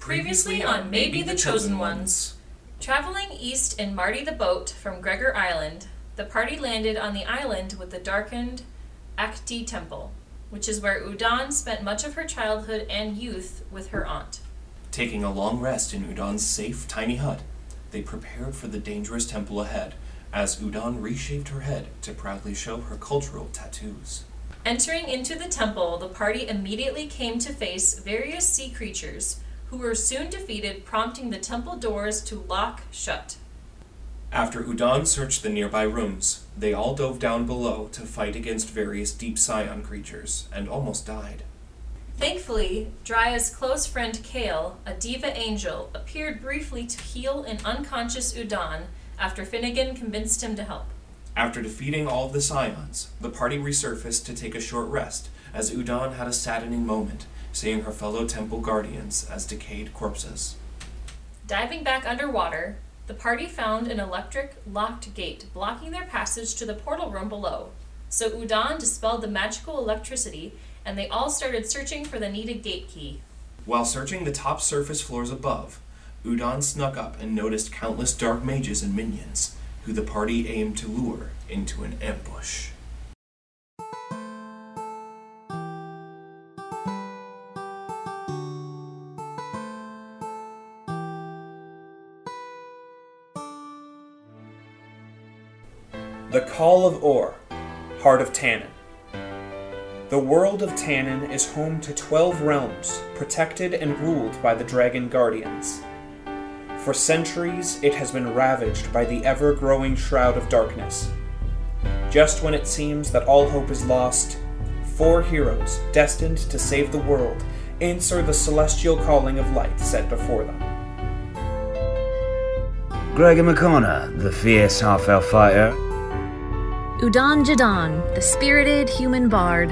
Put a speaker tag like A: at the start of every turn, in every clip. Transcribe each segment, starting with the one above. A: Previously on Maybe the Chosen Ones. Traveling east in Marty the Boat from Gregor Island, the party landed on the island with the darkened Akti Temple, which is where Udon spent much of her childhood and youth with her aunt.
B: Taking a long rest in Udon's safe, tiny hut, they prepared for the dangerous temple ahead as Udon reshaped her head to proudly show her cultural tattoos.
A: Entering into the temple, the party immediately came to face various sea creatures, who were soon defeated, prompting the temple doors to lock shut.
B: After Udon searched the nearby rooms, they all dove down below to fight against various deep scion creatures and almost died.
A: Thankfully, Drya's close friend Kale, a diva angel, appeared briefly to heal an unconscious Udon after Finnegan convinced him to help.
B: After defeating all of the scions, the party resurfaced to take a short rest as Udon had a saddening moment seeing her fellow temple guardians as decayed corpses.
A: Diving back underwater, the party found an electric locked gate blocking their passage to the portal room below. So Udon dispelled the magical electricity and they all started searching for the needed gate key.
B: While searching the top surface floors above, Udon snuck up and noticed countless dark mages and minions, who the party aimed to lure into an ambush. The Call of Or, Heart of Tannin. The world of Tannin is home to 12 realms, protected and ruled by the Dragon Guardians. For centuries, it has been ravaged by the ever growing shroud of darkness. Just when it seems that all hope is lost, four heroes destined to save the world answer the celestial calling of light set before them.
C: Gregor McConnor, the fierce half elf fighter.
D: Udon Jadon, the spirited human bard.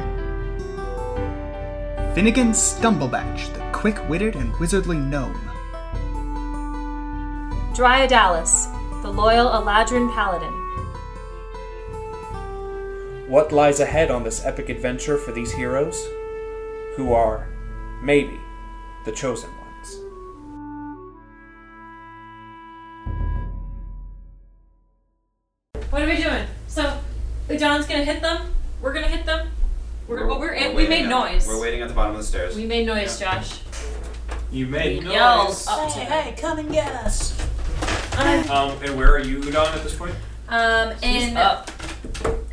E: Finnegan Stumblebatch, the quick-witted and wizardly gnome.
A: Dryadalis, the loyal Aladrin paladin.
B: What lies ahead on this epic adventure for these heroes? Who are, maybe, the chosen ones?
A: What are we doing? So Udon's gonna hit them. We're gonna hit them. We're, but we're, in, we
F: waiting
A: made
F: at-
A: noise.
F: We're waiting at the bottom of the stairs.
A: We made noise, Josh.
B: You made
A: We yelled up to them.
G: come and get us.
A: Uh,
F: um, and where are you, Udon, at this point?
H: Um,
A: She's
H: and
A: up.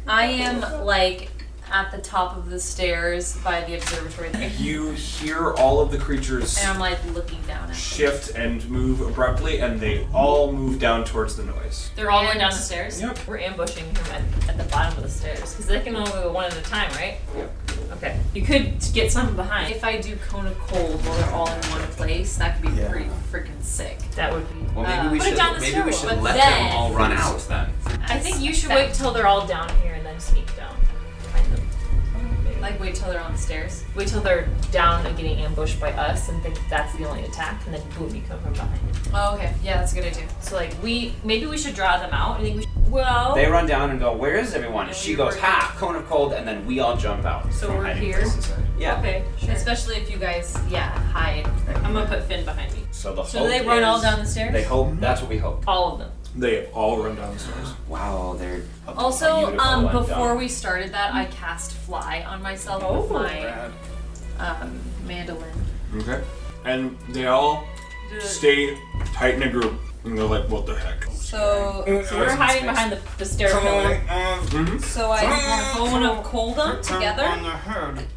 H: I am like at the top of the stairs by the observatory thing,
F: You hear all of the creatures
H: and I'm like looking down at. Them.
F: shift and move abruptly, and they all move down towards the noise.
A: They're all going down the stairs.
F: Yep.
A: We're ambushing him at, at the bottom of the stairs because they can only go one at a time, right?
F: Yep.
A: Okay. You could get someone behind.
H: If I do cone of cold while they're all in one place, that could be
I: Yeah.
H: pretty freaking sick.
A: That would be.
I: Well, maybe
H: Uh,
I: we
A: put it
I: should.
A: down the
I: Maybe
A: stairwell.
I: we should
H: But
I: let
H: then-
I: them all run out then.
A: I think you should wait till they're all down here and then sneak down. Find them.
H: Like wait till they're on the stairs.
A: Wait till they're down and getting ambushed by us and think that's the only attack, and then boom, you come from behind.
H: Oh, okay. Yeah, that's a good idea.
A: So like we maybe we should draw them out. I think we should, well.
I: They run down and go, "Where is everyone?" And
A: And
I: she
A: we
I: goes,
A: were-
I: "Ha! Cone of cold," and then we all jump out.
A: so
I: from
A: we're
I: hiding
A: here.
I: places. Yeah.
A: Okay, sure.
H: Especially if you guys, yeah, hide.
A: I'm gonna put Finn behind me.
I: So the
A: So
I: hope
A: they run all
I: is-
A: down the stairs?
I: They hope. That's what we hope.
A: All of them.
B: They have all run down the stairs.
I: Wow, they're a- a
H: Also,
I: beautiful
H: um,
I: one done.
H: before we started that, I cast fly on myself
A: Oh.
H: with my um, mandolin.
F: Okay. And they all stay tight in a group, and they're like, what the heck?
H: So,
A: So we're hiding behind the, the stair pillar.
F: um,
H: so I have
A: Cone of cold them
H: together.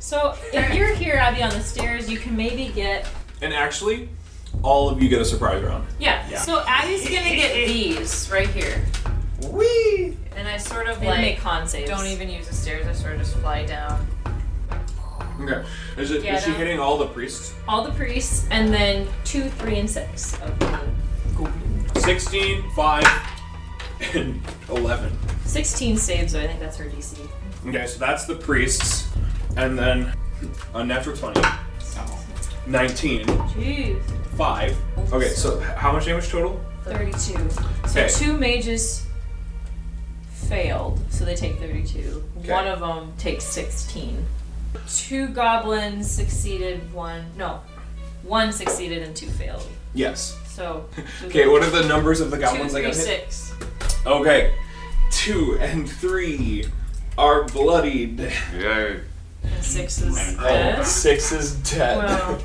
A: So if you're here, Abby, on the stairs, you can maybe get
F: And actually, all of you get a surprise round.
A: yeah. So Abby's gonna get these right here.
I: Whee!
H: And I sort of
A: They make
H: like
A: con saves.
H: don't even use the stairs. I sort of just fly down.
F: Okay. Is, it,
H: Yeah,
F: is she
H: no.
F: hitting all the priests?
A: all the priests, and then two, three, and six of the
F: 16, 5, and 11.
A: sixteen saves. So I think that's her DC.
F: Okay, so that's the priests, and then a natural 20, 19,
A: Jeez.
F: 5. Okay, so h- how much damage total?
A: Thirty-two. So
F: Okay.
A: two mages failed, so they take 32.
F: Okay.
A: One of them takes 16. Two goblins succeeded, one. No. One succeeded and two failed.
F: Yes.
A: So.
F: Okay, what are the numbers of the
A: Two,
F: goblins I
A: three,
F: got hit?
A: six.
F: Okay. Two and three are bloodied.
J: Yay.
A: And six is
J: Oh,
A: dead.
F: Six is dead.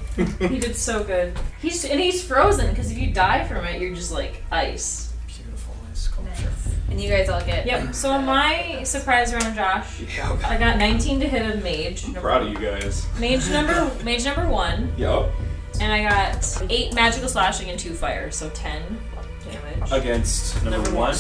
G: Wow.
A: He did so good.
G: He's and he's frozen because if you die from it, you're just like ice.
F: Beautiful sculpture.
G: And you guys all get
A: Yep. So on my surprise round, Josh,
F: Yep.
A: I got 19 to hit a mage.
F: I'm proud of you guys.
A: Mage number mage number one,
F: Yep.
A: and I got eight magical slashing and two fire, so 10 damage.
F: Against number, one.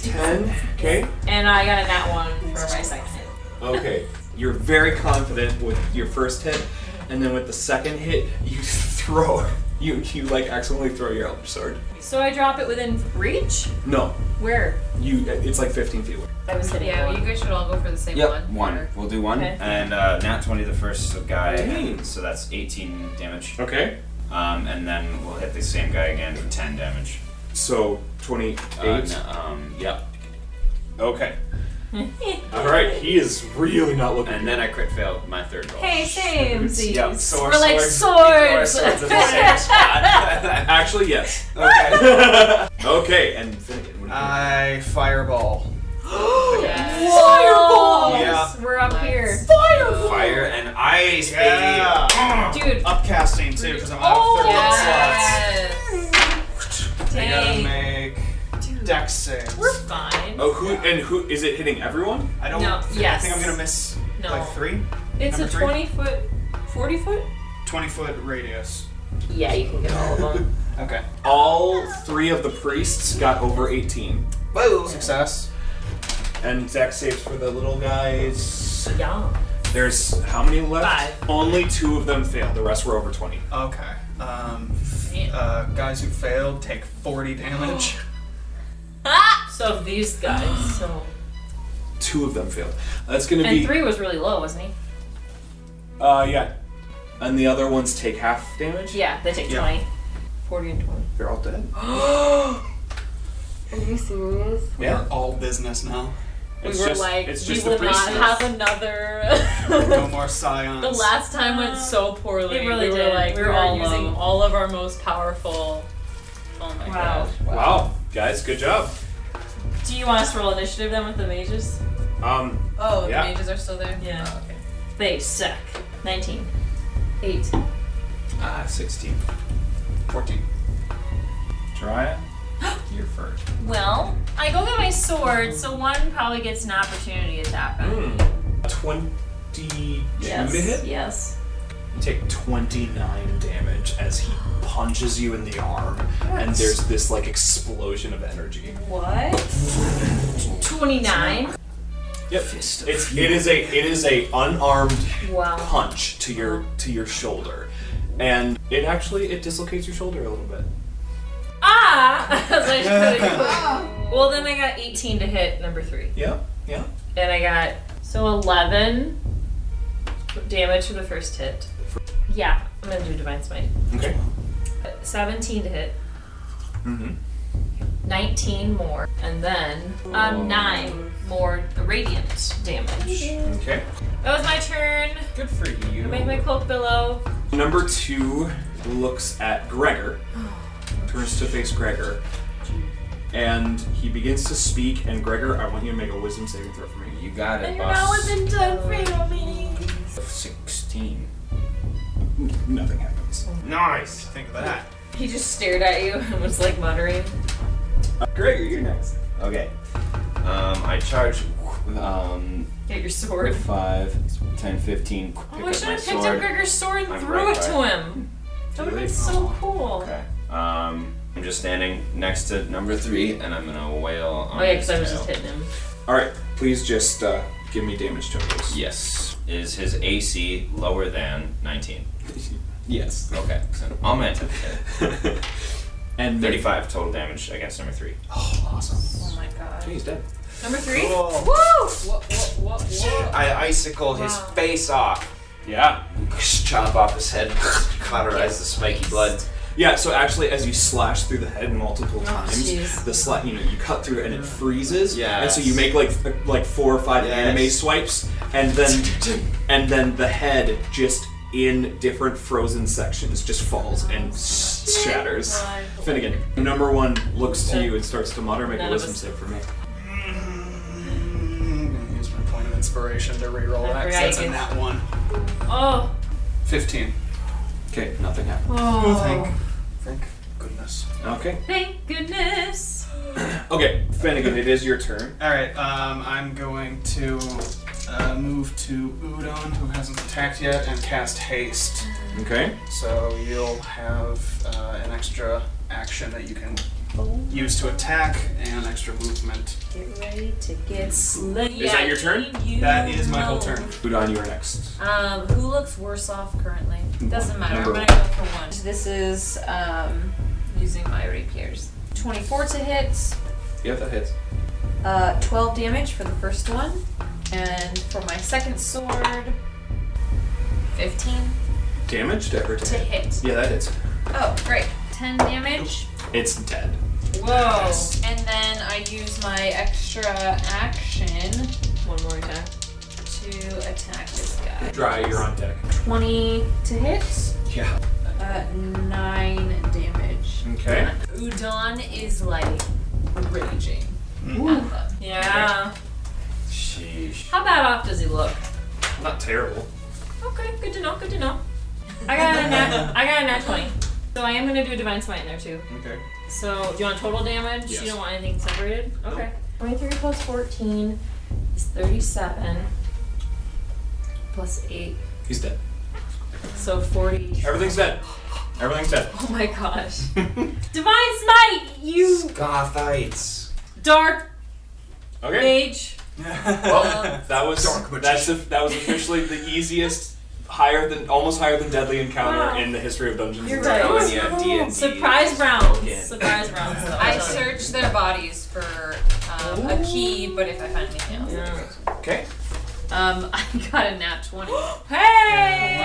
F: Ten. Okay.
A: And I got a nat one for my second hit.
F: Okay. You're very confident with your first hit, and then with the second hit, you throw. You you like accidentally throw your elder sword.
A: So I drop it within reach.
F: No.
A: Where?
F: You. It's like 15 feet away.
A: I was hitting.
G: Yeah,
A: one.
G: you guys should all go for the same
I: Yep,
G: one.
I: one. We'll do one.
A: Okay.
I: And uh, nat 20 the first guy.
F: Dang.
I: So that's 18 damage.
F: Okay.
I: Um, and then we'll hit the same guy again for 10 damage.
F: So 28.
I: Uh, no, um, yep.
F: Okay. All right. He is really not looking.
I: And then I crit failed my third roll.
A: Hey, same.
I: Yeah, so our
A: We're like
I: swords-
A: swords.
I: our swords in the same spot.
F: Actually, yes.
I: okay.
F: Okay. And Finnegan. What do you
H: I fireball.
A: Fireball.
H: Yeah.
A: We're up here.
I: Fire and ice,
H: Yeah.
A: Dude.
H: Upcasting too, because I'm out of third level slots. I gotta
A: Dang.
H: make dex saves.
A: We're fine.
F: think? Oh, who and who is it hitting? Everyone?
H: I don't.
A: No,
H: think, I
A: yes.
H: think I'm gonna miss
A: No.
H: like three.
A: It's a
H: Number three.
A: 20 foot, 40 foot?
H: 20 foot radius.
G: Yeah, you can get all of them.
H: Okay.
F: All three of the priests got over 18.
H: Whoa. Success.
F: And Zach saves for the little guys.
A: Yeah.
F: There's how many left? Only two of them failed. The rest were over Uh, 20.
H: Okay. Um, uh, guys who failed take 40
A: Oh.
H: damage.
A: Ah! So these guys. So.
F: Two of them failed. That's gonna
A: And
F: be.
A: three was really low, wasn't he?
F: Uh, yeah. And the other ones take half damage.
A: Yeah, they take
H: Yeah.
A: 20. 40 and 20.
F: They're all dead.
K: Are you serious?
H: we are all business now.
F: It's
G: we were
F: just,
G: like,
F: it's
G: we
F: just
G: will
F: the
G: not
F: priests.
G: have another.
H: No more scions.
G: the last time went so poorly.
A: It really
G: we were
A: did.
G: like,
A: We
G: we
A: were
G: were
A: all
G: using
A: low.
G: all of our most powerful. Oh my
A: Wow.
F: Wow, guys, good job.
A: Do you want us to roll initiative then with the mages?
F: Um,
G: god. Oh,
F: Yeah.
G: the mages are still there.
A: Yeah. They suck. 19. 8.
I: Ah, 16.
H: 14.
I: Jiraiya, you're first.
A: Well, I go get my sword, so one probably gets an opportunity attack on me.
F: 22
A: Yes.
F: to Hmm. hit?
A: Yes.
F: You take 29 damage as he punches you in the arm, and there's this like explosion of energy.
A: What? 29.
F: Yep. It's, it is a it is a unarmed
A: Wow.
F: punch to your to your shoulder, and it actually it dislocates your shoulder a little bit.
A: Ah! That's what I should do. Well, then I got 18 to hit number 3.
F: Ah. Yeah. Yeah.
A: And I got so eleven damage for the first hit. Yeah, I'm gonna do divine smite.
F: Okay.
A: Seventeen to hit.
F: Mm-hmm.
A: Nineteen more, and then um nine more radiant damage.
F: Okay.
A: That was my turn.
F: Good for you.
A: I make my cloak billow.
F: Number two looks at Gregor, turns to face Gregor, and he begins to speak. And Gregor, I want you to make a wisdom saving throw for me.
I: You got it, boss.
A: That wasn't for me.
I: 16.
F: Nothing happens.
H: Nice. Think of that.
A: He just stared at you and was like muttering.
F: Uh, Gregor, you're next.
I: Okay. Um, I charge. Um,
A: Get your sword.
I: 5, 10, 15. Pick
A: Oh, I
I: up
A: should
I: my
A: have picked
I: sword.
A: up Gregor's sword and
I: I'm
A: threw
I: right
A: it to
I: by.
A: him. That would have been
I: Really? Oh.
A: so cool.
I: Okay. Um, I'm just standing next to number three, and I'm gonna wail on.
A: Oh yeah,
I: his
A: because I was
I: tail.
A: just hitting him.
F: All right, please just uh, give me damage totals.
I: Yes. Is his AC lower than 19?
F: Yes.
I: Okay. So all my attacks hit.
F: and
I: 35 total damage against number three.
F: Oh, awesome.
G: Oh my god.
F: He's dead.
A: Number three.
H: Cool.
A: Woo!
G: What, what, what, what?
I: I icicle his
G: Wow.
I: face off,
F: Yeah.
I: chop off his head, cauterize the spiky blood.
F: Yeah. So actually, as you slash through the head multiple times,
A: jeez.
F: the sla- you know you cut through and it freezes.
I: Yes.
F: And so you make like th- like four or five
I: Yes.
F: anime swipes, and then and then the head just
I: in different frozen sections just falls and s- shatters. Finnegan, number one looks to you and starts to mutter, make a
G: None of
I: wisdom
G: us-
I: save for me.
H: I'm Mm-hmm. gonna use my point of inspiration to reroll that 'cause that's in that one.
G: Oh,
H: 15.
I: Okay, nothing happened.
H: Oh, thank, thank goodness.
I: Okay.
G: thank goodness.
I: Okay, Finnegan, it is your turn.
H: All right, um, I'm going to uh, move to Udon, who hasn't attacked yet, and cast haste.
I: Okay.
H: So you'll have uh, an extra action that you can use to attack and extra movement.
A: Oh, Get ready to get
I: Is that your turn?
H: That is my whole turn.
I: Udon, you are next.
A: Um, who looks worse off currently? Doesn't matter.
I: Number
A: I'm gonna go for one. This is um, using my rapiers. 24 to hit,
I: Yeah, that hits.
A: uh, 12 damage for the first one, and for my second sword, 15
I: Damage to every
A: to hit.
I: Yeah, that hits.
A: Oh, great. 10 damage.
I: It's dead.
A: Whoa. And then I use my extra action
G: One more time.
A: to attack this guy.
I: Dry, you're on deck.
A: 20 to hit,
I: Yeah.
A: uh, 9 damage.
I: Okay.
A: Udon is like raging. at them.
G: Yeah.
B: Sheesh.
G: How bad off does he look?
I: Not terrible.
G: Okay, good to know. Good to know. I got a nat. I got a nat twenty. So I am gonna do a divine smite in there too.
I: Okay.
G: So do you want total damage?
I: Yes.
G: You don't want anything separated. Okay. Twenty-three plus fourteen is thirty-seven. Plus eight,
I: He's dead.
G: so forty.
I: Everything's dead. Everything's dead.
G: Oh my gosh. divine smite, you
B: Gothites.
G: dark
I: Okay.
G: mage.
I: Well, that was
H: Dark magician.
I: that's a, that was officially the easiest, higher than almost higher than deadly encounter
G: Wow.
I: in the history of Dungeons
G: You're
I: and
G: right.
A: Oh,
I: Dragons.
G: Surprise rounds.
B: Yeah.
G: Surprise rounds. though,
A: I
G: tell you.
A: searched their bodies for um, a key, but if I find anything else,
G: Yeah.
I: Okay.
A: um, I got a nat 20
G: Hey!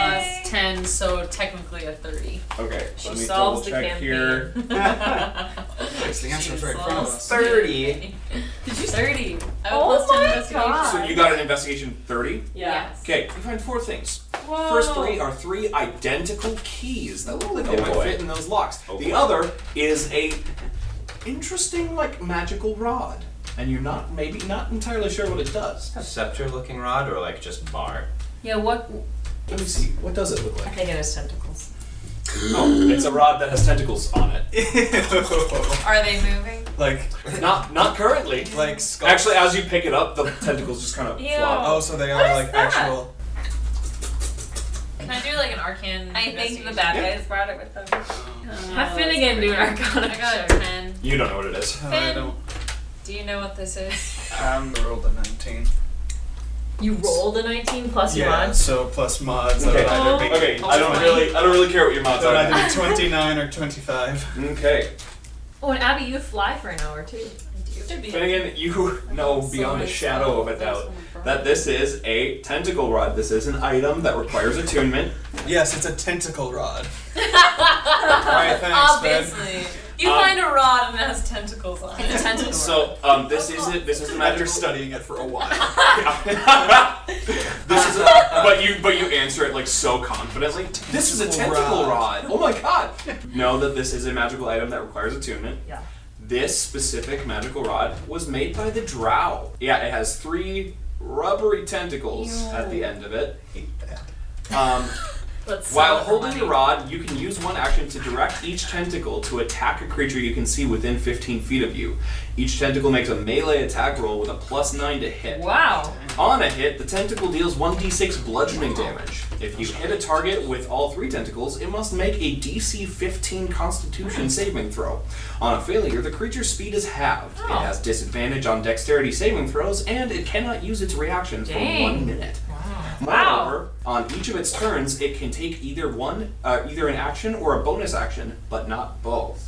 A: plus 10, so technically a 30.
I: Okay. Let me double
G: solves the
I: check here.
H: It's the answer's right in front of us.
B: Thirty.
A: Did you 30? I have
G: Oh
A: plus 10
G: my
A: investigation.
G: God.
I: So you got an investigation thirty.
G: Yeah.
A: Yes.
I: Okay. You find four things. First three are three identical keys that look like they
B: Oh,
I: might
B: boy.
I: fit in those locks.
B: Oh,
I: the
B: boy.
I: other is a interesting like magical rod, and you're not maybe not entirely sure what it does.
B: A scepter-looking rod, or like just bar?
G: Yeah, what?
I: Let me see. What does it look like?
G: think it has tentacles.
I: Oh, it's a rod that has tentacles on it.
A: Are they moving?
H: like,
I: Not not currently.
H: like skull.
I: Actually, as you pick it up, the tentacles just kind of
G: Ew.
I: flop.
H: oh, so they
G: What
H: are
G: is
H: like
G: that?
H: actual.
A: Can I do like an arcane?
G: I think the bad guys brought it with them.
A: Have
G: Have Finnegan do an arcana
A: I got
G: check.
A: a 10.
I: You don't know what it is.
H: Oh, I
A: Finn.
H: don't.
A: Do you know what this is?
H: I'm rolled a 19.
G: You rolled a 19 plus your
H: Yeah,
G: mod.
H: so plus mods. That would
I: Okay.
H: either be,
I: Okay, I don't really, I don't really care what your
H: that
I: mod's
H: would
I: are.
H: either be 29 or 25.
I: Okay,
G: Oh, and Abby, you fly for an hour too.
I: Finnegan, you know beyond a shadow of a doubt that this is a tentacle rod. This is an item that requires attunement.
H: Yes, it's a tentacle rod. Alright, thanks, Ben.
A: Obviously. You
I: Um,
A: find a rod and it has tentacles on it.
G: Tentacle.
I: So, um, this is it. This is a
H: After
I: magic
H: studying it for a while.
I: This is a, but you but you answer it like so confidently. This is a tentacle rod. Oh my god. Know that this is a magical item that requires attunement.
G: Yeah.
I: This specific magical rod was made by the Drow. Yeah, it has three rubbery tentacles at the end of it. Um,
G: Let's sell
I: while
G: it for
I: holding the
G: money.
I: rod, you can use one action to direct each tentacle to attack a creature you can see within 15 feet of you. Each tentacle makes a melee attack roll with a plus 9 to hit.
G: Wow.
I: On a hit, the tentacle deals 1d6 bludgeoning damage. If you hit a target with all three tentacles, it must make a DC 15 Constitution saving throw. On a failure, the creature's speed is halved.
G: Oh.
I: It has disadvantage on dexterity saving throws, and it cannot use its reactions
G: Dang.
I: for one minute.
G: Wow.
I: Moreover, on each of its turns, it can take either one, uh, either an action or a bonus action, but not both.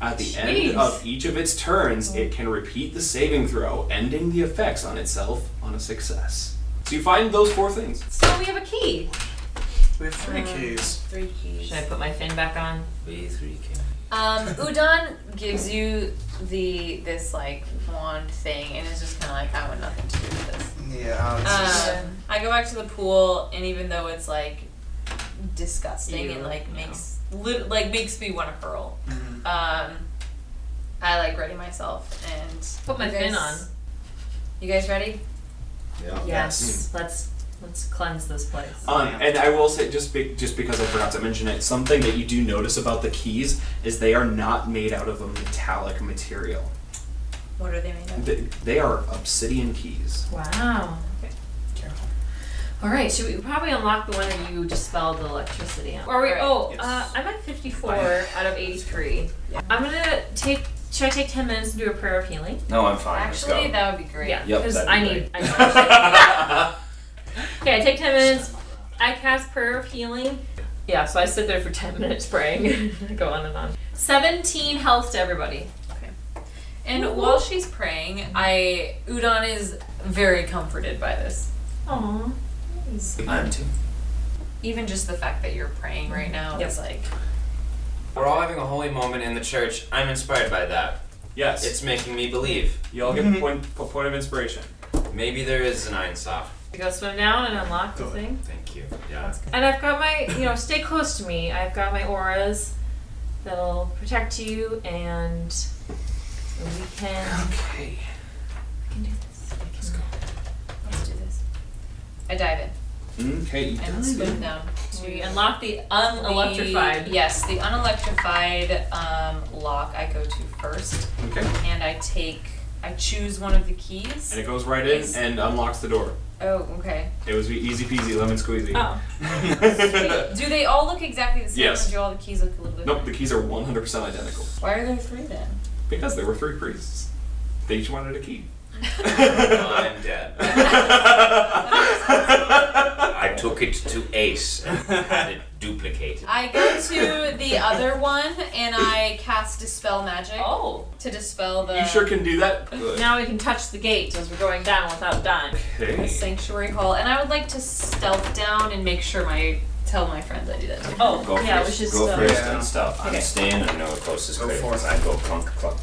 I: At the end
G: Jeez.
I: of each of its turns, it can repeat the saving throw, ending the effects on itself on a success. So you find those four things.
G: So we have a key.
H: We have three
G: Mm.
H: keys.
A: Three keys.
G: Should I put my fin back on?
A: Um, Udon gives you the this like wand thing, and it's just kind of like I want nothing to do with this.
G: Uh.
H: Yeah, it's just-
A: Um, I go back to the pool, and even though it's like
G: disgusting.
A: Ew,
G: it like
A: no. Mm-hmm.
G: makes lit- like makes me want to hurl. Um, I like ready myself and
A: Put my
G: you
A: fin
G: guys-
A: on.
G: You guys ready?
F: Yeah.
A: Yes. Let's let's cleanse this place.
B: Um, and I will say, just be, just because I forgot to mention it, something that you do notice about the keys is they are not made out of a metallic material.
G: What are they made of?
B: They, they are obsidian keys.
A: Wow. All right. Should we probably unlock the one that you dispelled the electricity on? Are we?
G: Right.
A: Oh,
B: Yes.
A: uh, I'm at 54 out of 83. I'm gonna take. Should I take 10 minutes and do a prayer of healing?
F: No, I'm fine.
G: Actually,
F: Let's
G: that would be great.
A: Yeah.
F: Yep,
A: Because
F: that'd be
A: I need.
F: great.
A: I need okay. I take 10 minutes. I cast prayer of healing. Yeah. So I sit there for 10 minutes praying. I go on and on. 17 health to everybody.
G: And while she's praying, I Udon is very comforted by this.
A: Aww.
F: go. I'm too.
G: Even just the fact that you're praying right now
A: Yep.
G: is like
I: We're all having a holy moment in the church. I'm inspired by that.
B: Yes.
I: It's Mhm. making me believe.
B: you all get point, a point of inspiration.
I: Maybe there is an Einsoft.
A: We go swim down and unlock the thing.
I: Thank you. Yeah.
A: And I've got my, you know, stay close to me. I've got my auras that'll protect you, and we can.
B: Okay.
A: I can do this. I can-
G: let's do this. I dive in
B: Okay. you
G: and
B: done
G: swim
B: it.
G: down.
A: We
G: to
A: unlock the unelectrified.
G: The, yes, the unelectrified um, lock I go to first,
B: Okay.
G: and I take I choose one of the keys.
B: And it goes right in
G: Yes.
B: and unlocks the door.
G: Oh, okay.
B: It was easy peasy, lemon squeezy.
A: Oh,
G: Wait, do they all look exactly the same?
B: Yes.
G: Or do all the keys look a little bit?
B: nope, the
G: different?
B: keys are 100% identical.
G: Why are there three then?
B: Because there were three priests. They each wanted a key.
I: I'm dead. I took it to Ace and had it duplicated.
G: I go to the other one and I cast dispel magic
A: oh!
G: to dispel the
B: you sure can do that? Good.
A: Now we can touch the gate as we're going down without dying.
G: the
B: Okay.
G: sanctuary hall. And I would like to stealth down and make sure my tell my friends I do that. Too.
A: Oh,
F: Go
A: yeah,
F: first.
A: we should
F: go
A: still.
F: first
H: Yeah.
F: and stuff.
A: Okay.
F: I'm staying. I know the closest
H: Go
F: way
H: for it.
F: because I go clunk clunk.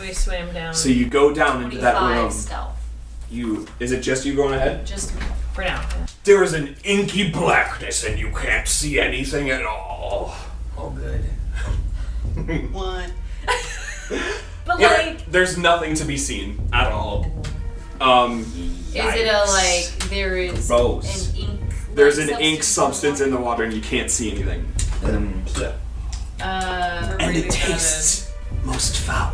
A: We swim down
B: So you go down into that room.
G: Twenty-five stealth.
B: You is it just you going ahead?
G: Just me.
A: for now.
B: There is an inky blackness and you can't see anything at all.
F: Oh, good.
H: What?
A: But
B: Yeah,
A: like,
B: there's nothing to be seen at all. Um,
G: Is it a like there is
F: Gross.
G: an ink?
B: there's
G: like,
B: an ink substance in the water and you can't see anything.
F: Um, bleh.
G: Uh,
B: And it tastes most foul.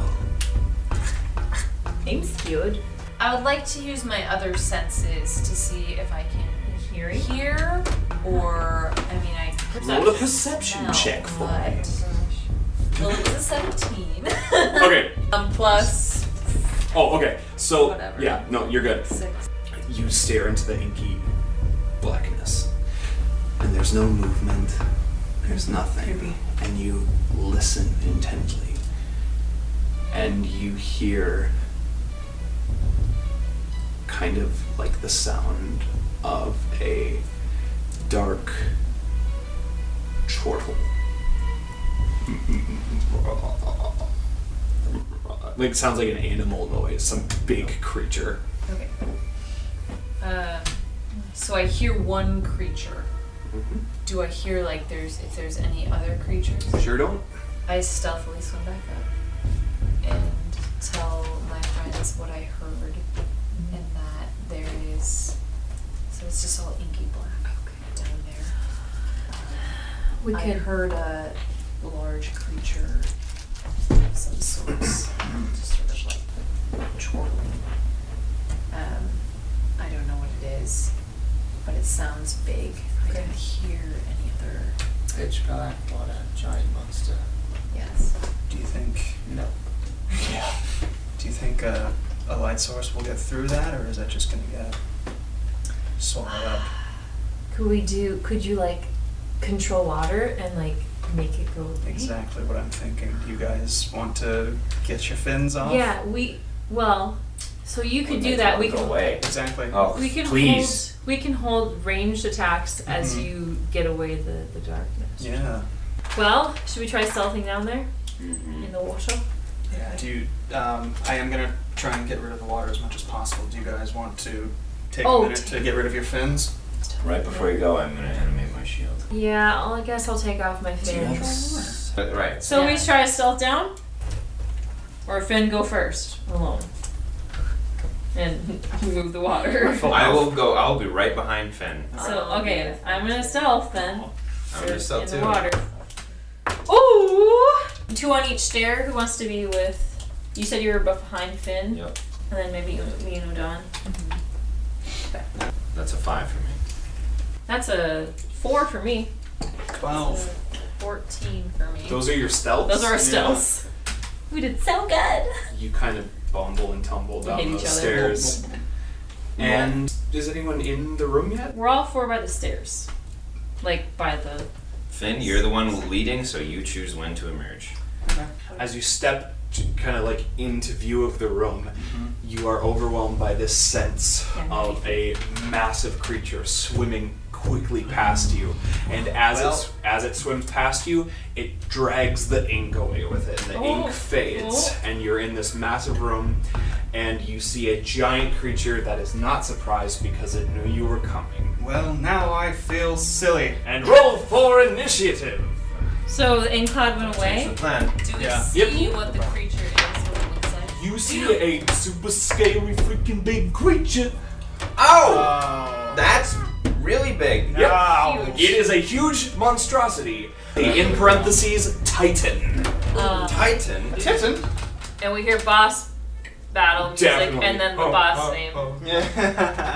A: I'm skewed.
G: I would like to use my other senses to see if I can
A: Hearing.
G: hear or I mean I.
B: Roll a perception
G: smell,
B: check for me.
G: but- Well, it was a seventeen.
B: Okay.
G: Um, plus
B: Oh, okay. So
G: Whatever.
B: yeah, no, you're good.
G: six.
B: You stare into the inky blackness, and there's no movement, there's nothing. And you listen intently, and you hear kind of like the sound of a dark chortle. Like sounds like an animal noise, some big creature.
G: Okay. Um, so I hear one creature.
B: Mm-hmm.
G: Do I hear like there's if there's any other creatures?
B: Sure don't.
G: I stealthily swim back up and tell my friends what I heard
A: Mm-hmm.
G: and that there is. So it's just all inky black down there.
A: We
G: I
A: could.
G: heard a large creature of some sort, just sort of like chortling. Um, I don't know what it is, but it sounds big. I don't hear any other.
I: Pitchback, what a giant monster.
G: Yes.
H: Do you think?
I: No.
H: Yeah. Do you think uh, a light source will get through that, or is that just gonna get swallowed up?
A: Could we do? Could you like control water and like make it go? away?
H: Exactly what I'm thinking. Do you guys want to get your fins off?
A: Yeah, we. Well, so you could
F: Would
A: do
F: make
A: that.
F: it
A: We
F: go
A: can.
F: away.
H: Exactly.
F: Oh,
A: We can
F: please.
A: hold. We can hold ranged attacks as
H: Mhm.
A: you get away the the darkness.
H: Yeah.
A: Well, should we try stealthing down there
F: Mhm.
A: in the water?
H: Yeah. Do you? Um, I am gonna try and get rid of the water as much as possible. Do you guys want to take
A: Oh,
H: a minute to get rid of your fins?
I: Right before you go, I'm gonna animate my shield.
A: Yeah, I'll, I guess I'll take off my
I: Do you have
A: fins.
I: s-
B: But, right.
A: So we
G: Yeah.
A: try stealth down, or Finn go first alone, and move the water.
B: I will go. I will be right behind Finn.
A: So okay, I'm gonna stealth then.
B: I'm gonna stealth
A: in
B: too.
A: the water. Ooh! Two on each stair. Who wants to be with? You said you were behind Finn.
I: Yep.
A: And then maybe you, me and Odon.
B: That's a five for me.
A: That's a four for me. Oh.
H: Twelve.
A: Fourteen for me.
F: Those are your stealths.
A: Those are our
F: Yeah.
A: stealths. We did so good.
F: You kind of bumble and tumble
A: hit
F: down
A: each
F: those
A: other.
F: stairs. And is anyone in the room yet?
A: We're all four by the stairs, like by the.
I: Finn, you're the one leading, so you choose when to emerge.
F: As you step kind of like into view of the room, you are overwhelmed by this sense
A: Yeah.
F: of a massive creature swimming quickly past you. And as
H: Well-
F: it as it swims past you, it drags the ink away with it. And the
A: Oh.
F: ink fades,
A: Oh.
F: and you're in this massive room, and you see a giant creature that is not surprised because it knew you were coming.
H: Well, now I feel silly.
F: And roll for initiative.
A: So the cloud went away.
I: Change the plan.
A: Do we
H: Yeah.
A: see
F: Yep.
A: what the creature is? What it looks like?
F: You see a super scary freaking big creature. Uh,
B: Oh,
H: Oh.
B: that's really big.
F: Yep.
H: Ow.
F: It is a huge monstrosity. In parentheses, Titan.
A: Um,
B: Titan.
H: Titan.
A: And we hear boss battle music,
F: Definitely.
A: and then the
F: Oh,
A: boss name.
H: Yeah.
F: Um,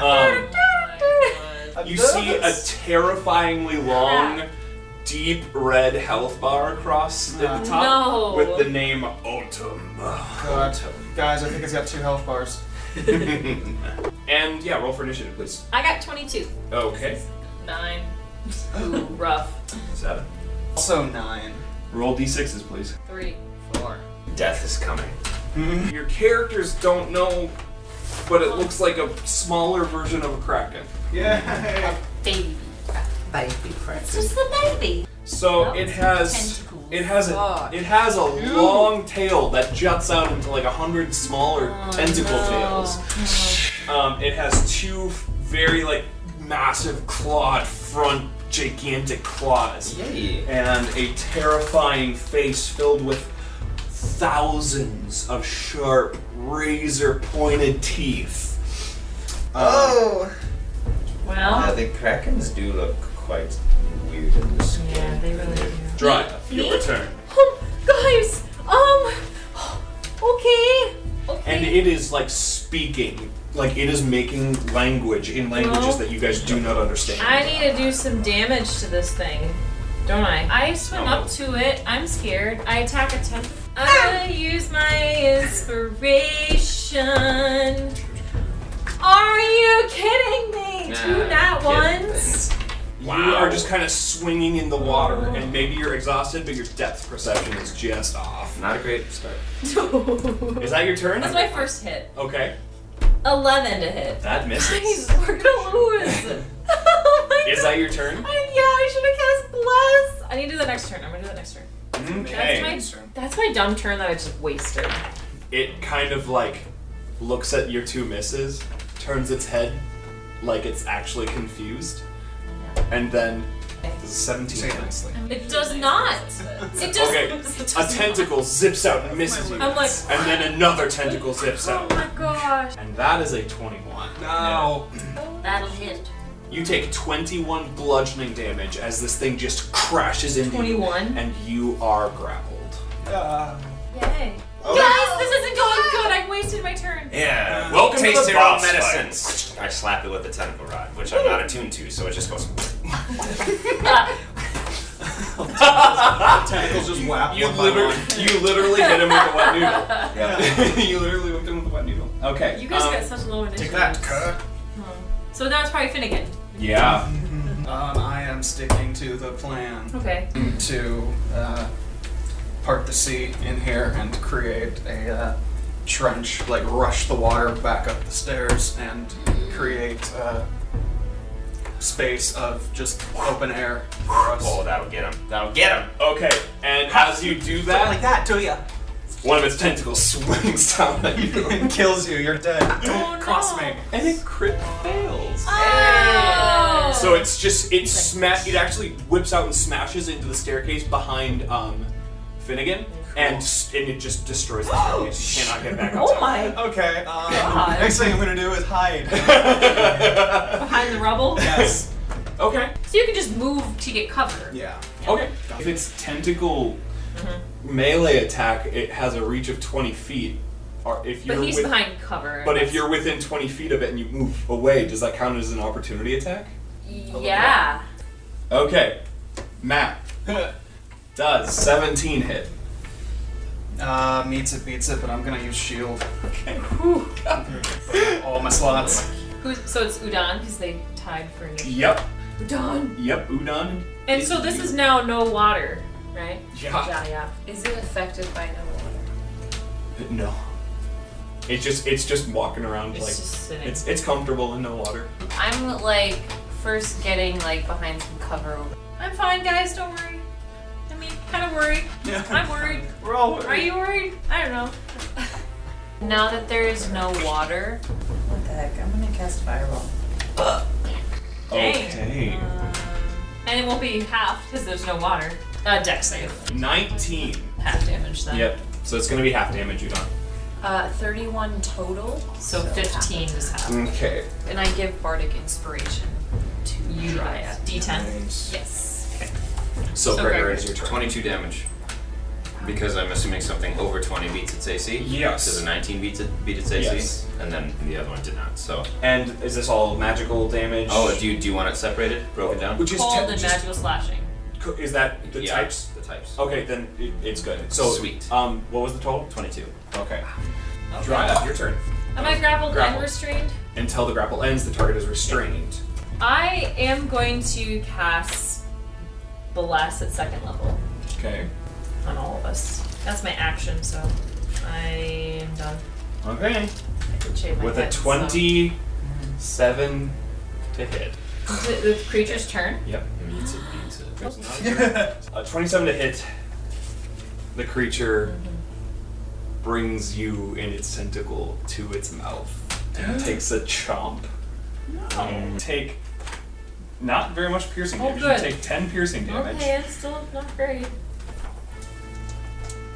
A: Oh my God.
F: you see a terrifyingly long, deep red health bar across at the
A: No.
F: top with the name Otum.
H: God. Guys, I think it's got two health bars.
F: and yeah, roll for initiative, please.
A: I got 22.
F: Okay.
A: Nine. Rough.
I: Seven.
H: Also nine.
F: Roll d6s, please.
A: Three.
I: Death is coming.
F: Your characters don't know, but it looks like a smaller version of a kraken.
H: Yeah.
G: Baby.
B: Baby crap.
G: Just the baby.
F: So
A: That
F: it
A: was
F: has
G: tentacles.
F: it has a
B: Fuck.
F: it has a long tail that juts out into like a hundred smaller
A: Oh,
F: tentacle tails. Um, it has two f- very like massive clawed front gigantic claws
B: Yay.
F: and a terrifying face filled with thousands of sharp razor pointed teeth.
B: Oh.
I: Yeah,
A: Well,
I: the krakens do look quite weird in this game.
A: yeah, they really do.
F: Drive
A: Me?
F: your return.
A: Oh, guys, um, okay.
F: and
A: Okay.
F: it is like speaking like it is making language in languages
A: Well-
F: that you guys do not understand
A: I need to do some damage to this thing, don't I? I swim up to it. I'm scared. I attack a 10. I use my inspiration. Are you kidding me? Two
B: Nah,
A: nat
B: kidding.
A: ones?
F: you are just kind of swinging in the water and maybe you're exhausted but your depth perception is just off
B: Not a great start.
F: is that your turn
A: That's my first hit.
F: okay
A: 11 to hit.
I: That
A: Guys,
I: misses.
A: we're gonna lose. oh my
F: is
A: god.
F: that your turn
A: I, yeah, I should have cast Bless. I need to do the next turn. I'm gonna do the next turn.
F: okay
A: That's, my, that's my dumb turn that I just wasted.
F: it kind of like looks at your two misses, turns its head like it's actually confused, and then this is 17 nicely.
A: It does not. It does,
F: Okay,
A: it
F: a
A: does
F: tentacle zips out and misses you,
A: I'm like,
F: and then another tentacle zips
A: oh
F: out,
A: my gosh.
F: and that is a 21.
H: Ow.
G: That'll hit.
F: You take 21 bludgeoning damage as this thing just crashes into you,
A: 21?
F: and you are grappled.
H: Uh,
A: Yay. Guys, this isn't going good. I wasted my turn.
I: Yeah.
F: Uh, Welcome to
I: Taste
F: the
I: it all,
F: boss
I: medicine. I slap it with a tentacle rod, which I'm not attuned to, so it just goes.
H: tentacles just whap
F: You
H: one by
F: literally,
H: one.
F: you literally hit him with a wet noodle.
I: Yeah.
F: you literally whipped him with a wet noodle. Okay.
A: You guys
F: um,
A: got such low initiative.
H: Kirk.
A: So now it's probably Finnegan.
F: Yeah.
H: Um, I am sticking to the plan.
A: Okay.
H: to uh, part the sea in here and create a uh, trench, like rush the water back up the stairs and create uh, space of just open air for us.
I: Oh, that'll get him. That'll get him.
F: Okay, and as you do that,
H: that, do ya?
F: One of its tentacles swings down at you and kills you. You're dead.
A: Oh,
H: Cross me.
F: And it crit fails.
A: Oh.
F: So it's just it sma- it actually whips out and smashes into the staircase behind um, Finnegan, and s- and it just destroys the staircase. You cannot get back up.
B: Oh my
H: Okay. Um,
B: God.
H: next thing I'm gonna do is hide.
B: Behind the rubble?
H: yes.
F: Okay.
A: So you can just move to get cover.
H: Yeah.
F: Okay. If it's tentacle melee attack, it has a reach of twenty feet. Or if you're
A: But he's
F: with-
A: behind cover.
F: But if you're within twenty feet of it and you move away, does that count as an opportunity attack?
A: Yeah.
F: Okay. Matt does seventeen hit.
H: Uh, meets it, beats it, but I'm gonna use shield. Okay. All my slots.
A: Who's, so it's Udon because they tied for initiative.
F: Yep.
A: Udon.
F: Yep. Udon.
A: And so this is now no water, right?
F: Yeah.
A: Yeah, yeah.
G: Is it affected by no water?
F: No. It's just it's just walking around
A: It's
F: like
A: just sitting.
F: it's it's comfortable in no water.
G: I'm like first getting like behind some cover over.
A: I'm fine, guys. Don't worry. I mean, kind of worried. I'm worried.
H: We're all
A: Are you worried? I don't know.
G: Now that there is no water,
B: What the heck? I'm gonna cast fireball.
A: Dang.
F: Okay.
A: Uh, And it won't be half because there's no water. Uh, deck save.
F: Nineteen.
A: Half damage then.
F: Yep. So it's gonna be half damage, Udon.
G: uh, 31 total.
A: So 15 is half.
F: Okay.
G: And I give Bardic inspiration to
A: You
G: Dryad.
A: it. D10.
G: Yes.
I: So,
A: So
I: Gregor,
A: Gregor.
I: is your turn.
F: 22
I: damage. Because I'm assuming something over 20 beats its AC.
F: Yes.
I: Does a 19 beat, it, beat its AC?
F: Yes.
I: And then the other one did not. So.
F: And is this all magical damage?
I: Oh, do you, do you want it separated? Broken down?
F: which is
A: Cold
F: te-
A: and
F: just-
A: magical slashing.
F: co- is that the
I: Yeah,
F: types? Oh.
I: The types.
F: Okay, then it, it's good. So
I: Sweet.
F: Um, what was the total?
I: 22.
F: Okay. Dry up. Your turn.
A: Am I grappled
F: Grappled.
A: and restrained?
F: Until the grapple ends, the target is restrained.
A: I am going to cast Bless at second level
F: Okay.
A: on all of us. That's my action, so I am done.
F: Okay.
A: I can shave my
F: With a
A: head, so-
F: twenty-seven to hit.
A: Is it the creature's turn?
F: Yep.
I: Beats it, beats it.
F: A twenty-seven to hit. The creature brings you in its tentacle to its mouth and takes a chomp. Um, take not very much piercing
A: Oh,
F: damage.
A: good.
F: You take ten piercing damage,
A: Okay, it's still not great.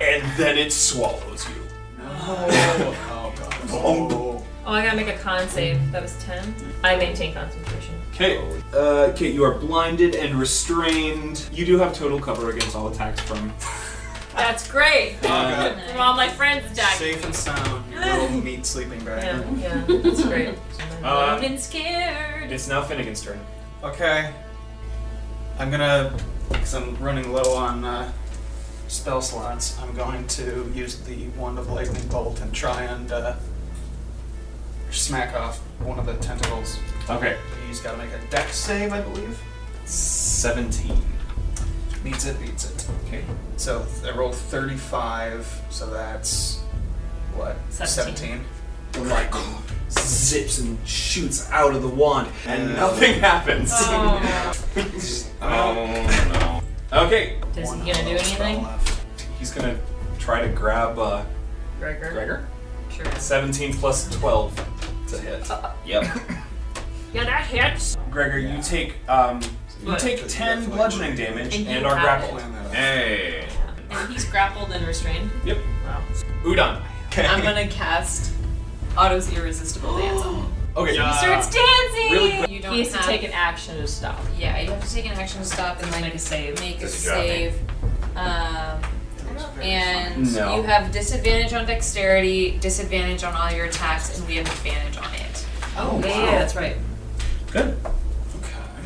F: and then it swallows you.
H: Oh, God. Oh.
A: Oh, I gotta make a con save. That was 10. I maintain concentration.
F: Okay. Uh, Kate, you are blinded and restrained. You do have total cover against all attacks from.
A: That's great!
F: Uh,
A: From all my friends died.
H: Safe and sound, your little meat sleeping bag.
A: Yeah, yeah, that's great.
F: Uh,
A: I've been scared.
F: it's now Finnegan's turn.
H: Okay. I'm gonna, because I'm running low on uh, spell slots, I'm going to use the Wand of Lightning Bolt and try and uh, smack off one of the tentacles.
F: Okay.
H: He's gotta make a dex save, I believe.
F: 17.
H: Beats it, beats it.
F: Okay.
H: So th- I rolled 35, so that's what?
A: Seventeen.
F: The light Oh zips and shoots out of the wand, and nothing happens.
A: Oh.
I: Oh,
F: Okay.
A: Is he
H: One
A: gonna do
H: spell
A: anything?
H: left.
F: He's gonna try to grab uh,
A: Gregor?
F: Gregor.
A: Sure.
F: 17 plus 12 to hit.
A: Oh.
I: no. Yep.
A: Yeah, that hits.
F: Gregor, you take um, you
A: But-
F: take 10 bludgeoning damage
A: And you
F: and are
A: have
F: grappled.
H: Plan that out.
I: Hey.
A: And he's grappled and restrained.
F: Yep.
A: Wow.
F: Udon.
B: I'm gonna cast Otto's Irresistible Dance on him.
F: Okay.
A: He starts dancing!
F: really quick-
G: You don't
A: he has to
G: have-
A: take an action to stop.
G: Yeah, you have to take an action to stop and like
A: Make a save.
G: Make a
I: Does he drop
G: save. Um, and
F: No.
G: you have disadvantage on dexterity, disadvantage on all your attacks, and we have advantage on it.
B: Oh, yeah, yeah, that's right.
F: Good.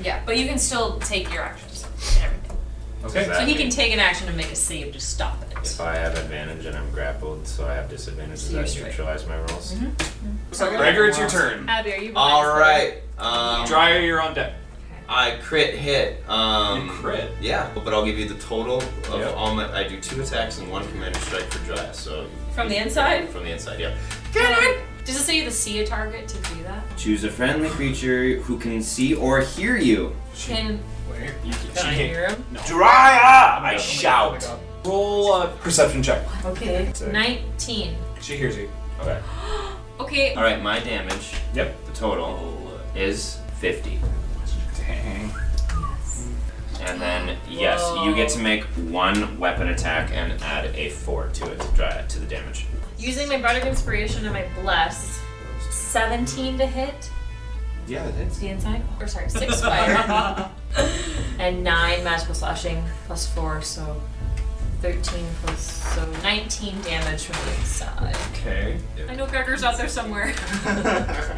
G: Yeah, but you can still take your actions.
I: Okay.
A: So he can take an action to make a save to stop it.
I: If I have advantage and I'm grappled, so I have disadvantage, does that neutralize my rolls?
A: Mm-hmm.
F: Gregor, it's your turn.
A: Abby, are you behind
B: All right. Um,
F: Dryer, you're on deck.
B: I crit hit. Um,
F: You crit?
B: Yeah, but I'll give you the total of
F: Yep.
B: all my. I do two
I: Two attacks and one commander strike for Dryas, so
A: From the inside?
I: from the inside, yeah.
A: Does it say you have to see a target to do that?
I: Choose a friendly creature who can see or hear you.
A: Can,
H: Wait.
F: You,
A: can I hear him?
B: Dryad!
F: I
H: Oh my God.
F: Roll a perception check.
G: Okay.
L: Nineteen.
F: She hears you.
I: Okay.
L: Okay.
I: All right, my damage.
F: Yep.
I: The total is 50.
F: Dang.
I: And then yes, you get to make one weapon attack and add a 4 to it to dry to the damage.
A: Using my bardic inspiration and my bless, seventeen to hit
F: Yeah, that hits.
A: the inside, or sorry, six fire, and nine magical slashing plus four, so thirteen plus so nineteen damage from the inside.
F: Okay.
A: I know Gregor's out there somewhere.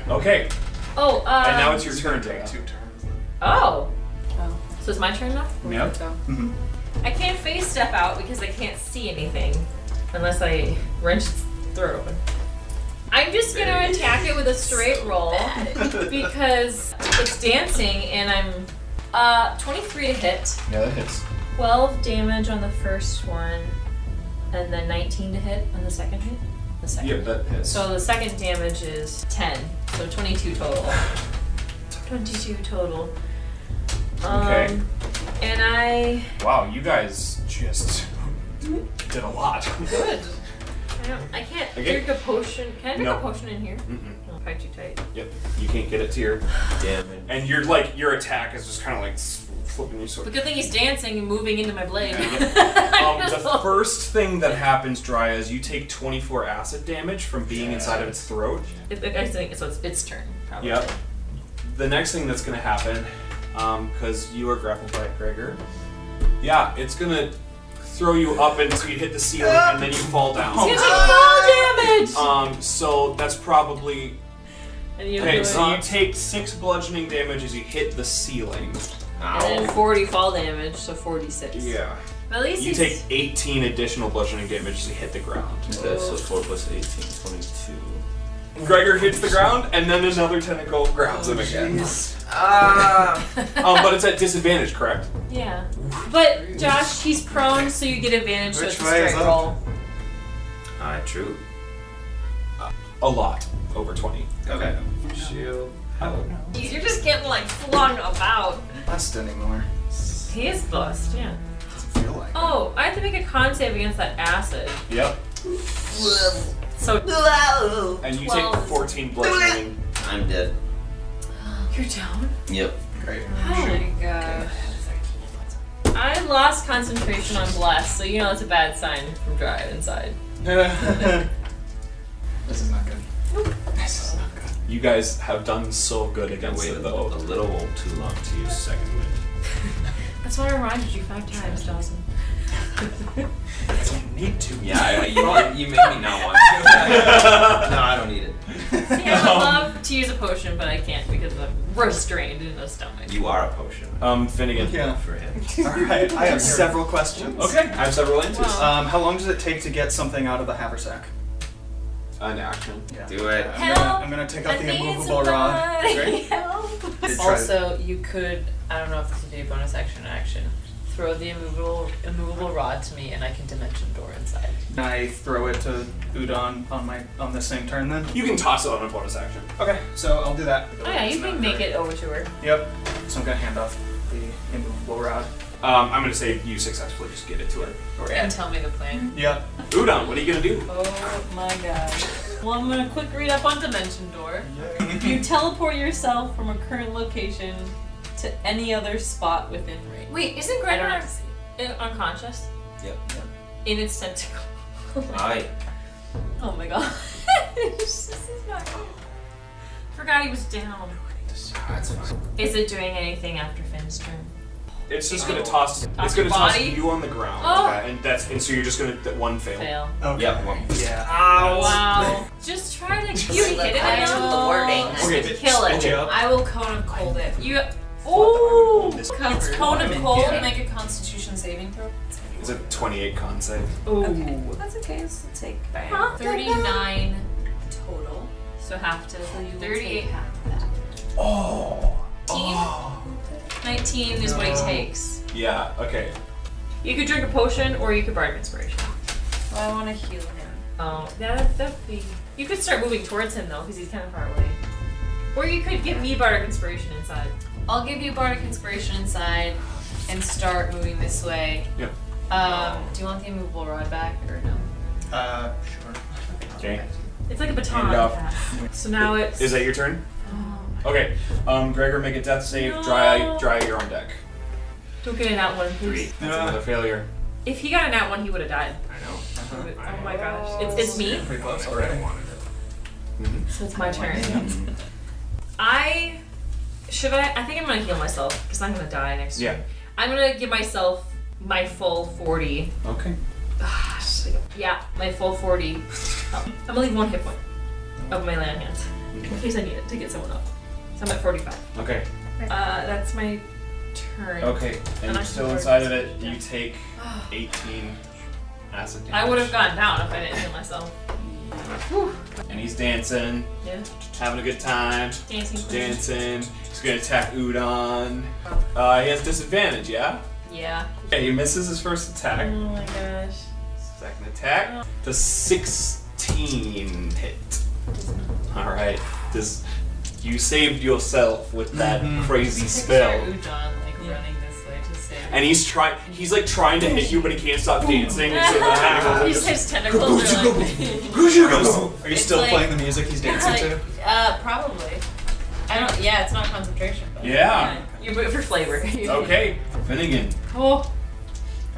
F: Okay.
A: Oh, uh.
F: And now it's your turn, Dana.
H: Two turns.
A: Oh.
G: Oh.
A: So it's my turn now?
F: Yep.
G: So.
A: I can't face step out because I can't see anything unless I wrench its throat open. I'm just gonna attack it with a straight roll because it's dancing and I'm uh 23 to hit,
H: Yeah, that hits.
A: 12 damage on the first one, and then 19 to hit on the second hit. The second.
F: Yep, that hits.
A: So the second damage is 10, so 22 total. 22 total. Um,
F: Okay.
A: And I
F: Wow, you guys just did a lot.
A: Good. I don't. I can't
F: Okay.
A: drink a potion. Can I drink
F: No.
A: a potion in here?
F: Mm-mm.
A: No, probably too tight.
F: Yep. You can't get it to your
I: Damage.
F: and you're like your attack is just kind of like s- flipping you
A: But
F: sword.
A: good thing he's dancing and moving into my blade.
F: Um, the first thing that happens, Dry, is you take 24 acid damage from being inside of its throat.
A: If- if I think- so it's its turn. Probably.
F: Yep. The next thing that's gonna happen, because you are grappled by it, Gregor. Yeah, it's gonna throw you up until you hit the ceiling, and then you fall
A: He's
F: down.
A: gonna take fall damage.
F: Um, so that's probably
A: and you
F: Uh, okay. So you take six bludgeoning damage as you hit the ceiling.
A: and then 40 fall damage, so 46.
F: Yeah.
A: But at least
F: You
A: he's
F: take 18 additional bludgeoning damage as you hit the ground.
I: Okay, so 4 plus 18, 22.
F: Gregor hits the ground, and then another tentacle grabs him again.
I: uh,
M: Ah!
F: Um, but it's at disadvantage, correct?
A: yeah. But Josh, he's prone, so you get advantage. so
H: Which
A: it's a
H: way is
A: straight
H: up?
A: roll.
I: Ah, true.
F: A lot. Over 20.
I: Okay.
H: Shield.
A: You're just getting like flung about.
H: Blessed anymore.
A: He is blessed. Yeah.
H: Doesn't feel like.
A: Oh, I have to make a con save against that acid.
F: Yep.
A: So
F: And you take
A: Twelve.
F: 14 bludgeoning.
I: I'm dead.
A: you're down.
I: Yep.
H: Great.
A: Oh my god. I lost concentration on bless, so you know it's a bad sign from dry inside.
H: this is not good. This is not good.
F: You guys have done so good
I: I
F: against the
I: waited a
F: vote.
I: little too long to use second wind.
A: That's why I reminded you five times, Dawson.
F: I don't need to.
I: Yeah, I, you, you made me not want to. no, I don't need it.
A: See, I would love to use a potion, but I can't because I'm restrained in the stomach.
I: You are a potion.
F: Um, Finnegan.
H: Yeah.
I: For him.
H: Alright, I have several questions.
F: Okay, I have several answers.
I: uh,
A: Wow.
H: Um, how long does it take to get something out of the haversack?
F: An action.
H: Yeah.
I: Do it.
H: I'm gonna, I'm gonna take out the immovable rod.
A: Right? Help.
H: and try to-
G: Also, you could, I don't know if this would be a bonus action or action, throw the immovable, immovable rod to me and I can dimension door inside.
H: Can I throw it to Udon on my on the same turn then?
F: You can toss it on a bonus action.
H: Okay, so I'll do that.
A: Oh yeah, you can make it over to her.
H: Yep. So I'm gonna hand off the immovable rod.
F: Um, I'm gonna say you successfully just get it to her.
G: And tell me the plan.
H: Yep.
F: Udon, what are you gonna do?
G: Oh my god. Well, I'm gonna quick read up on Dimension Door. You teleport yourself from a current location to any other spot within range.
A: Wait, isn't
G: I don't
A: Gregor
G: have to see.
A: in- unconscious?
I: Yep.
A: In its tentacle.
I: I
G: Oh my god. this is not good.
A: Forgot he was down.
I: That's fine.
A: Is it doing anything after Finn's turn?
F: It's just gonna toss. It's
A: Toss
F: gonna
A: your
F: toss
A: body?
F: you on the ground,
A: Oh.
F: and that's and so you're just gonna that one fail.
A: Fail.
H: Okay.
I: Yep. Well,
H: Yeah.
A: Oh wow. Just try to you hit it
G: I don't know the wording.
A: enough.
F: Okay, but-
A: Kill it.
F: okay, up.
A: I will cone of cold it. You
F: Ooh.
A: Ooh! It's cone of cold.
G: Cold,
A: Yeah.
G: make a constitution saving throw.
F: It's a 28 con save.
G: Okay. That's okay, this will take
A: Huh? 39
G: total.
A: so half to
G: So you will
A: 38
G: take
A: half.
G: half of that.
I: Oh.
A: Oh. 19 is what he takes.
F: Yeah. Okay.
A: You could drink a potion or you could bardic inspiration.
G: Well, I wanna heal him.
A: Oh, that that'd be. You could start moving towards him though, because he's kind of far away. Or you could give me bardic inspiration inside.
G: I'll give you Bardic Inspiration inside and start moving this way.
F: Yeah.
A: Um, do you want the immovable rod back or no?
H: Uh, sure.
F: Okay.
A: It's like a baton.
F: Hand off.
A: So now it's. oh
F: Is that your turn? Okay. Um, Gregor, make a death save. Dry,
A: No.
F: dry your own deck.
A: Don't get a nat one, please.
F: That's another failure.
A: If he got a nat one, he would have died.
F: I know.
A: Oh my gosh. It's, it's me,
H: Pretty close already.
A: so it's my turn. I. Should I? I think I'm gonna heal myself because I'm gonna die next
F: Yeah.
A: turn. I'm gonna give myself my full 40.
F: Okay.
A: Gosh, yeah, my full 40. Oh, I'm gonna leave one hit point of my land hands in case I need it to get someone up. So I'm at 45.
F: Okay.
A: Uh, that's my turn.
F: Okay. And
A: And I
F: you're still
A: can-
F: inside of it.
A: Yeah.
F: You take 18 acid damage.
A: I would have gone down if I didn't heal myself.
F: And he's dancing,
A: Yeah.
F: having a good time,
A: Dancing queen.
F: dancing. He's gonna attack Udon.
A: Oh.
F: Uh, he has disadvantage, yeah?
A: Yeah.
F: Yeah, he misses his first
A: Oh
F: attack.
A: my gosh. Mm-hmm.
F: Second attack. The 16 hit. Alright. This you saved yourself with that crazy
G: Picture
F: spell.
G: Udon like running this way to save.
F: And he's trying he's like trying to hit you but he can't stop dancing and so the tentacles are
A: He
F: just
A: just his tentacles are like.
H: Are you still
A: like-
H: playing the music he's dancing to?
A: uh, probably.
G: I don't. Yeah, it's not concentration. But
F: Yeah.
A: You move for flavor.
F: Okay. Finnegan.
A: Oh.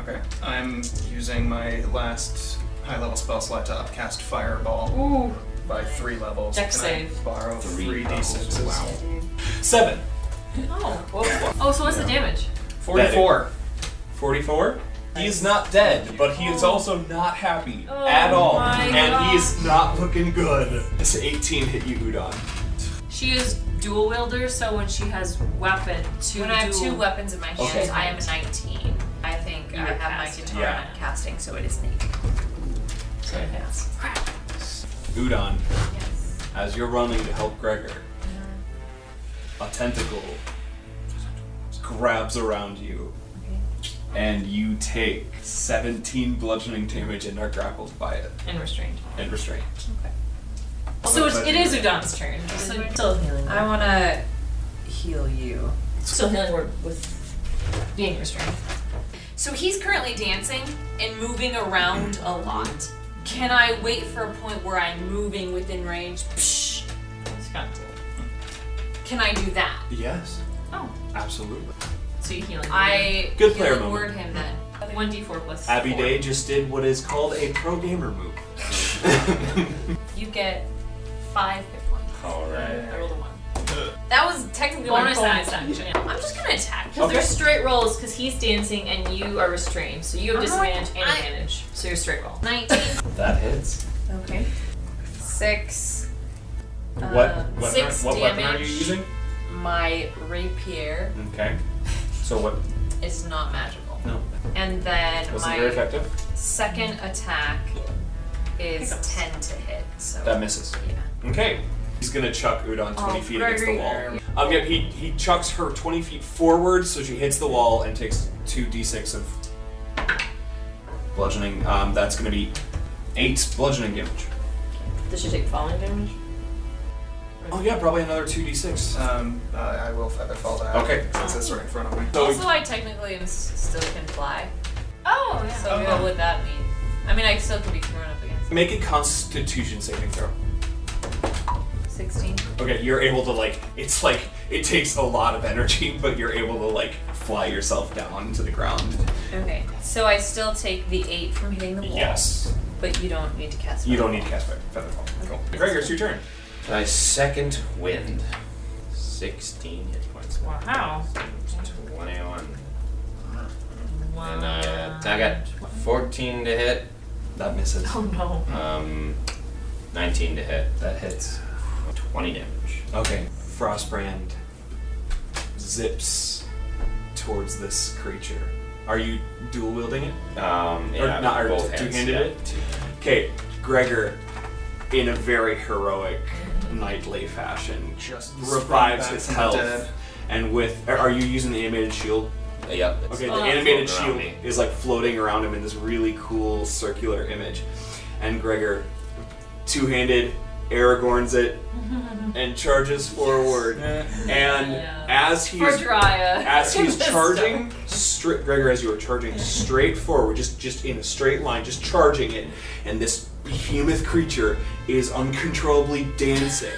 H: Okay. I'm using my last high level spell slot to upcast Fireball
A: Ooh.
H: by three levels.
A: Dex
H: Can I
A: save.
H: borrow three,
I: Three
H: d6s? Wow.
F: Seven.
A: Oh. Oh, so what's the damage?
H: 44.
F: 44. He's not dead, but he is also not happy
A: Oh
F: at all.
A: my
F: And he is not looking good. This 18 hit you, Udon.
A: She is dual wielder, so when she has weapon, two.
G: When I have two
A: dual-
G: weapons in my hand,
F: Okay.
G: I am a 19. I think I
A: were
G: have
A: casting.
G: my guitar
F: Yeah.
G: and I'm casting, so it is an 18. So it fails.
F: Udon,
G: Yes.
F: as you're running to help Gregor, a tentacle grabs around you. And you take 17 bludgeoning damage and are grappled by it
A: And restrained.
F: and restrained.
A: So it's, it is Udon's turn. So still healing.
G: I want to heal you.
A: still healing word with being restrained.
G: So he's currently dancing and moving around a lot. Can I wait for a point where I'm moving within range? Psh,
A: It's kind of cool.
G: can I do that?
F: Yes,
A: Oh.
F: absolutely.
A: So you healing.
G: I
F: Good player
G: healing
F: moment.
G: word him then.
A: 1d4 plus.
F: Abby
A: four.
F: Day just did what is called a pro gamer move.
G: You get five hit points.
I: Alright.
A: I rolled a 1.
G: That was technically my
A: Bonus
G: bonus.
A: action. Yeah.
G: I'm just gonna attack.
A: Because they're straight rolls, because he's dancing and you are restrained. So you have disadvantage and
G: I-
A: advantage. So you're straight roll.
G: 19.
F: That hits.
G: Okay. Six.
F: What
G: Um,
F: weapon,
G: six
F: what weapon are you
G: damage.
F: using?
G: My rapier
F: Okay. So what?
G: is not magical.
F: No.
G: And then
F: Wasn't very
G: my
F: effective.
G: second attack is 10 to hit. So
F: That misses.
G: yeah.
F: Okay. He's gonna chuck Udon 20
G: Oh,
F: feet against the
G: great.
F: wall. Um, yeah, he, he chucks her 20 feet forward so she hits the wall and takes 2d6 of bludgeoning. Um, that's gonna be 8 bludgeoning damage.
A: Does she take falling damage?
F: Oh, yeah, probably another 2d6.
H: Um, uh, I will feather fall down.
F: Okay.
H: Since it's right in front of me.
F: So
G: Also, I technically am s- still can fly.
A: Oh, yeah.
G: So what would that mean? I mean, I still could be thrown up against
F: make a constitution saving throw.
G: 16.
F: Okay, you're able to like it's like it takes a lot of energy, but you're able to like fly yourself down to the ground.
G: Okay. So I still take the 8 from hitting the wall.
F: Yes.
G: But you don't need to cast
F: You don't need to cast fe- feather fall. Cool. Gregor, it's your turn.
I: My second wind. 16 hit points.
A: Wow.
I: 21.
A: Wow.
I: And I,
H: Ah.
I: uh, I got 14 to hit.
F: That misses.
A: Oh no.
I: Um, 19 to hit.
F: That hits.
I: 20 damage.
F: Okay. Frostbrand zips towards this creature. Are you dual wielding it?
I: Um, yeah,
F: or not? Or
I: both hands.
F: two-handed
I: yeah.
F: it? Okay, Gregor, in a very heroic knightly fashion,
H: Just
F: revives
H: sprung back
F: his
H: from the
F: health.
H: dead.
F: And with, are you using the animated shield?
I: Uh, Yep. it's
F: Okay, the
I: floating
F: animated
I: around
F: shield
I: me.
F: is like floating around him in this really cool circular image, and Gregor, two-handed, Aragorns it, and charges forward. And as he's
A: For Drya.
F: as he's
A: Just
F: charging straight, Gregor, as you are charging straight forward, just just in a straight line, just charging it, and this behemoth creature is uncontrollably dancing.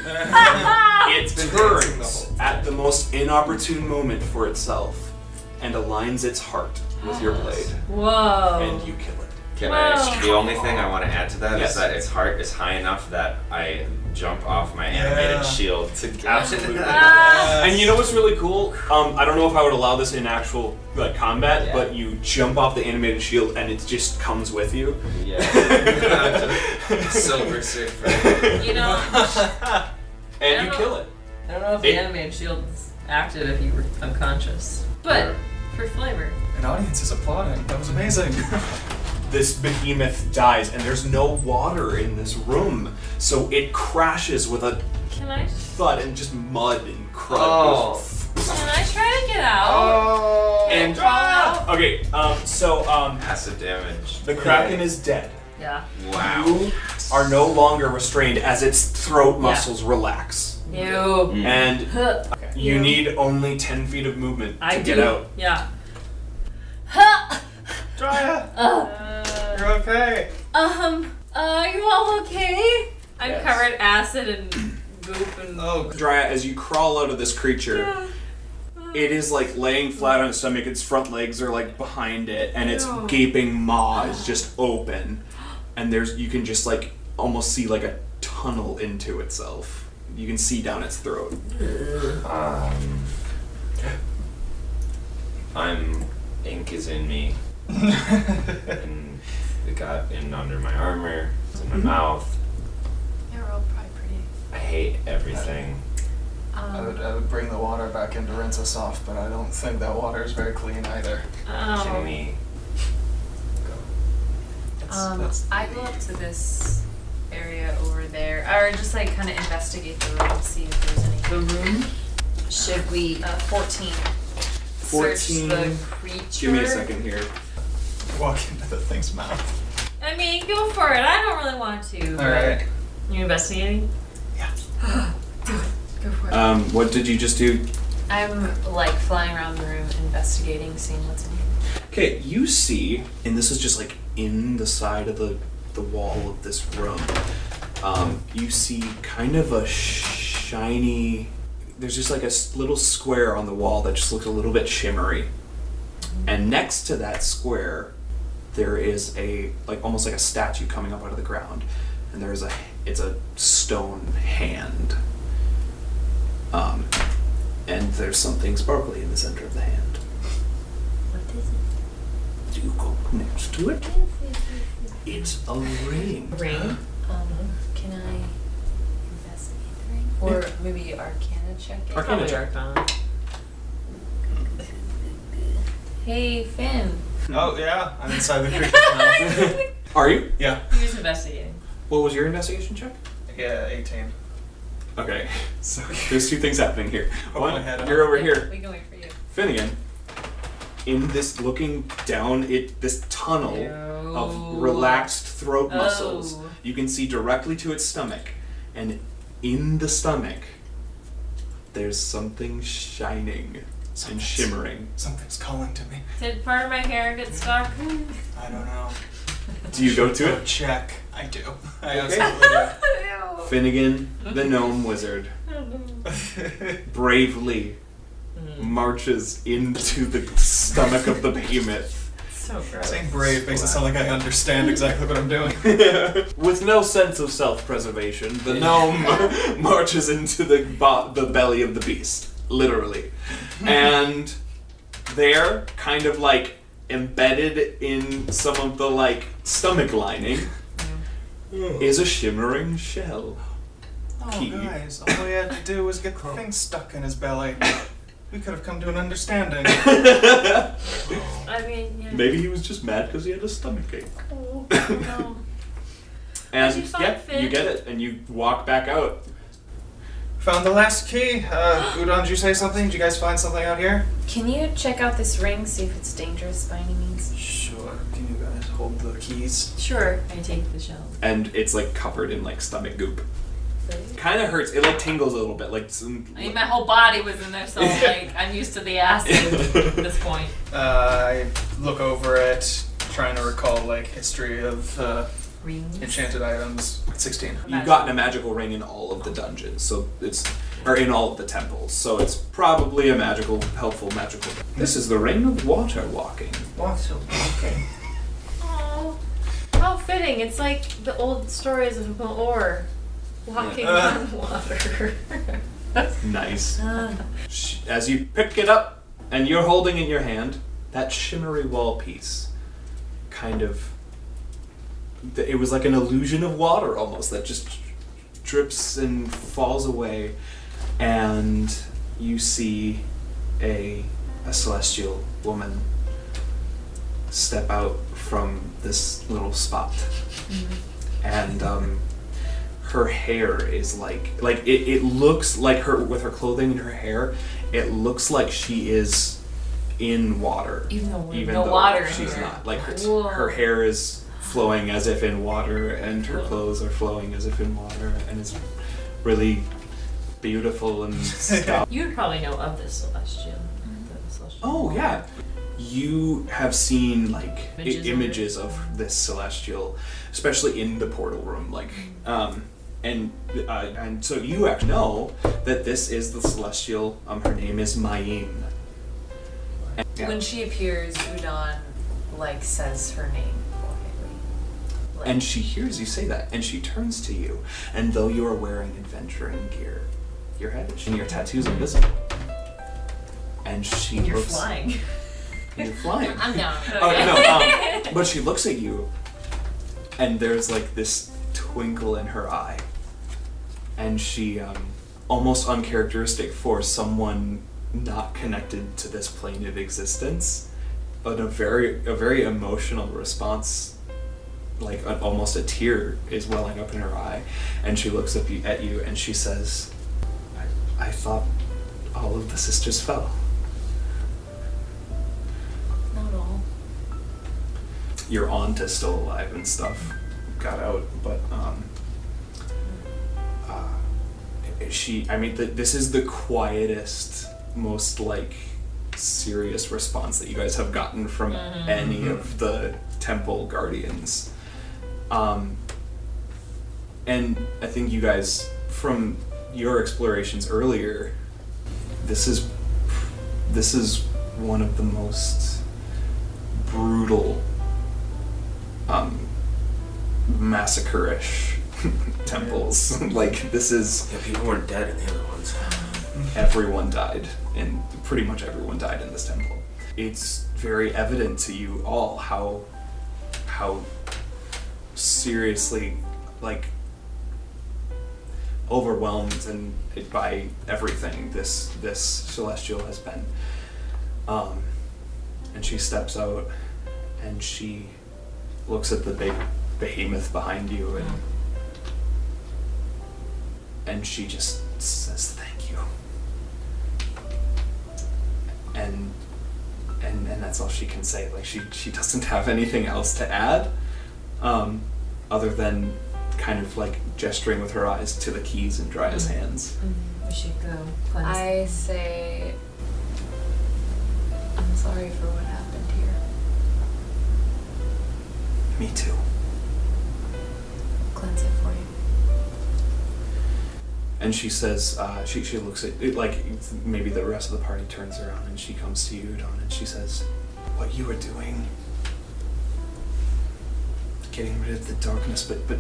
F: it turns at the most inopportune moment for itself and aligns its heart with
A: Ah.
F: your blade,
A: Whoa.
F: and you kill it.
I: Can
A: Wow.
I: I? The only thing I want to add to that is
F: Yes.
I: that its heart is high enough that I jump off my animated
F: Yeah.
I: shield to get
F: Absolutely.
H: Ah.
F: And you know what's really cool? Um, I don't know if I would allow this in actual like combat, but you jump off the animated shield and it just comes with you. Yeah.
I: Silver Surfer.
A: You know,
F: And you kill it.
A: I don't know if
F: It-
A: the animated shield's active if you were unconscious, but for flavor.
H: An audience is applauding. That was amazing.
F: This behemoth dies, and there's no water in this room, so it crashes with a
A: Can I?
F: thud and just mud and crud.
M: Oh.
A: Can I try to get
F: Oh.
A: out?
F: And
A: Draw out.
F: okay, um, so um,
I: Acid damage.
F: the kraken is dead.
A: Yeah.
I: Wow.
F: You are no longer restrained as its throat muscles relax,
A: You.
F: and
A: Huh.
F: you need only ten feet of movement to
A: I
F: get
A: do.
F: out.
A: Yeah. Huh.
H: Drya,
A: Uh,
H: you're okay.
A: um. Are you all okay? I'm
F: Yes.
A: covered in acid and goop and.
H: Oh,
F: Dry as you crawl out of this creature. It is like laying flat on its stomach. Its front legs are like behind it, and its
A: Ew.
F: gaping maw is just open. And there's you can just like almost see like a tunnel into itself. You can see down its throat.
I: Um, I'm ink is in me, and it got in under my armor, it's in my mouth.
G: They're all probably pretty.
I: I hate everything.
H: I would, I would bring the water back in to rinse us off, but I don't think that water is very clean either.
I: Can
A: Oh.
I: we?
H: That's,
G: Um,
H: that's
G: I go up to this area over there, or just like kind of investigate the room, see if there's any.
A: The room.
G: Should we, uh, fourteen, search
F: 14.
G: the creature?
F: Give me a second here.
H: walk into the thing's mouth.
A: I mean, go for it. I don't really want to.
H: All right.
A: You investigating?
G: Go for it.
F: Um, what did you just do?
G: I'm like flying around the room, investigating, seeing what's in here.
F: Okay, you see, and this is just like in the side of the the wall of this room. Um, you see kind of a shiny. There's just like a s- little square on the wall that just looks a little bit shimmery. And next to that square, there is a like almost like a statue coming up out of the ground, and there is a it's a stone hand. Um, and there's something sparkly in the center of the hand. Do you go next to it? It's a ring.
A: Ring.
G: Um, can I investigate the ring? Or maybe Arcana check it?
F: Arcana.
A: Probably
F: check.
A: Arcana.
G: Hey, Finn.
H: Oh yeah, I'm inside the creature's mouth.
F: Are you?
H: yeah.
A: He was investigating.
F: What was your investigation check?
H: Yeah, 18.
F: Okay, so there's two things happening here.
H: Put my
F: One,
H: head up.
F: you're over here,
G: We can wait for you.
F: Finnegan. In this looking down it this tunnel of
A: Ew.
F: relaxed throat muscles,
A: Oh.
F: you can see directly to its stomach, and in the stomach, there's something shining and
H: Something's-
F: shimmering.
H: Something's calling to me.
A: Did part of my hair get stuck?
H: I don't know.
F: Do you go
H: Go
F: to it?
H: check. I do. I
F: Okay.
H: absolutely
F: Finnegan, the gnome wizard.
H: do.
F: bravely marches into the stomach of the behemoth.
A: so gross.
H: Saying brave makes it sound like I understand exactly what I'm doing.
F: With no sense of self-preservation, the gnome marches into the bo- the belly of the beast, literally, and there, kind of like embedded in some of the like stomach lining, is a shimmering shell.
H: Oh,
F: Key.
H: guys, all we had to do was get the thing stuck in his belly. We could have come to an understanding.
A: I mean, yeah.
F: Maybe he was just mad because he had a stomach ache.
A: No.
F: And
A: Did you find
F: yep, you
A: Finn?
F: get it, and you walk back out.
H: Found the last key. Uh, Udon, did you say something? Did you guys find something out here?
G: Can you check out this ring, see if it's dangerous by any means?
H: Sure. Can you guys hold the keys?
A: Sure, I take the shell.
F: and it's like covered in like stomach goop.
A: thing.
B: Kind of hurts. It like tingles a little bit. Like some.
A: I mean, my whole body was in there, so like I'm used to the acid at this point.
H: Uh, I look over it, trying to recall like history of uh,
A: Rings.
H: enchanted items. Sixteen.
B: You've gotten a magical ring in all of the dungeons, so it's or in all of the temples, so it's probably a magical, helpful magical. This is the ring of water walking.
N: Water walking.
A: Oh, how fitting! It's like the old stories of Maor walking on water.
B: Nice. Sh- As you pick it up and you're holding in your hand that shimmery wall piece, kind of. th- It was like an illusion of water almost that just drips and falls away, and you see a, a celestial woman step out from this little spot. And um, her hair is like like it, it looks like her with her clothing and her hair, it looks like she is in water.
A: Even though we
B: Even
A: no
B: though
A: water in
B: she's
A: here.
B: not. Like her,
A: Whoa.
B: her hair is flowing as if in water and her clothes are flowing as if in water and it's really beautiful and stuff.
A: You'd probably know of this Celestial. The Celestial.
B: Oh yeah. You have seen like i-
A: Images
B: images,
A: of it.
B: of this celestial, especially in the portal room, like, um, and uh, and so you act- know that this is the celestial. Um, her name is Mayim. And- yeah.
G: When she appears, Udon like says her name quietly. Like,
B: and she hears you say that, and she turns to you, and though you are wearing adventuring gear, your head and your tattoos are visible, and she
A: You're
B: looks.
A: flying.
B: You're flying.
A: I'm down.
B: Oh
A: Okay.
B: no! Um, but she looks at you, and there's like this twinkle in her eye, and she, um, almost uncharacteristic for someone not connected to this plane of existence, but a very a very emotional response, like a, almost a tear is welling up in her eye, and she looks up you, at you and she says, I, "I thought all of the sisters fell."
G: not all.
B: your aunt is still alive and stuff got out but um uh, she i mean th- this is the quietest most like serious response that you guys have gotten from any of the temple guardians um and i think you guys from your explorations earlier this is this is one of the most brutal um, massacre-ish temples. like this is
O: Yeah, people weren't dead in the other ones.
B: everyone died, and pretty much everyone died in this temple. It's very evident to you all how how seriously like overwhelmed and it, by everything this this celestial has been. Um, and she steps out and she looks at the big behemoth behind you and and she just says thank you and and and that's all she can say like she she doesn't have anything else to add um, other than kind of like gesturing with her eyes to the keys in Drya's hands
A: We should go cleanse.
G: I say, I'm sorry for what happened here.
B: me too
G: Cleanse it for you.
B: and she says uh, she, she looks at it like maybe the rest of the party turns around and she comes to you Udon, and she says what you are doing getting rid of the darkness but but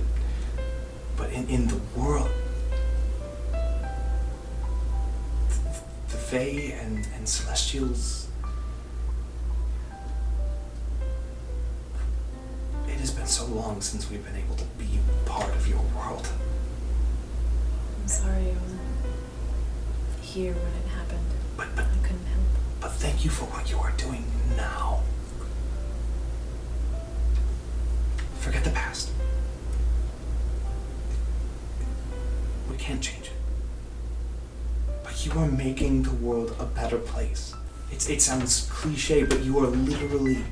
B: but in, in the world th- the Fae and, and Celestials it has been so long since we've been able to be part of your world
G: I'm sorry I wasn't here when it happened.
B: but but
G: I couldn't help.
B: But thank you for what you are doing now. Forget the past. We can't change it. But you are making the world a better place. It's, it sounds cliche, but you are literally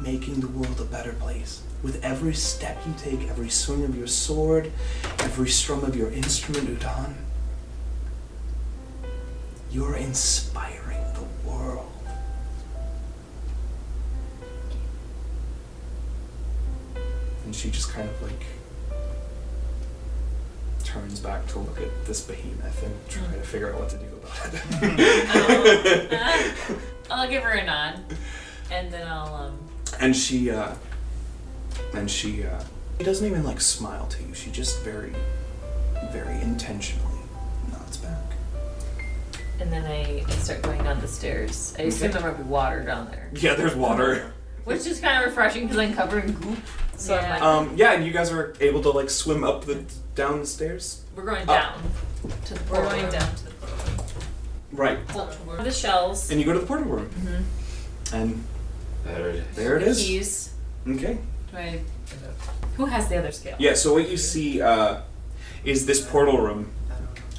B: making the world a better place. With every step you take, every swing of your sword, every strum of your instrument, Udan, you're inspiring the world. And she just kind of like turns back to look at this behemoth and try to figure out what to do about it.
A: I'll give her a nod, and then I'll um.
B: and she uh and she uh she doesn't even like smile to you she just very very intentionally nods back
A: And then I, I start going down the stairs. I assume
B: Okay.
A: there might be water down there,
B: yeah there's water
A: which is kind of refreshing because I'm covered in goop. So I'm like,
B: um yeah and you guys are able to like swim up the down the stairs
A: we're going
B: Up.
A: down to the portal. We're going down to the
B: right
A: portal. The shells.
B: and you go to the portal room
A: Mhm.
B: and
I: there it is
B: there it
A: The
B: is
A: Keys.
B: okay
A: Do I? Who has the other scale?
P: Yeah, so what you see uh, is this portal room.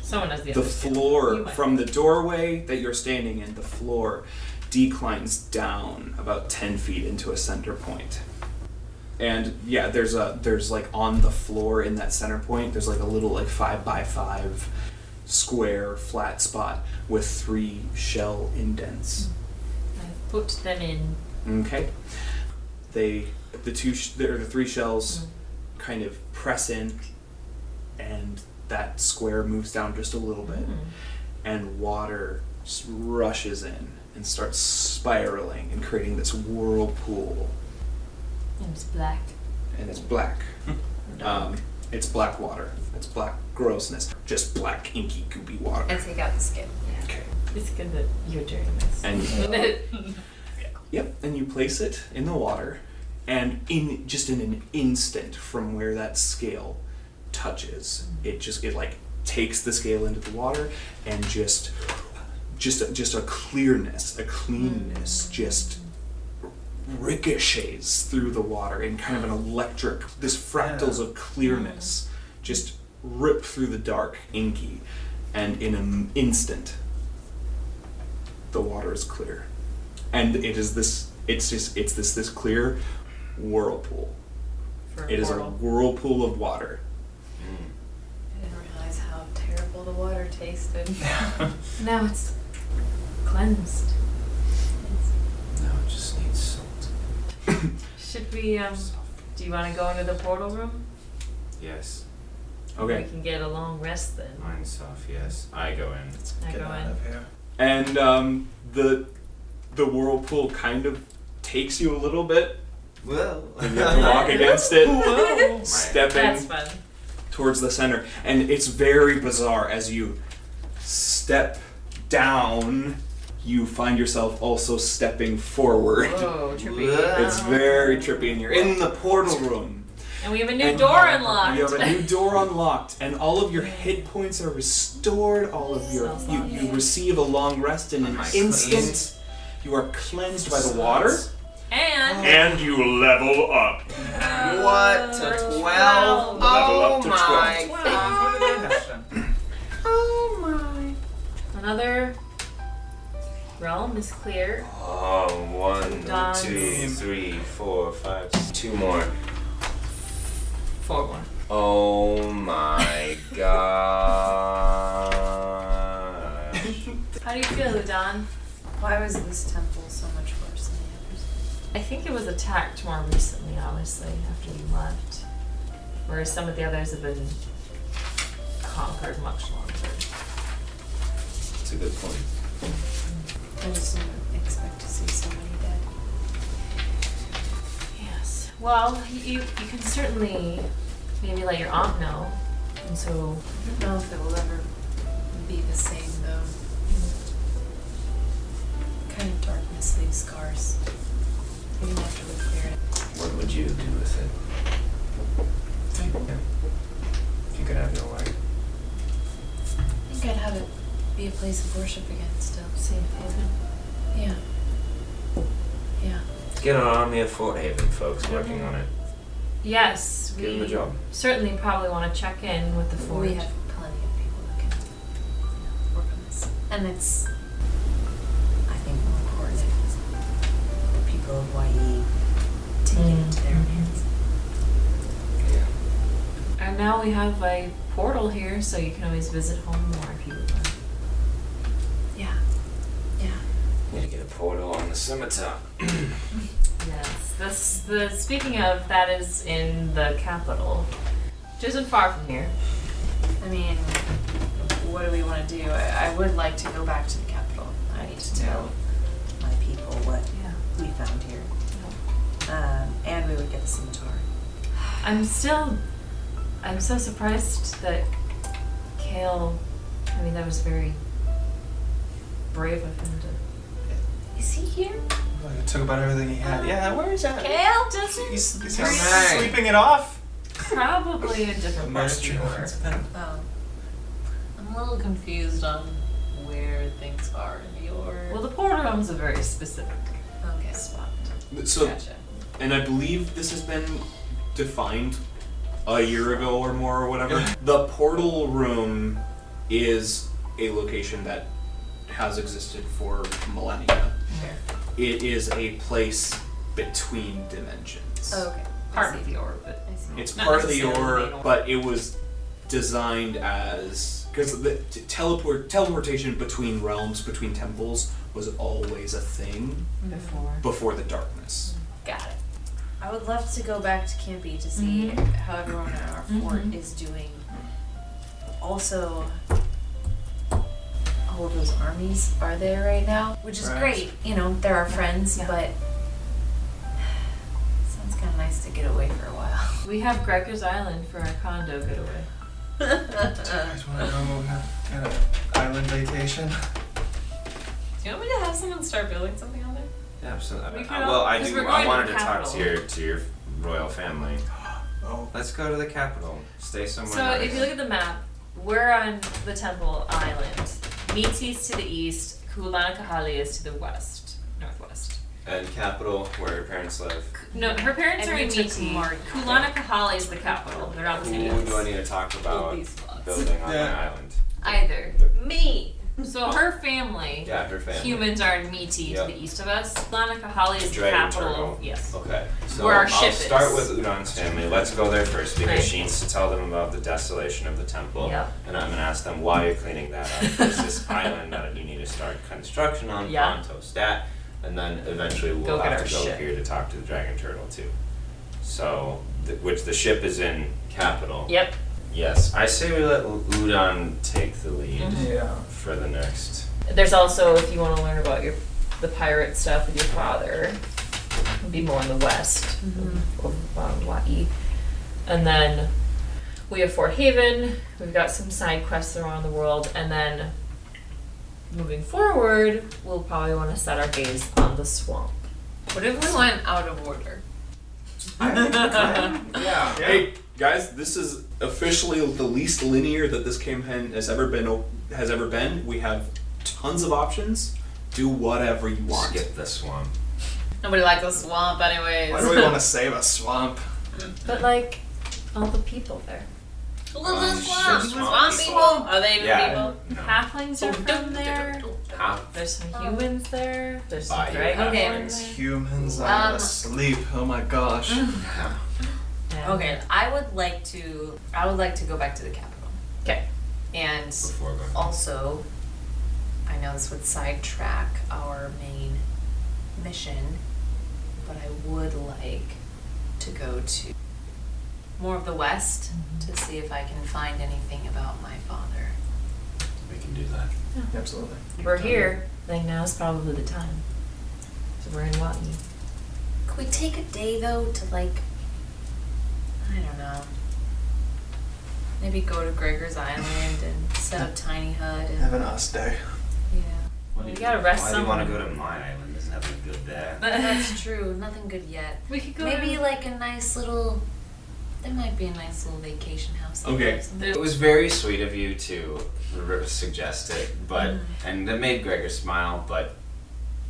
A: Someone has the
P: The
A: other scale. You
P: floor
A: might.
P: from the doorway that you're standing in, the floor declines down about 10 feet into a center point.
B: and yeah there's a there's like on the floor in that center point there's like a little like five by five square flat spot with three shell indents
A: I put them in.
B: Okay. They, the two, sh- there the three shells,
A: Mm.
B: kind of press in, and that square moves down just a little bit,
A: Hmm.
B: and water s- rushes in and starts spiraling and creating this whirlpool,
A: It was black.
B: and it's black. Um, it's black water. It's black grossness. Just black inky goopy water.
G: I take out the skin.
B: Okay.
A: It's good that you're doing this.
B: And- uh, Yep, and you place it in the water, and in just in an instant from where that scale touches, it just it like takes the scale into the water and just just a, just a clearness, a cleanness, just ricochets through the water in kind of an electric this fractals of clearness just rip through the dark inky and in an instant the water is clear and it is this it's just it's this this clear whirlpool
A: For a
B: it is a
A: portal.
B: whirlpool of water
G: I didn't realize how terrible the water tasted.
A: Now it's cleansed.
M: No, it just needs salt.
A: Should we? Um, do you want to go into the portal room?
I: yes
B: okay
A: We can get a long rest then.
I: mine's off yes I go in
A: I go in.
B: and um, the the whirlpool kind of takes you a little bit
M: Well,
B: and you have to walk against it
A: That's
B: stepping
A: fun.
B: towards the center and it's very bizarre as you step down you find yourself also stepping forward
A: Whoa, trippy.
B: it's very trippy and you're in the portal room
A: And we have a new
B: And
A: door unlocked.
B: You have a new door unlocked, and all of your hit points are restored. All of your you, you receive a long rest in an instant. You are cleansed by the water,
A: and
B: and you level up.
M: What? To 12?
A: Twelve.
M: Oh
B: Uh, Level up to
M: my
B: 12.
A: oh my! Another realm is clear.
I: Oh, one,
A: Dance.
I: two, three, four, five, s- two more.
A: Four more.
I: Oh my god.
A: How do you feel, Udon?
G: Why was this temple so much worse than the others?
A: I think it was attacked more recently, obviously, after you left. Whereas some of the others have been conquered much longer.
I: That's a good point.
G: I just didn't expect to see so many dead.
A: Yes. Well, you, you can certainly maybe let your aunt know. And so
G: I don't know if it will ever be the same though. Kind of darkness leaves scars. Even after we clear it.
I: What would you do with it? You could have your way.
G: I think I'd have it be a place of worship again still.
A: same haven.
G: Yeah. Yeah.
I: Get an army of Fort Haven folks working on it.
A: Yes, we
I: Give him a job.
A: certainly probably want to check in with the fort.
G: We have plenty of people that can you know, work on this. And it's, I think, more important if the people of YE take it into their hands.
A: And now we have a portal here, so you can always visit home more if you would like.
G: Yeah.
M: Need to get a portal on the scimitar.
A: Yes. This the speaking of that is in the capital, which isn't far from here.
G: I mean, what do we want to do? I, I would like to go back to the capital. I need to tell my people what we found here. Um, and we would get the scimitar.
A: I'm still, I'm so surprised that Kale. I mean, that was very brave of him to.
G: Is he here?
H: Like, it took about everything he had. Yeah, where is that?
A: Kale doesn't.
H: He's, he's
A: breathe.
H: sleeping it off.
A: Probably a different
H: That's
A: person.
H: true. It's been-
G: Oh. I'm a little confused on where things are in your.
A: Well, the portal room's a very specific
G: okay.
A: spot.
B: So,
A: Gotcha.
B: and I believe this has been defined a year ago or more or whatever. the portal room is a location that has existed for millennia. It is a place between dimensions.
G: okay.
A: Part of the orbit.
B: It's
A: Not
B: part of the
A: necessarily an
B: orb, but it was designed as because the t- teleport teleportation between realms, between temples, was always a thing
A: Before.
B: before the darkness.
G: Got it. I would love to go back to Kimpy to see
A: Mm-hmm.
G: how everyone in our fort is doing. Also, all of those armies are there right now, which is
H: Right.
G: great. You know, they're our friends, but sounds kind of nice to get away for a while.
A: We have Gregor's Island for our condo getaway.
H: You guys want to go have kind of island vacation?
A: Do you want me to have someone start building something on there?
I: Absolutely. Uh,
A: We could
I: well, I
A: 'cause
I: do.
A: we're going
I: I
A: to
I: wanted
A: the
I: to talk to
A: capital.
I: your to your royal family.
H: Oh,
I: Let's go to the capital. Stay somewhere.
A: So
I: nice.
A: if you look at the map, we're on the Temple Island. Metis to the east, Kulanakahali is to the west, northwest.
I: and capital where your parents live.
A: No, her parents
G: And
A: are
G: we
A: in E
G: took
A: Metis.
G: Mark.
A: Kulanakahali is the capital. They're on the
I: Who
A: same
I: do I
A: coast.
I: need to talk about
A: these spots.
I: building on
H: Yeah.
I: my island?
A: Either me. So her family,
I: Yeah, her family.
A: humans are in Metis
I: Yeah.
A: to the east of us. Kulanakahali is the
I: Dragon
A: capital.
I: turtle.
A: Yes.
I: Okay. So
A: Where our
I: I'll
A: ship
I: start
A: is.
I: with Udon's family. Let's go there first because
A: Right.
I: she needs to tell them about the desolation of the temple.
A: Yep.
I: And I'm gonna ask them why you're cleaning that up. There's this island that you need to start construction on,
A: Yeah.
I: Ponto Stat, and then eventually we'll
A: Go get
I: have
A: our
I: to go
A: ship.
I: here to talk to the dragon turtle too. So, th- which the ship is in capital.
A: Yep.
I: Yes, I say we let U- Udon take the lead
A: Mm-hmm.
H: yeah.
I: for the next.
A: There's also if you want to learn about your the pirate stuff with your father, it'd be more in the west
G: Mm-hmm.
A: of Wa'i. And then we have Fort Haven. We've got some side quests around the world, and then moving forward, we'll probably want to set our gaze on the swamp.
G: What if we went out of order?
H: Yeah.
B: Hey guys, this is officially the least linear that this campaign has ever been. Has ever been. We have tons of options. Do whatever you want.
I: Skip this one.
G: Nobody likes the swamp, anyways.
H: Why do we want to save a swamp?
A: But like all the people there,
I: Um,
G: Little
I: ship's
G: swamp.
I: swamp
G: Swamp people. Are they even
I: Yeah.
G: people?
I: No.
A: halflings are from there.
I: Half
A: There's some humans there. There's
I: Bye,
A: some
I: you
A: dragons
G: halflings.
A: there.
H: Humans
G: Um,
H: are asleep. Oh my gosh.
A: Mm. And-
G: Okay, I would like to. I would like to go back to the capital.
A: 'Kay.
G: And
I: before going.
A: Oh.
G: also, I know this would sidetrack our main mission, but I would like to go to more of the west
A: Mm-hmm.
G: to see if I can find anything about my father.
I: We can do that.
H: Absolutely.
A: We're here. I think now is probably the time. So we're in Watney.
G: Could we take a day though to like, I don't know, maybe go to Gregor's Island and set up tiny hut
H: Have
G: and
H: an us day.
G: yeah.
I: What
A: We
I: do
A: gotta rest
I: Why do you want to
A: somewhere.
I: go to my island? There's nothing good there.
G: That's true. Nothing good yet.
A: We could go.
G: Maybe like a nice little. There might be a nice little vacation house. there
B: Okay.
G: or something.
I: It was very sweet of you to r- suggest it, but
A: Mm-hmm.
I: and that made Gregor smile. But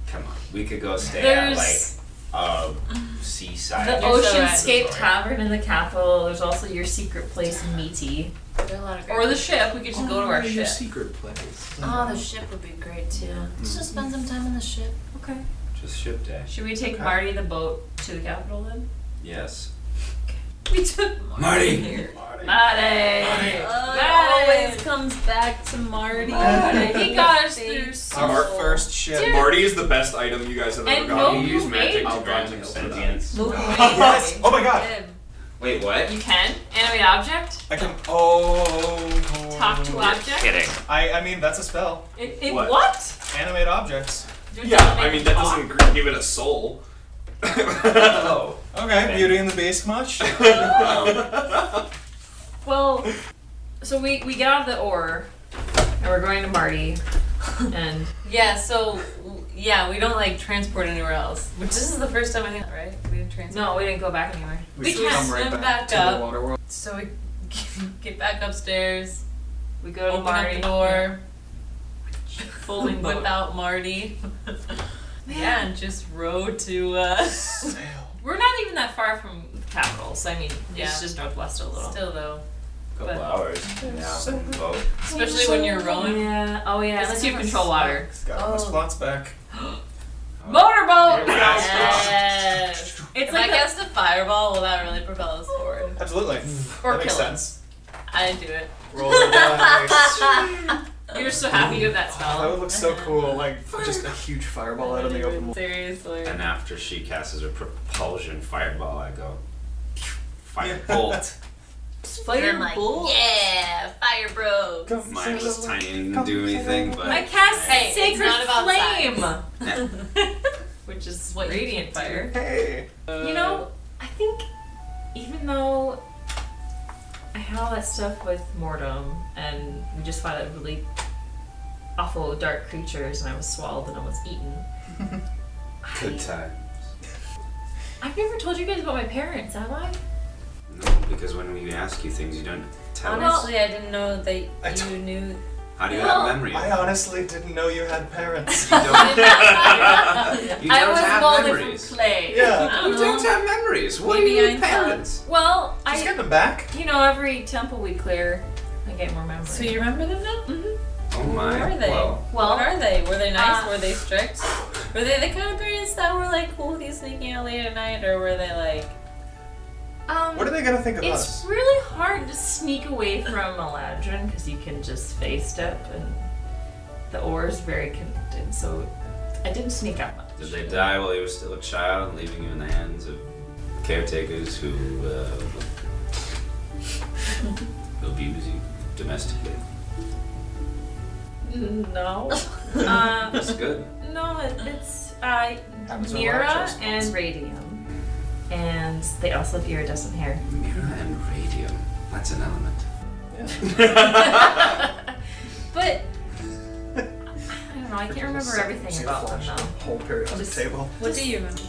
I: come on, we could go stay
A: There's-
I: at like a seaside.
A: the
G: You're so
A: Oceanscape
I: right.
A: Tavern in the capital. There's also your secret place in Meaty. Oh,
G: There are a lot of.
A: Or the ship. We could just go to our
B: Your
A: ship.
B: secret place.
G: Oh, the ship would be great too. Let's just spend some time on the ship.
A: Okay.
I: Just ship day.
A: Should we take Marty the boat to the capital then?
I: Yes.
A: We took
I: Marty.
A: here.
I: Marty.
A: Marty.
G: always comes back to Marty.
A: He got us through so
B: Mark
A: Oh.
B: first shit.
A: Dude.
B: Marty is the best item you guys have
A: And
B: ever gotten.
A: Mogu You use magic made- to
B: grant him sentience.
A: Yes!
B: Oh my god! Wait, what?
A: You can animate object,
H: I can. Oh.
A: talk to object.
H: I, I mean, that's a spell.
A: It, it, what?
H: What? Animate objects.
A: Don't
B: Yeah, I mean that doesn't gr- give it a soul.
H: oh. Okay, Beauty and the Beast much?
A: Well, so we we get out of the ore, and we're going to Marty, and
G: Yeah, so w- yeah, we don't like transport anywhere else. Which this is the first time I think, right? We didn't transport.
A: no, we didn't go back anywhere.
G: We,
H: We should
G: just
H: come right
G: swim
H: back
G: back,
H: to the
G: up.
H: water world.
G: So we get back upstairs.
A: We go to
G: open
A: Marty.
G: up the door. Folding
A: boat.
G: whip out Marty. yeah, and just row to uh,
A: We're not even that far from the capital, so I mean,
G: Yeah.
A: it's just northwest a little.
G: still though.
I: Couple hours. Yeah. Boat.
G: Especially when you're rowing.
A: Yeah. Oh yeah.
G: It's
A: Unless you
G: different
A: control water.
H: Got all my
A: Oh.
H: spots back.
A: Motorboat.
G: Yes.
A: It's
G: if
A: like
G: I guess the fireball will that really propel us forward.
H: Absolutely.
G: Or
H: that makes
G: kill
H: sense.
G: I didn't do it.
H: Roll the dice.
A: You're so happy you have that spell.
I: Oh.
H: That would look so cool, like just a huge fireball out in the open.
G: Seriously.
I: And after she casts her propulsion fireball, I go firebolt.
G: Fire bolt. Yeah, fire bro.
I: Mine was tiny and didn't do anything,
A: I
I: but
A: cast
G: Hey, it's
A: sacred
G: not about
A: flame,
G: Which is what radiant fire.
H: Hey.
A: You
G: Uh,
A: know, I think even though I had all that stuff with Mortem and we just fought a really awful dark creatures and I was swallowed and almost eaten.
I: good time.
A: I've never told you guys about my parents, have I?
I: No, because when we ask you things, you don't tell us.
G: Honestly, I didn't know that you knew.
I: How do you
A: Well,
I: have memory?
H: I honestly didn't know you had parents.
I: You don't, you
A: I
I: don't
A: was
I: have
A: molded
I: memories.
A: from clay.
H: Yeah.
A: I
I: You
A: don't
I: don't
A: know.
I: have memories. What
G: Maybe
I: are
G: I
I: your
G: thought-
I: parents?
A: Well,
H: She's
A: I
H: getting them back.
A: you know every temple we clear, I get more memory.
G: So you remember them now?
A: Mhm.
I: Oh my.
G: Who are they?
I: Well,
A: Well,
G: what are they? Were they nice?
A: uh,
G: were they strict? Were they the kind of parents that were like cool with you sneaking out late at night, or were they like?
A: um,
H: What are they gonna think of
A: It's
H: us?
A: really hard to sneak away from Eladrin because you can just face step and the ore is very connected. So I didn't sneak out much.
I: did they die while you were still a child, leaving you in the hands of caretakers who uh, abuse you domestically?
A: Mm, No. uh,
I: That's good.
A: no, it, it's uh,
H: Happens to a lot of
A: Mira
H: children.
A: and Radium. And they also have iridescent hair.
I: Mira and radium. That's an element.
A: But I don't know, I can't remember everything about them though.
H: Whole periodic
A: Just-
H: table.
G: What do you remember?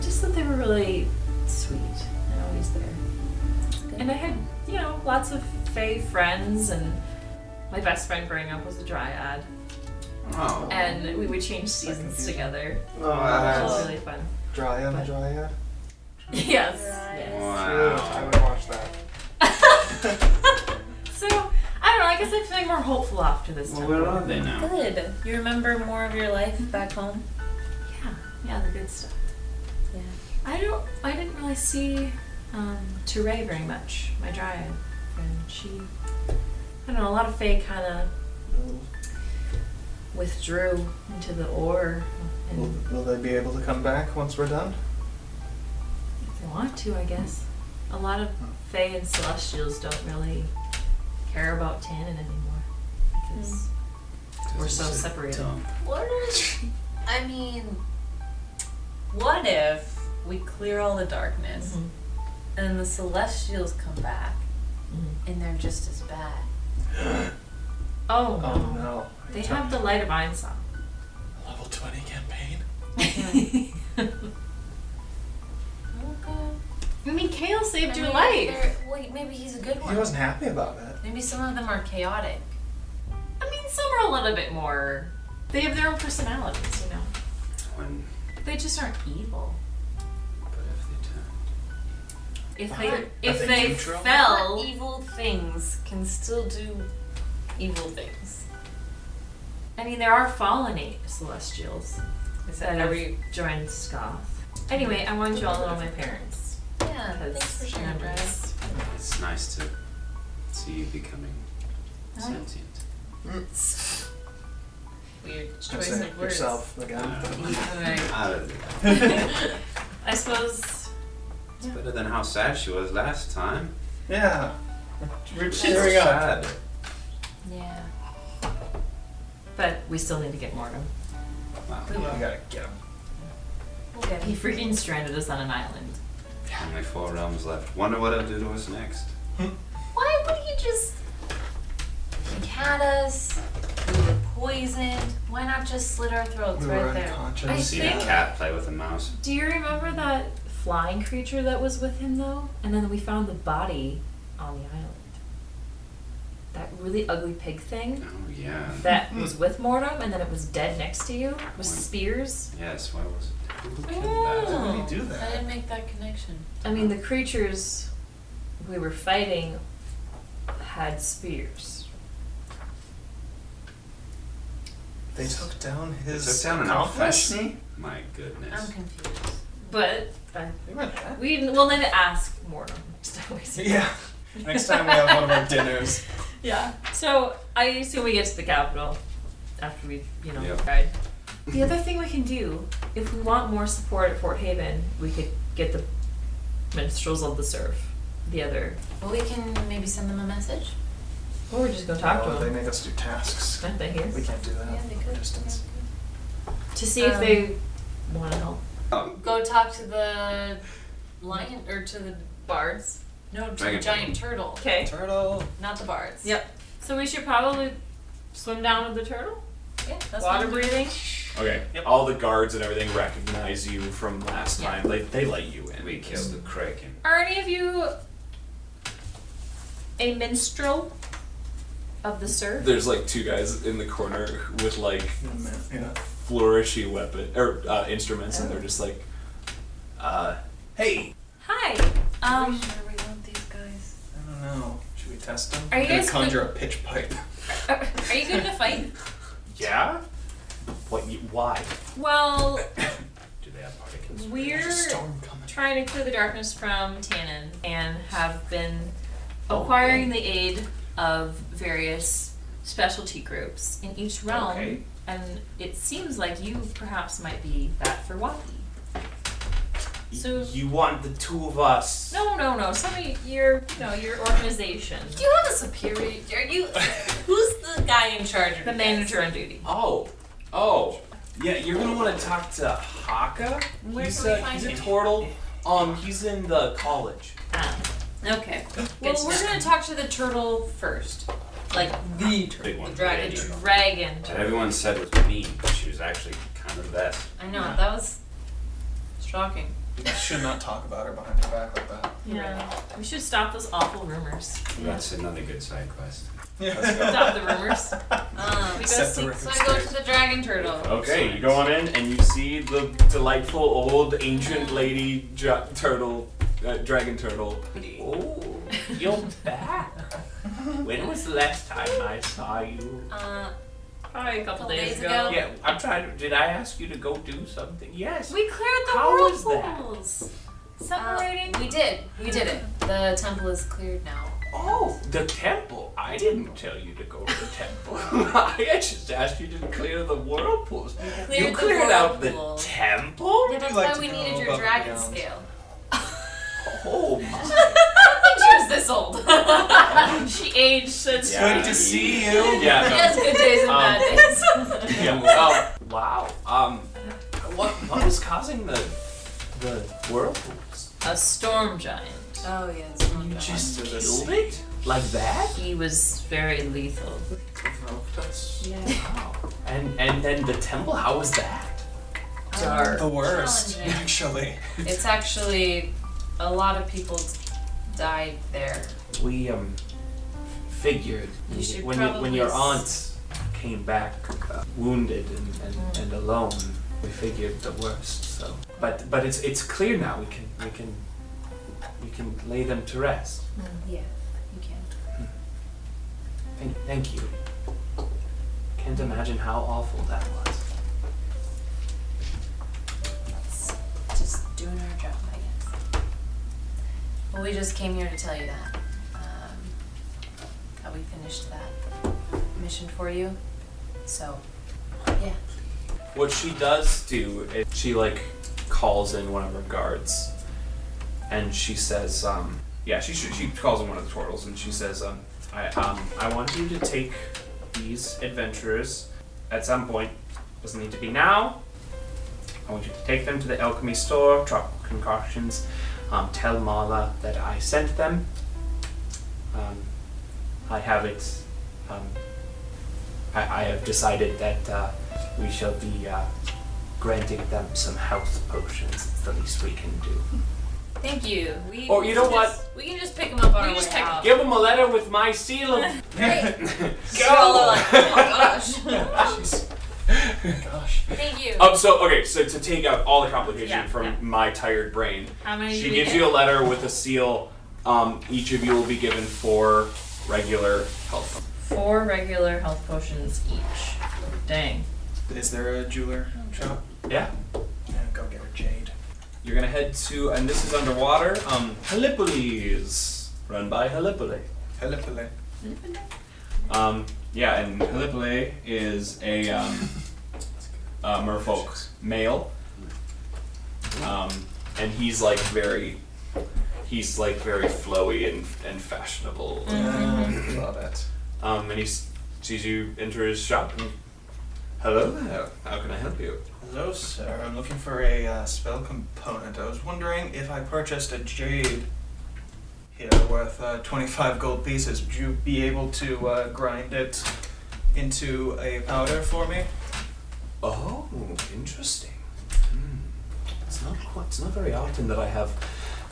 A: Just that they were really sweet and always there. And I had, you know, lots of Fae friends, and my best friend growing up was a dryad,
I: Oh.
A: and we would change seasons together. It
H: Oh,
A: was really fun.
H: Dryad and Dryad.
A: Yes. yes.
H: I
I: Wow.
H: would watch that.
A: So I don't know. I guess I'm feeling more hopeful after this
I: Well,
A: time.
I: where are they now?
G: Good. You remember more of your life back home?
A: Yeah, yeah, the good stuff.
G: Yeah.
A: I don't. I didn't really see um, Teray very much. My dryad, and she. I don't know. A lot of Faye kind of withdrew into the ore, and
H: Will, will they be able to come back once we're done?
A: if they want to, I guess. A lot of Fae and Celestials don't really care about Tannin anymore
G: Mm.
A: because we're so separated.
G: What if, I mean, what if we clear all the darkness
A: Mhm.
G: Mm-hmm. and the celestials come back
A: Mm-hmm.
G: and they're just as bad?
A: Oh,
H: Oh
A: no.
H: no.
A: They have the light of Einstein.
H: level 20 campaign.
G: Oh
A: I
G: god.
A: mean, Kale saved
G: I
A: your
G: mean,
A: life.
G: they're- Wait, maybe he's a good
H: He
G: one.
H: wasn't happy about it.
G: Maybe some of them are chaotic.
A: I mean, some are a little bit more. They have their own personalities, you know.
I: When,
A: They just aren't evil.
I: but if
A: If
I: they turn.
H: Are
A: they
H: they-
A: if
H: are they
A: they
H: neutral?
A: fell,
G: evil things can still do evil things.
A: I mean, there are fallen eight celestials
G: Is
A: that have joined Scoth. Anyway, I wanted you all to know my parents.
G: Yeah,
A: Because
G: Uh, thanks for sharing,
A: memories.
G: guys.
H: It's
I: nice to see you becoming
G: Oh.
I: sentient.
G: Weird
H: I
G: choice
H: say
G: of words.
H: yourself again.
I: I don't think
A: I suppose.
I: It's better than how sad she was last time.
H: Yeah. We're
I: She's
H: cheering up.
I: sad.
A: Yeah. But we still need to get Mortem.
I: Wow.
H: We gotta get him.
A: He freaking stranded us on an island.
I: Only four realms left. Wonder what it'll do to us next.
G: Why would he just he had us? We were poisoned. Why not just slit our throats
I: We
G: right
I: were
G: there?
I: unconscious.
A: I
I: seen
A: think-
I: a cat play with a mouse.
A: Do you remember that flying creature that was with him though? And then we found the body on the island. That really ugly pig thing
I: Oh yeah.
A: that was with Mortem and then it was dead next to you with spears.
I: Yes. Why was it? Who killed
A: Oh.
I: that?
H: Why did he do
G: I
H: that?
G: didn't make that connection.
A: I mean, the creatures we were fighting had spears.
H: They took down
I: They
H: his.
I: took down an
H: accomplice?
I: office. My goodness.
G: I'm confused.
A: But uh,
H: They went back.
A: we didn't, we'll then ask Mortem. Just always-
H: Yeah. Next time we have one of our dinners.
A: Yeah. So I assume we get to the capital after we, you know,
I: Yep.
A: guide. The other thing we can do, if we want more support at Fort Haven, we could get the minstrels of the surf. The other,
G: Well, we can maybe send them a message.
A: or we're just gonna talk
H: Oh,
A: to
H: They
A: them.
H: make us do tasks.
A: I think
H: We
A: it's-
H: can't do that
G: Yeah, they
H: from
G: could.
H: a Uh, distance.
A: to see if
G: Um,
A: they want to help.
I: Oh,
G: Go talk to the lion or to the bards. No, to the
I: Dragon
G: giant turtle.
A: Okay.
H: Turtle.
G: Not the bards.
A: Yep. So we should probably swim down with the turtle.
G: Yeah,
A: Water
G: that's what I'm doing.
A: breathing.
F: Okay. All the guards and everything recognize you from last
A: Yeah.
F: time. They, they let you in.
I: we killed the kraken.
A: Are any of you a minstrel of the surf?
F: There's like two guys in the corner with like
H: Yeah.
F: flourishy weapon or uh, instruments, and they're just like, uh, "Hey,
A: Hi.
G: Are we
A: Um,
G: sure we want these guys?
H: I don't know. Should we test them?
A: Are you
H: We're gonna
A: guys
H: conjure a pitch pipe?
A: are are you good to fight?
F: yeah, what? You, why?
A: Well,
I: Do they have particles?
H: There's a
A: we're
H: storm coming.
A: trying to clear the darkness from Tannin and have been acquiring the aid of various specialty groups in each realm.
I: Okay.
A: And it seems like you perhaps might be that for Waki. So
F: you want the two of us?
A: no, no, no. Somebody, your, you know, your organization,
G: Do you have a superior? Are you? Who's the guy in charge of
A: the
G: you guys?
A: manager on duty.
F: Oh, oh, yeah. You're gonna want to talk to Haka.
G: Where
F: he's
G: can we
F: a,
G: find
F: he's
G: him?
F: a turtle. Um, he's in the college.
A: Ah.
G: Okay.
A: Good
G: well, we're
A: stuff.
G: gonna talk to the turtle first, like the turtle,
I: Big one.
G: the dragon
I: Big
G: turtle.
A: Dragon.
I: That everyone said was mean, but she was actually kind of the best.
G: I know that was shocking.
H: We should not talk about her behind her back like that.
A: Yeah. We should stop those awful rumors.
I: That's another good side quest.
A: Stop the rumors.
G: Um,
A: We go
H: Set the
A: see-
H: record
G: so I go
H: straight.
G: to the dragon turtle.
F: Okay, you go on in and you see the delightful old ancient lady dra- turtle, uh, dragon turtle. Oh, you're back. When was the last time I saw you?
G: Uh,
A: Probably a couple
G: Couple
A: days,
G: days
A: ago.
G: ago.
F: Yeah, I'm trying to. Did I ask you to go do something? Yes.
A: We cleared the
F: How was that?
A: whirlpools.
G: uh,
A: Separating.
G: we did, we did it. The temple is cleared now.
F: Oh, the temple. I didn't tell you to go to the temple. I just asked you to clear the whirlpools.
G: Cleared
F: you
G: the
F: cleared out
G: whirlpool.
F: the temple?
G: Yeah, that's
H: like
G: why
H: to
G: we
H: go
G: needed your
H: above
G: dragon
H: and beyond.
G: scale.
F: Oh my.
G: I think she was this old.
A: she aged since.
F: Yeah.
H: Good to see you.
F: Yeah,
G: She
F: no.
G: has good days and
F: Um,
G: bad days.
F: Yeah. Well, wow. Um, what what was causing the the whirlpools?
A: A storm giant.
G: oh yeah, it's not
F: You
G: bad.
F: just
H: Under the
F: killed
H: sea.
F: it like that?
A: He was very lethal.
H: Provoked us.
F: Wow. And and then the temple. How was that?
A: Dark.
H: The worst,
G: Challenging.
H: actually.
G: It's actually a lot of people died there.
F: We um figured
G: You should
F: when you, when your
G: probably
F: aunt came back uh, wounded and, and, and alone, we figured the worst. So, but but it's it's clear now. We can we can we can lay them to rest.
G: Yeah, you can.
F: Thank, thank you. Can't imagine how awful that was.
G: It's just doing our job, I guess. Well, we just came here to tell you that. Uh,
A: um,
G: we finished that mission for you. So, yeah.
B: What she does do is she like calls in one of her guards, and she says, um, "Yeah, she she she calls in one of the turtles, and she says, um, I um, I want you to take these adventurers at some point. Doesn't need to be now. I want you to take them to the alchemy store, tropical concoctions. Um, tell Marla that I sent them. Um, I have it. Um, I, I have decided that uh, we shall be uh, granting them some health potions. It's the least we can do.
A: Thank you. We
B: Or Oh, you know
A: can
B: what?
A: just- We can just pick them up on
B: We
A: our
B: just
A: way
B: pick-
A: out.
B: Give them a letter with my seal of.
A: Scroll like, oh my gosh.
H: Gosh.
A: Thank you.
B: Um, so okay, so to take out all the complication
A: Yeah,
B: from
A: yeah.
B: my tired brain,
A: How many
B: she
A: do we
B: gives
A: get?
B: you a letter with a seal. Um, each of you will be given four regular health. potions.
A: Four regular health potions each. Dang.
H: Is there a jeweler shop?
B: Yeah.
H: Yeah, go get her jade.
B: You're gonna head to, and this is underwater. Um, Helipolis, run by Helipoli.
H: Helipoli.
B: Um, yeah, and Helipoli is a um, uh, merfolk male. Um, and he's like very, he's like very flowy and, and fashionable.
H: Mhm. Love it.
B: Um, and he s- sees you enter his shop. And, Hello there. How can I help you?
H: Hello, sir. I'm looking for a uh, spell component. I was wondering if I purchased a jade here worth uh, 25 gold pieces, would you be able to uh, grind it into a powder for me?
B: Oh, interesting. Hmm. It's not quite, it's not very often that I have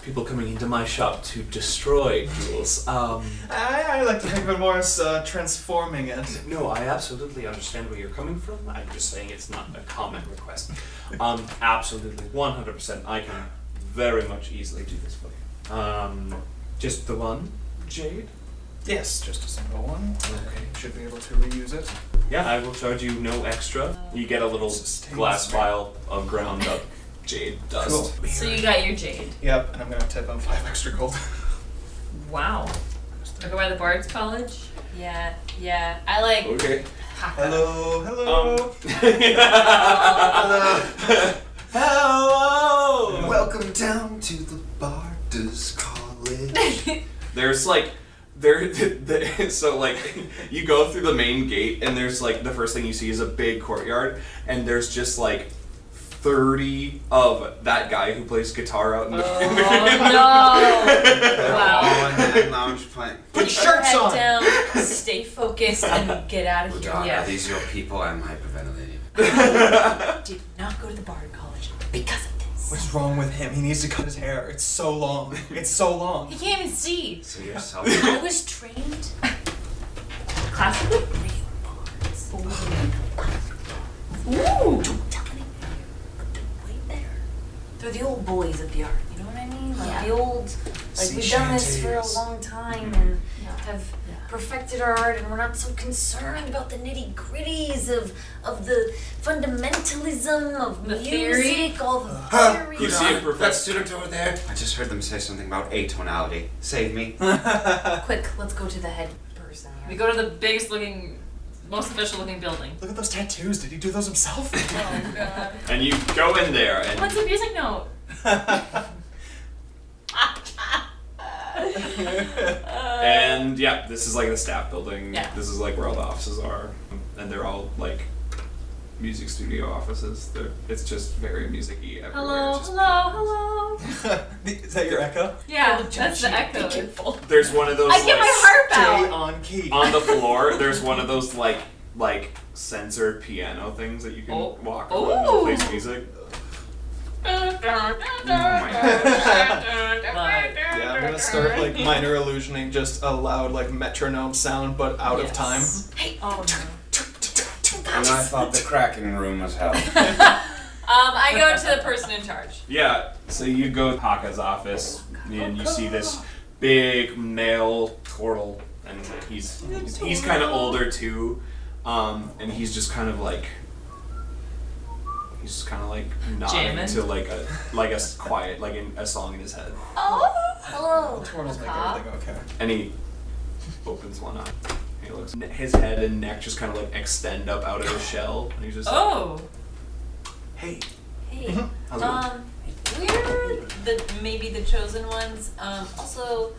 B: people coming into my shop to destroy jewels. Um,
H: I, I like to think of it more as uh, transforming it.
B: no, I absolutely understand where you're coming from. I'm just saying it's not a common request. Um, absolutely, 100%. I can very much easily do this for you. Um, just the one jade?
H: Yes, just a single one.
B: Okay.
H: Should be able to reuse it.
B: Yeah, I will charge you no extra. You get a little glass vial of ground up jade dust.
A: So you got your jade.
H: Yep, and I'm gonna tip him five extra gold.
A: Wow. I go by the Bard's College.
G: Yeah, yeah. I like.
B: Okay.
H: Hello, hello.
B: hello. Hello.
H: Welcome down to the Barders College.
B: There's like there the, so like you go through the main gate and there's like the first thing you see is a big courtyard and there's just like 30 of that guy who plays guitar out in the, in the
G: Oh,
I: lounge plant.
G: Put
H: shirts
G: your
H: on.
G: head down, stay focused, and get out of here.
I: Udon,
G: Yeah.
I: are these your people? I'm hyperventilating.
G: Did not go to the Bard College because of this.
H: What's wrong with him? He needs to cut his hair. It's so long. It's so long.
G: He can't even see.
I: So you're self.
G: I was trained.
A: Classically?
G: Ooh. Don't tell anybody. They're way better. They're the old boys of the art. You know what I mean? Like the old. Like
Q: Sea
G: we've done this for a
Q: shanties.
G: long time and have perfected our art, and we're not so concerned about the nitty gritties of of the fundamentalism of
A: The
G: music,
A: theory?
G: all the
I: Huh?
G: theory.
I: You see it, That student over there? I just heard them say something about atonality. Save me.
G: Quick, let's go to the head person.
A: We go to the biggest looking, most official looking building.
H: Look at those tattoos. Did he do those himself?
A: Oh god.
B: and you go in there and
A: What's the music note?
H: Um,
B: And yeah, this is like the staff building.
A: Yeah.
B: This is like where all the offices are, and they're all like music studio offices. They're, it's just very musicy everywhere.
A: Hello,
B: Just-
A: hello, hello.
H: Is that your echo?
A: Yeah,
G: Don't
A: that's the
G: judge. Be
A: echo.
G: careful.
B: There's one of those.
A: I get
B: like,
A: my harp
H: Jay
A: out.
H: on key.
B: on the floor. There's one of those like like censored piano things that you can
A: Oh.
B: walk on
A: Ooh.
B: and plays music.
H: yeah, I'm gonna start like minor illusioning, just a loud like metronome sound, but out of time.
G: Hey,
A: Oh no.
I: And I thought the Kraken room was hell.
A: Um, I go to the person in charge.
B: Yeah. So you go to Haka's office and you see this big male turtle, and he's he's, he's kind of older too, um, and he's just kind of like he's just kind of like nodding
A: Jamming.
B: to like a like a s- quiet like in, a song in his head,
G: Oh, hello.
H: Turtles make everything okay.
B: and he opens one eye. He looks. His head and neck just kind of like extend up out of his shell, and he's just. like,
G: Oh.
B: Hey. Mm-hmm.
A: Hey.
B: How's it going?
A: um, we're the maybe the chosen ones. Um, also,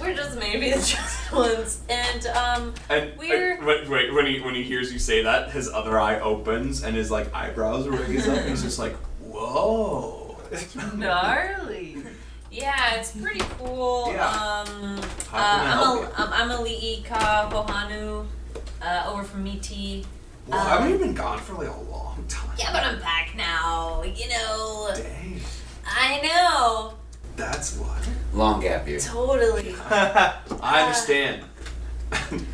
A: we're just maybe the chosen ones, and um,
B: And
A: we're
B: uh, right, right, when he when he hears you say that, his other eye opens and his like eyebrows raise up. and he's just like, whoa.
A: gnarly. Yeah, it's pretty cool.
B: Yeah.
A: Um, uh,
B: How can I
A: I'm
B: help
A: a, um, I'm a Liika Bohanu, uh, over from Miti.
B: Well, I haven't even gone for like a long time.
A: Yeah, but I'm back now. You know. I know.
B: That's what.
R: Long gap year.
A: Totally.
B: I understand.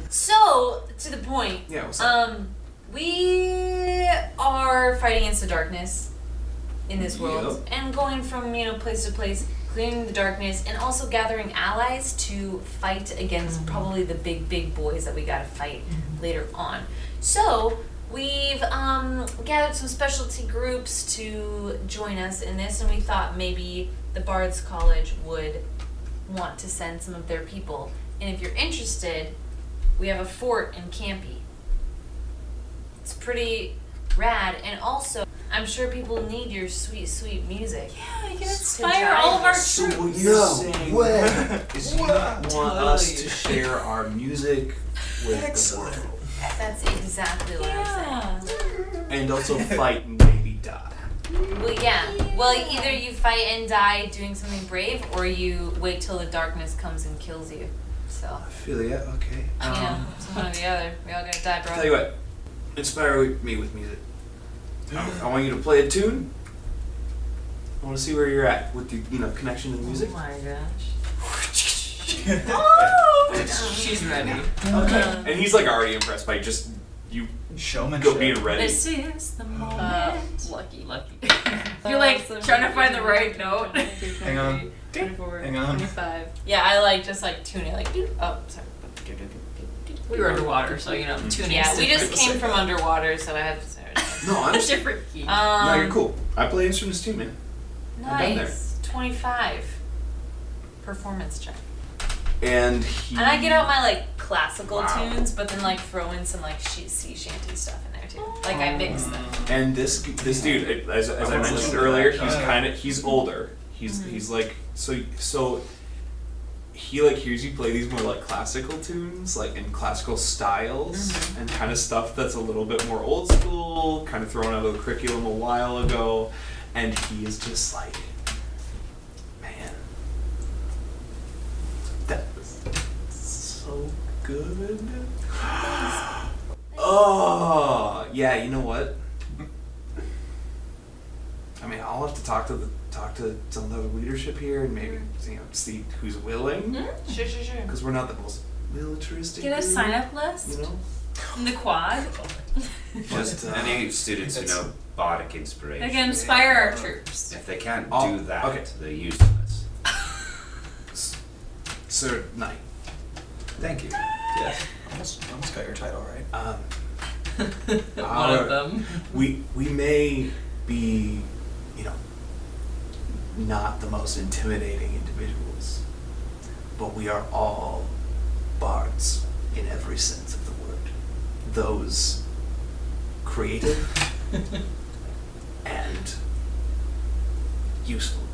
A: So to the point.
B: Yeah, what's
A: um, we are fighting against the darkness in this world, and going from you know place to place, clearing the darkness, and also gathering allies to fight against probably the big big boys that we gotta fight later on. So. We've um, gathered some specialty groups to join us in this, and we thought maybe the Bards College would want to send some of their people. And if you're interested, we have a fort in Campy. It's pretty rad, and also I'm sure people need your sweet, sweet music. Yeah, you can
G: inspire all of our
B: So
G: troops.
B: what
G: No
B: you're saying
G: way.
B: is you want us
G: Totally.
B: to share our music with the world
A: That's exactly what I'm saying.
B: and also fight and maybe die.
A: Well, yeah. Well, either you fight and die doing something brave, or you wait till the darkness comes and kills you. So,
B: Philia, okay. Um,
A: yeah, it's one or the other. We all gotta die, bro.
B: Tell you what, inspire me with music. I, I want you to play a tune. I want to see where you're at with the you know connection to the music.
G: Oh my gosh.
R: She's ready.
B: Okay. And he's like already impressed by just you showmanship. Go being ready.
G: This is
A: Uh,
G: the moment.
S: lucky, lucky.
G: uh, You're like trying to find the right note.
H: Hang on. Hang on.
G: Yeah, I like just like
A: Tune it like. doo- Oh, sorry.
G: we were underwater, so you know tuning.
A: Yeah, we just
G: different.
A: came from underwater, so I have to.
B: No, I'm just,
G: different key.
A: Um,
B: no, you're cool. I play instruments too, man. I'm down
A: Nice. 25. Performance check.
B: And he.
A: And I get out my like classical
B: Wow.
A: tunes, but then like throw in some like sh- sea shanty stuff in there too. Like I mix them.
B: And this this dude, as, as
H: I
B: I
H: wanna
B: mentioned
H: listen to
B: earlier,
H: that.
B: he's
H: Yeah.
B: kind of he's older. He's
A: Mhm.
B: he's like so so. He like hears you play these more like classical tunes, like in classical styles, and kind of stuff that's a little bit more old school, kind of thrown out of the curriculum a while ago, and he is just like, man, that was so good. Oh yeah, you know what? I mean, I'll have to talk to the talk to some of the leadership here and maybe you know see who's willing
A: Sure, sure, sure.
B: Mm. because we're not the most militaristic.
G: Get a
B: group,
G: sign up list
B: You know,
G: in the quad.
I: Just any students who know bardic inspiration.
G: They can inspire our troops.
I: If they can't
B: Oh,
I: do that,
B: okay.
I: they're useless.
B: Sir Knight. Thank you. Yes. Almost, almost got your title right. Um,
R: One
B: our-
R: of them.
B: We we may be, you know, not the most intimidating individuals, but we are all bards in every sense of the word. Those creative and useful.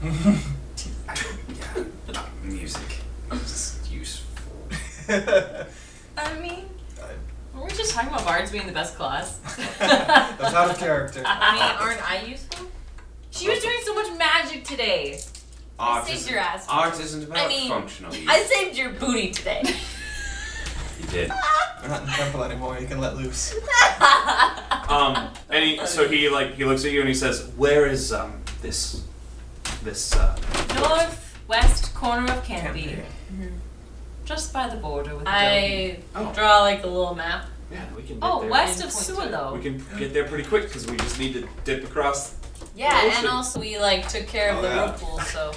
I: Music is useful.
G: I mean, were we just talking about bards being the best class?
H: That's out of character.
G: I mean, aren't I useful? She was doing so much magic today.
I: Art
A: saved
I: isn't-
A: your ass.
I: Art isn't about
A: I mean,
I: functional use.
A: I saved your booty today.
I: you did.
H: We're not in the temple anymore. You can let loose.
B: Um, and he, so he like he looks at you and he says, "Where is um this this uh?"
G: Northwest corner of Canby. Mm-hmm. Just by the border with
A: I
B: Oh.
A: draw like a little map.
B: Yeah, we can. Get
G: Oh,
B: there.
G: west of
B: We
G: Suolo.
B: can get there pretty quick because we just need to dip across.
A: Yeah, and
B: Awesome.
A: also we like took care
B: Oh,
A: of the
B: yeah.
A: rope pool, so.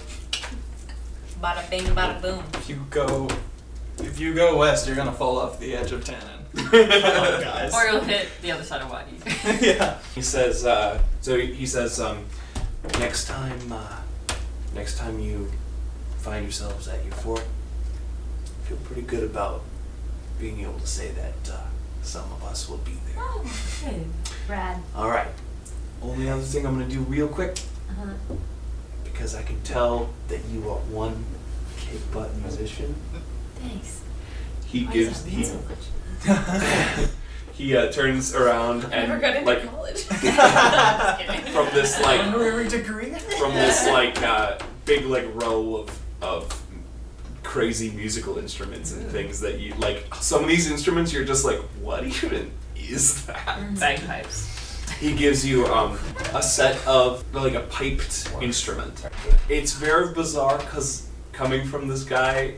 A: Bada bing, bada boom.
H: If you go, if you go west, you're gonna fall off the edge of Tannen. guys.
G: Or you'll hit the other side of Wadi.
H: yeah.
B: He says. Uh, so he he says, um, next time, uh, next time you find yourselves at your fort. I feel pretty good about being able to say that uh, some of us will be there.
G: Oh, good. Brad.
B: All right. Only other thing I'm going to do real quick
G: Uh-huh.
B: because I can tell that you are one cake butt musician.
G: Thanks.
R: He
G: Why does
R: gives
G: that
R: the.
G: mean so much?
R: he uh, turns around
A: I never
R: and
A: got into
R: like
A: college.
R: from this like
H: Honorary degree?
R: from this like uh, big like row of of crazy musical instruments and things that you like some of these instruments you're just like what even is that
T: bagpipes
R: he gives you um, a set of like a piped instrument it's very bizarre because coming from this guy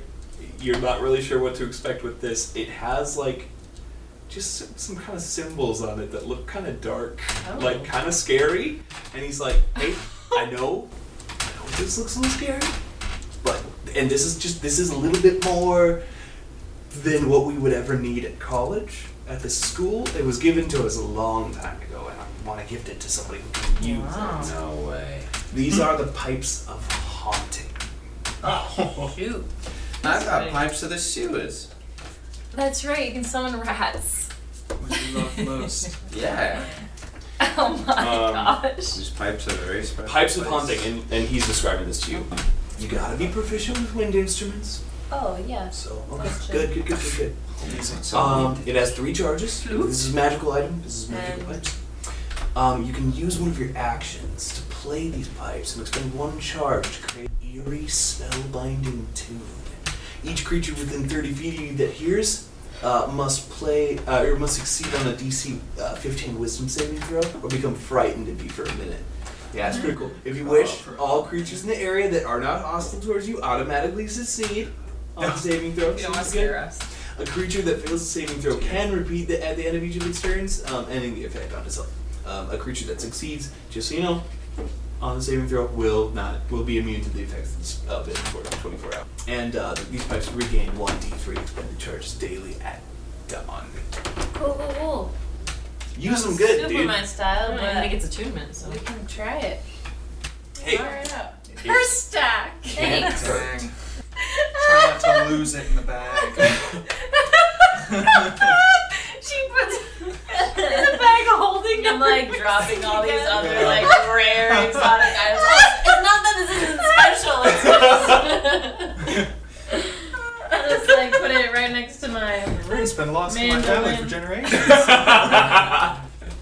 R: you're not really sure what to expect with this it has like just some, some kind of symbols on it that look kind of dark
H: Oh.
R: like kind of scary and he's like hey i know i know this looks a little scary but and this is just this is a little bit more than what we would ever need at college at the school it was given to us a long time ago and i want to gift it to somebody who can use it no way these are the pipes of haunting
U: Oh. Shoot.
T: I've got
U: Right.
T: pipes of the sewers.
U: That's right, you can summon rats.
T: Most. yeah.
U: Oh my
R: Um,
U: gosh.
T: These pipes are very special.
R: pipes of haunting and, and he's describing this to you you gotta be proficient with wind instruments
G: Oh, yeah.
R: So, okay. Good, good, good, good, good.
B: So-
R: Um, it has three charges. This is a magical item. This is magical pipes. Um, you can use one of your actions to play these pipes and expend one charge to create an eerie, spellbinding tune. Each creature within 30 feet of you that hears uh, must play uh, or must succeed on a DC uh, 15 Wisdom saving throw or become frightened if you for a minute. Yeah, it's pretty cool. If you wish, all creatures in the area that are not hostile towards you automatically succeed on the saving throw.
T: You don't
R: Seems
T: wanna
R: good.
T: scare us.
R: A creature that fails the saving throw can repeat the, at the end of each of its turns, um, ending the effect on itself. Um, a creature that succeeds, just so you know, on the saving throw will not will be immune to the effects of the spell bit for 24 hours. And uh, these pipes regain 1d3 expended charges daily at dawn.
G: Cool, cool, cool.
R: Use them good,
G: Super
R: dude.
G: my style,
U: I
G: but
U: don't even think it's attunement, so.
G: we can try it.
R: Hey.
G: Fire it up.
R: Her
G: stack.
H: Can't
G: Thanks.
H: hurt. Try not to lose it in the bag.
G: she puts
A: In the bag of holding
G: I'm like dropping all these other
H: Yeah.
G: like rare exotic items. It's not that this isn't special. It's
A: I just like put it right next to my.
H: It's been lost in my family for generations.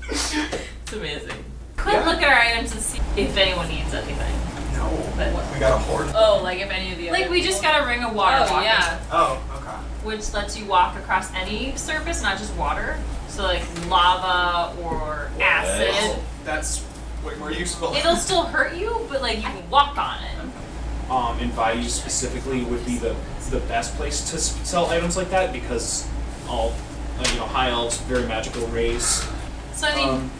A: It's amazing. Quick look at our items and see if anyone needs anything.
H: No.
A: But
H: We got a hoard.
A: oh, like if any of the like
G: other
A: we just got a ring of water.
G: Oh,
A: walking,
G: yeah.
H: Oh,
A: which lets you walk across any surface, not just water. So like lava or acid.
H: okay. That's way more useful.
A: It'll still hurt you, but like you can walk on it.
F: um, and Vayu specifically would be the the best place to s- sell items like that because all uh, you know high elves very magical race.
A: So I mean,
F: Um,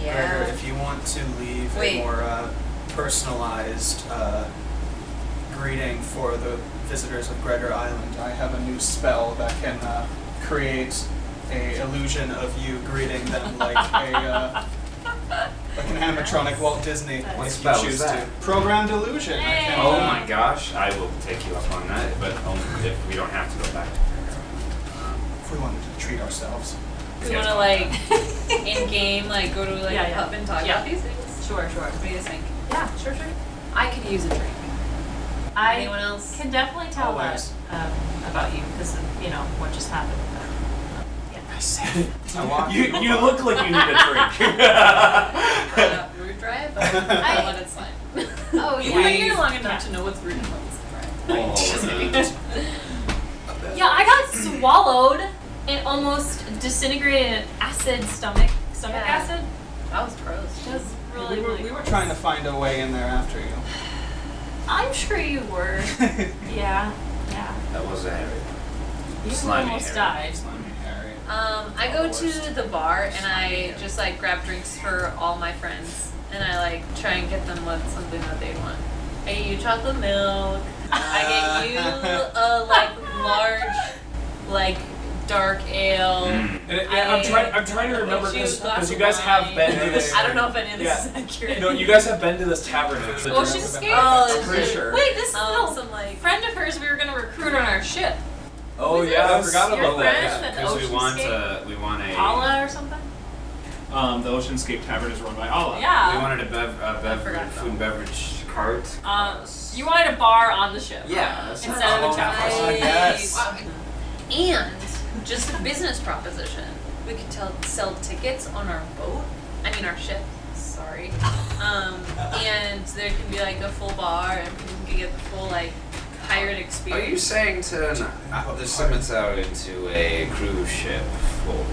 H: Gregor, if you want to leave
A: Wait.
H: a more uh, personalized uh, greeting for the visitors of Gregor Island, I have a new spell that can uh, create a illusion of you greeting them like a uh, like an animatronic Walt Disney
I: What
H: if
I: spell
H: you
I: is
H: choose
I: that?
H: to. Programmed illusion. I can,
I: Oh
H: uh,
I: my gosh, I will take you up on that, but only if we don't have to go back to
H: If we wanted to treat ourselves.
G: We want to like in game, like go to like
A: Yeah,
G: a
A: yeah.
G: pub and talk
A: Yeah.
G: about these things.
A: Sure, sure.
G: What do you guys think?
A: yeah, sure, sure.
G: I could use a drink.
A: I
G: Anyone else?
A: can definitely tell
H: Always.
A: that um, about you because of you know what just happened.
H: I walk.
R: You, you look like you need a drink.
G: Uh, rude drive, but I let it slide.
A: Oh
G: You've
A: yeah.
G: been here long enough to know what's rude and what's drive.
I: that.
A: Yeah, I got swallowed and almost disintegrated in an acid stomach stomach
G: Yeah.
A: acid.
G: That was gross.
A: That was really
H: we, were,
A: really.
H: we were trying to find a way in there after you.
A: I'm sure you were. yeah, yeah.
I: That was a heavy
A: You
I: one. Slimy
A: almost
I: hair.
A: died.
G: Um, I go to the bar and I just like grab drinks for all my friends and I like try and get them with something that they want. I get you chocolate milk. I get you a like large, like dark
A: Oh,
G: ale.
I: Mm.
F: And, and I'm trying. I'm trying to remember
G: Get you a
F: because
G: glass
F: you
G: of
F: guys have
G: wine.
F: been to this.
G: I don't know if any of this
F: Yeah.
G: is accurate.
F: No, you guys have been to this tavern. It's the
A: Oh,
F: tavern.
A: she's scared.
G: Oh,
F: I'm pretty
G: shit.
F: sure.
A: Wait, this is
G: Um,
A: no.
G: some
I: Oh
A: Who's
I: yeah, I
A: this?
I: forgot
A: Your
I: about that.
A: friend, the
I: Because we want
A: Oceanscape?
I: a, we want a.
A: Paula or something?
F: Um, the Oceanscape Tavern is run by Allah.
A: Yeah.
I: We wanted a, bev- a beverage, food and beverage cart.
A: Um, you wanted a bar on the ship.
I: Yeah, that's
A: Instead
I: not
A: of a
I: all
A: tavern.
I: I guess.
G: And just a business proposition. We could tell, sell tickets on our boat. I mean, our ship. Sorry. Um, and there can be like a full bar, and people can get the full like pirate
I: Are
G: experience.
I: you saying to uh, the summits out into a cruise ship? Full?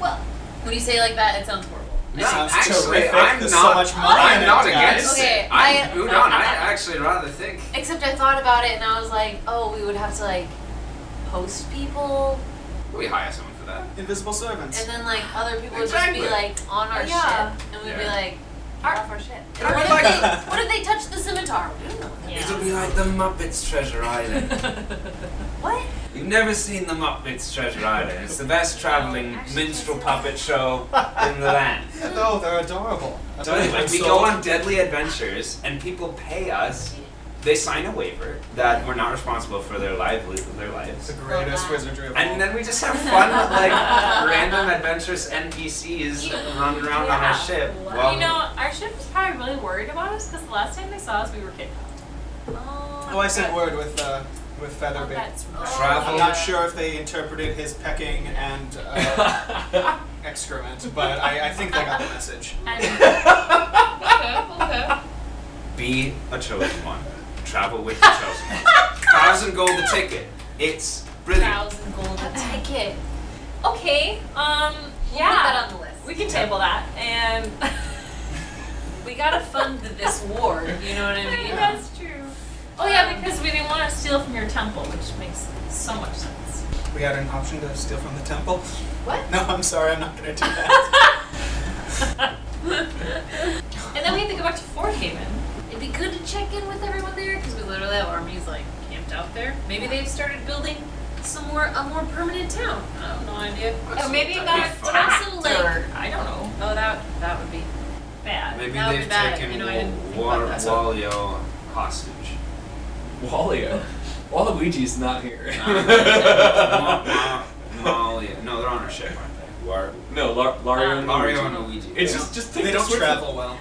G: Well, when you say it like that, it sounds horrible.
I: No,
H: sounds
I: actually,
H: terrific.
I: I'm
H: There's so
I: not.
H: much money in
I: I'm
H: it,
I: not
H: guys.
I: against
G: Okay,
I: it. I'm,
G: I-
I: Udon, I actually rather think.
G: Except I thought about it, and I was like, oh, we would have to like host people,
I: We hire someone for that.
H: Invisible servants.
G: and then like other people
I: Exactly.
G: would just be like on our
A: Yeah.
G: ship, and we'd be
I: Yeah.
G: like, our, off our ship.
I: I
G: And what,
I: would
G: if
I: like-
G: they, what if they touch the scimitar? We don't know.
I: It'll be like the Muppets Treasure Island.
G: What?
I: You've never seen the Muppets Treasure Island. It's the best traveling minstrel puppet show in the land.
H: No, Oh, they're adorable.
I: So anyway, we go on deadly adventures, and people pay us. They sign a waiver that we're not responsible for their livelihood, their lives.
H: Greatest wizardry of all.
I: And then we just have fun with like random adventurous NPCs running around on our
A: Yeah.
I: ship.
A: you know,
I: um,
A: our ship was probably really worried about us because the last time they saw us, we were kidnapped.
H: Oh, I sent word with uh, with Featherby.
A: that's right.
H: Oh.
I: Travel.
H: I'm not sure if they interpreted his pecking and uh, excrement, but I, I think they got the message.
I: Be a chosen one. Travel with the chosen one. Thousand gold a ticket. It's brilliant.
G: Thousand gold a ticket.
A: Okay. Um.
G: We'll
A: yeah.
G: put that on the list.
A: We can table that, and
G: We gotta fund this war. You know what I mean?
A: that's true. Oh
G: Um,
A: yeah, because we didn't want to steal from your temple, which makes so much sense.
H: We had an option to steal from the temple.
A: What?
H: No, I'm sorry, I'm not gonna do that.
A: And then we have to go back to Fort Haven.
G: It'd be good to check in with everyone there because we literally have armies like camped out there. Maybe they've started building some more a more permanent town. I have no idea.
A: Or Oh, maybe it got
G: that's also
A: attacked,
G: like
A: or I don't know.
G: oh that that would be
A: Bad.
I: Maybe
G: That would
I: they've
G: be bad,
I: taken
G: you know, I didn't think
I: War-
G: about that.
I: Wario hostage.
F: Waluigi. Waluigi's not here.
I: Malia. No, they're on our ship, aren't they? War-
F: no, La- Lario and
I: Mario
F: Luigi.
I: and Luigi.
F: It's just just think
H: they
F: of
H: don't
F: Switzerland.
H: travel well.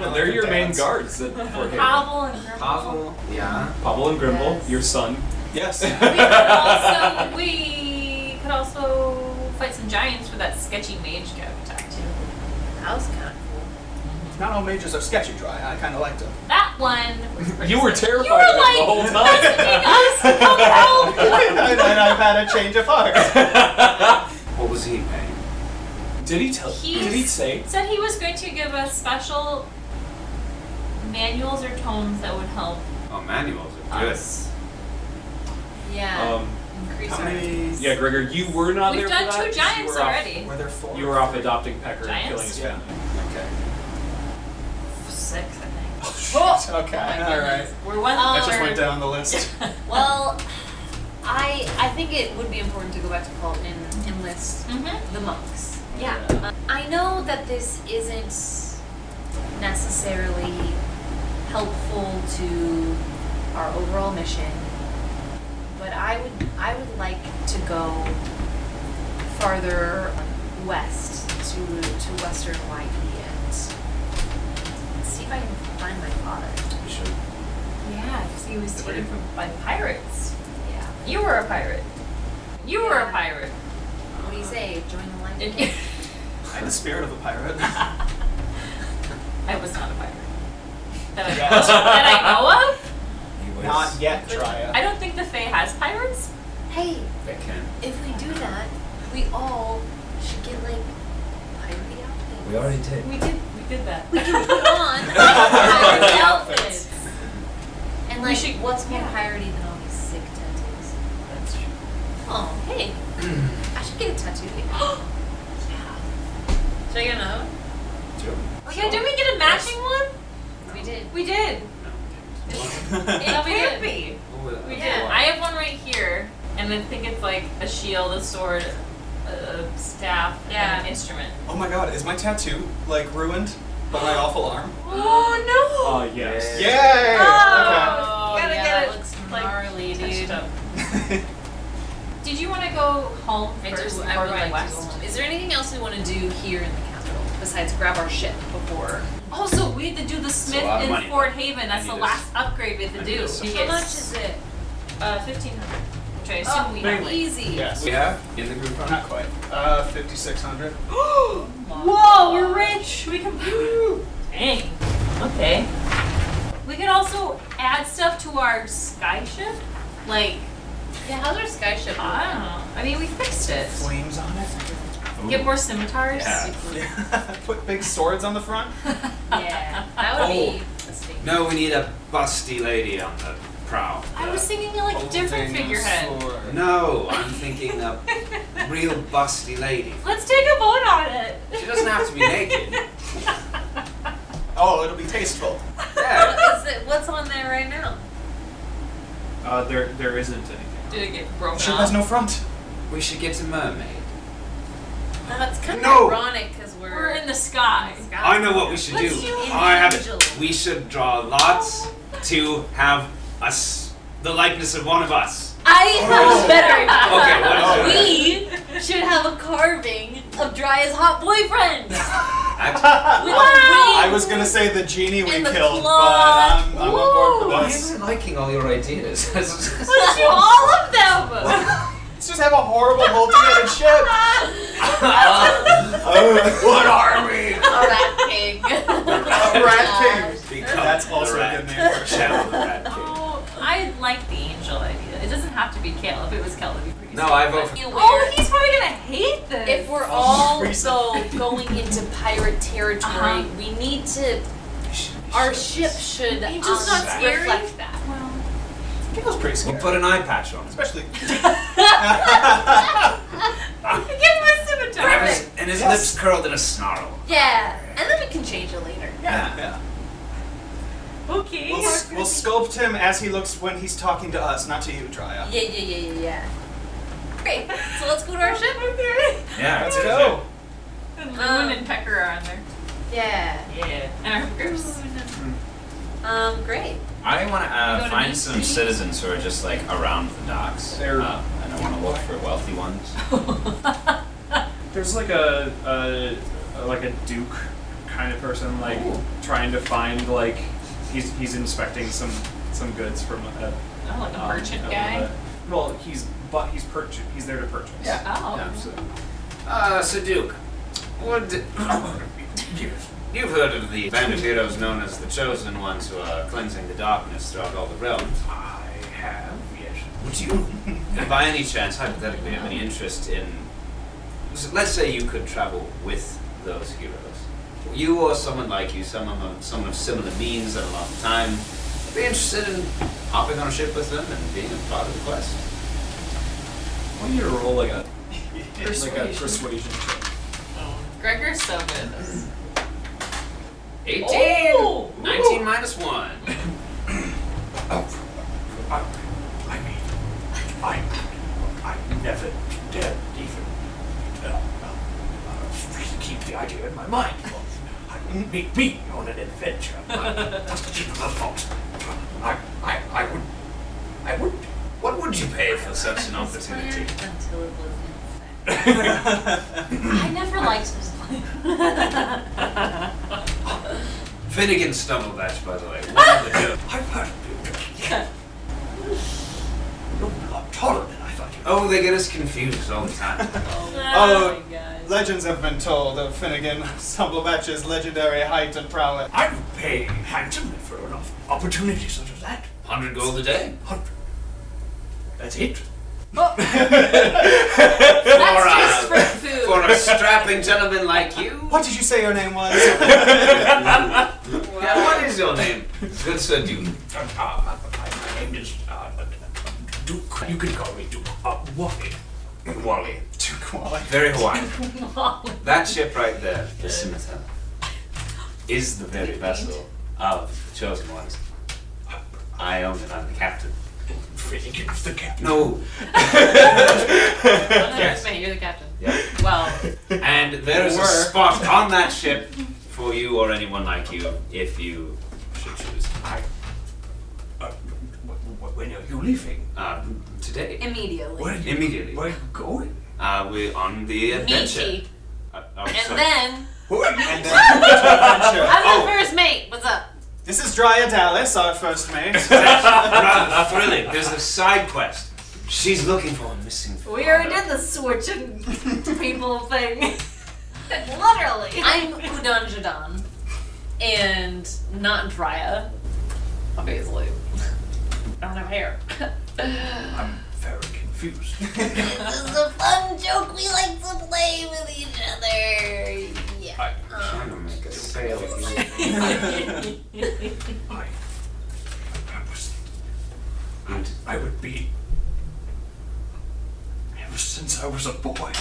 F: No, they're your main guards at Fort Haven.
A: Pavel and Grimble.
I: Pavel. Yeah.
F: Pavel and Grimble, your son.
H: Yes.
A: We could also we could also fight some giants with that sketchy mage guy we talked to.
G: that was kind of cool.
H: Not all mages are sketchy dry. I kind of liked them.
A: That one was pretty
F: You were
A: sick.
F: terrified
A: You were
F: of him
A: like,
F: the whole
A: "That's
F: time."
A: ridiculous, come help."
H: and I've had a change of heart.
I: What was he paying?
F: Did he tell?
A: He
F: did he say?
A: Said he was going to give us special manuals or tomes that would help
I: Oh, manuals are good.
A: us.
G: Yeah.
F: Um,
G: Increase
H: How
G: our
H: many?
F: yeah, Gregor, you were not
A: We've
F: there.
A: done
F: for that.
A: two
F: you
A: giants
F: were off-
A: already.
H: Were there four?
F: you were off adopting Pecker and killing
A: Giants?
F: his
H: Yeah.
F: family.
I: Okay.
A: Six, I think.
H: Okay. all right.
A: We're one
G: Um,
H: That just
A: third.
H: went down the list.
G: Well, I I think it would be important to go back to Fulton and enlist
A: Mhm.
G: the monks. Yeah. Uh, I know that this isn't necessarily helpful to our overall mission, but I would I would like to go farther west to to western Hawaii and see if I can find my father.
I: You should.
A: Yeah, because he was taken from by pirates.
G: Yeah.
A: You were a pirate. You were a pirate.
G: What do you say? Join the line.
A: Didn't you?
H: I'm the spirit of a pirate.
A: I was not a pirate. That I,
H: Yeah.
A: that I know of?
I: He was.
H: Not yet, Dryad.
A: I don't think the Fae has pirates.
G: Hey,
I: They can.
G: if we do that, we all should get like pirate outfits.
I: We already did.
A: We did we did that.
G: We can put on pirate outfits. And
A: We
G: like,
A: should-
G: what's more piratey than all these sick tattoos?
I: That's true.
G: Oh, hey, I should get a tattoo. yeah. Should I get another one?
A: Yeah, did we get a matching one?
G: We did.
A: We did. It
G: Yeah, we
A: can't
G: did.
A: be. We
G: Yeah.
A: did. I have one right here, and I think it's like a shield, a sword, a staff,
G: Yeah.
A: and an instrument.
H: oh my god, is my tattoo like ruined by my awful arm?
A: Oh
F: Oh yes.
H: Yay!
A: Oh,
G: Oh,
A: gotta get
G: yeah, that
A: it
H: Oh.
G: looks
A: like
G: gnarly,
A: no!
G: dude.
A: Touched up.
G: first
V: Ooh, I
G: before
V: would
G: we
V: like
G: left.
V: to go.
G: Is there anything else we want to do here in the capital besides grab our ship before? Also, we had to do the Smith
I: lot of money,
G: in
I: though.
G: Fort Haven. That's
I: I
G: the
I: need
G: last upgrade we have
I: I
G: to
I: need
G: do.
I: this.
G: How much is it?
A: Uh, Oh, 1500.
G: Which I assume we have easy.
H: Yes.
W: We have in the group.
H: Not quite. Uh, 5,600.
G: Whoa, we're rich. We can.
A: Dang. Okay.
G: We could also add stuff to our skyship, like. Yeah, how's our skyship?
A: I don't know. I mean, we fixed it.
H: Flames on it.
A: Get more scimitars.
H: Put big swords on the front.
G: Yeah, that would
I: Oh.
G: be.
I: No, we need a busty lady on the prow.
A: I was thinking like a different figurehead.
I: No, I'm thinking a real busty lady.
A: Let's take a vote on it.
I: She doesn't have to be naked.
H: Oh, it'll be tasteful.
G: What is it? What's on there right now?
F: Uh, there, there isn't anything.
G: Did it get broken
H: She has no front.
I: We should get a mermaid.
G: That's kind of
I: No.
G: ironic because we're
A: We're in the sky.
I: I know what we should
G: Let's
I: do.
G: do
I: I have it.
G: Angela.
I: We should draw lots to have us the likeness of one of us.
G: I have a better
I: Okay,
A: Oh,
I: what is
G: idea. We should have a carving of Dry's hot boyfriend with
I: Act-
H: I
G: a
H: was gonna say the genie we
G: And the claw.
H: killed, but I'm, I'm on board for
W: Why
H: this.
W: am I liking all your ideas?
G: wing. Let's do all of them.
H: Let's just have a horrible multi-headed ship.
I: what are we?
G: Rat king.
H: Rat King.
I: Become
H: That's
I: the
H: also a
I: rat.
H: good name for a ship.
I: Shadow the Rat King.
A: Oh, I like the angel idea. It doesn't have to be Kale. If it was Kale, it'd be pretty.
I: No, I vote for.
A: Oh, he's probably gonna hate this.
G: If we're all
H: Freeze.
G: though going into pirate territory,
A: Uh-huh.
G: we need to. Our ship should um,
A: Angel's not scary?
G: reflect that.
H: Kale's pretty
I: We'll
H: scary.
I: put an eye patch on.
H: Especially
A: give him a scimitar.
I: his, and his lips curled in a snarl.
G: Yeah, and then we can change it later.
H: yeah. yeah.
A: Okay.
H: We'll, s- we'll sculpt him as he looks when he's talking to us, not to you, Drya.
G: Yeah, yeah, yeah, yeah, yeah. Great. So let's go to our ship.
I: Yeah, that's
H: Let's go.
A: And
G: Um,
A: Loon and Pecker are on there.
G: Yeah.
A: Yeah. And our hookers.
G: Um. Great.
I: I want
A: You
I: uh,
A: go to
I: find
A: meet
I: some
A: Steve?
I: citizens who are just like around the docks.
F: They're-
I: Uh, and I want to look for wealthy ones.
F: There's like a, a, a like a duke kind of person, like trying to find like he's he's inspecting some some goods from a.
A: Oh, like a
F: um,
A: merchant
F: a-
A: guy.
F: well, he's but he's purch- he's there to purchase.
H: Yeah.
A: Oh.
I: Uh, so Duke, what d- you, you've heard of the band of heroes known as the Chosen Ones who are cleansing the darkness throughout all the realms?
F: I have yes.
I: Would you, by any chance, hypothetically, have any interest in? so let's say you could travel with those heroes. You or someone like you, someone of, someone of similar means and a lot of time, be interested in hopping on a ship with them and being a part of the quest.
F: I want you to roll like a like a
A: Persuasion.
F: persuasion check.
A: Gregor's so good at this.
I: 18!
A: Oh!
I: 19 minus 1.
R: I, I mean, I, I never dared even uh, uh, keep the idea in my mind. I would meet me on an adventure. That's the thought. I, I, I would, I would.
I: What would you pay for such an opportunity?
G: Until it was I never liked this plan.
I: Finnegan Stumblebatch, by the way. One of the jokes.
R: I've heard of you. You're tolerant. I thought you.
I: Oh, they get us confused all the time.
H: Oh,
G: my god.
H: legends have been told of Finnegan Stumblebatch's legendary height and prowess.
R: I would pay handsomely for an op- opportunity such as that.
I: 100 gold a day.
R: Hundred. That's it.
I: That's for, a,
G: Just for food.
I: for a strapping gentleman like you.
H: What did you say your name was?
I: Yeah, what is your name? Good Sir Duke.
R: Uh, uh, my name is uh, uh, Duke. You can call me Duke. Uh, Wally.
I: Wally.
H: Quality.
I: Very Hawaiian. That ship right there, the scimitar, is the very vessel of the Chosen Ones. I own it, I'm the captain.
R: Finnegan's the captain.
I: No.
G: Yes. Wait, you're the captain.
I: Yeah.
G: Well,
I: And there is a spot on that ship for you or anyone like you if you should choose.
R: I. Uh, wh- wh- when are you leaving?
I: Um, today.
G: immediately.
R: Where are you,
I: Immediately.
R: Where are you going?
I: Uh, we're on the adventure.
Q: Meaty.
I: Uh, oh,
Q: And
I: sorry.
Q: then.
H: And then we adventure.
Q: I'm the
H: Oh.
Q: first mate. What's up?
H: This is Dryad Dallas, our first mate.
I: Rather thrilling. There's a side quest. She's looking for a missing.
Q: We already did the switching people thing. Literally. I'm Udon Jadon. And not Drya. Obviously. I don't have hair.
R: I'm very confused.
Q: this is "Oh, a fun joke we like to play with each other. Yeah.
I: trying to make a sale.
R: I, I was, and I would be. Ever since I was a boy.
A: Alright,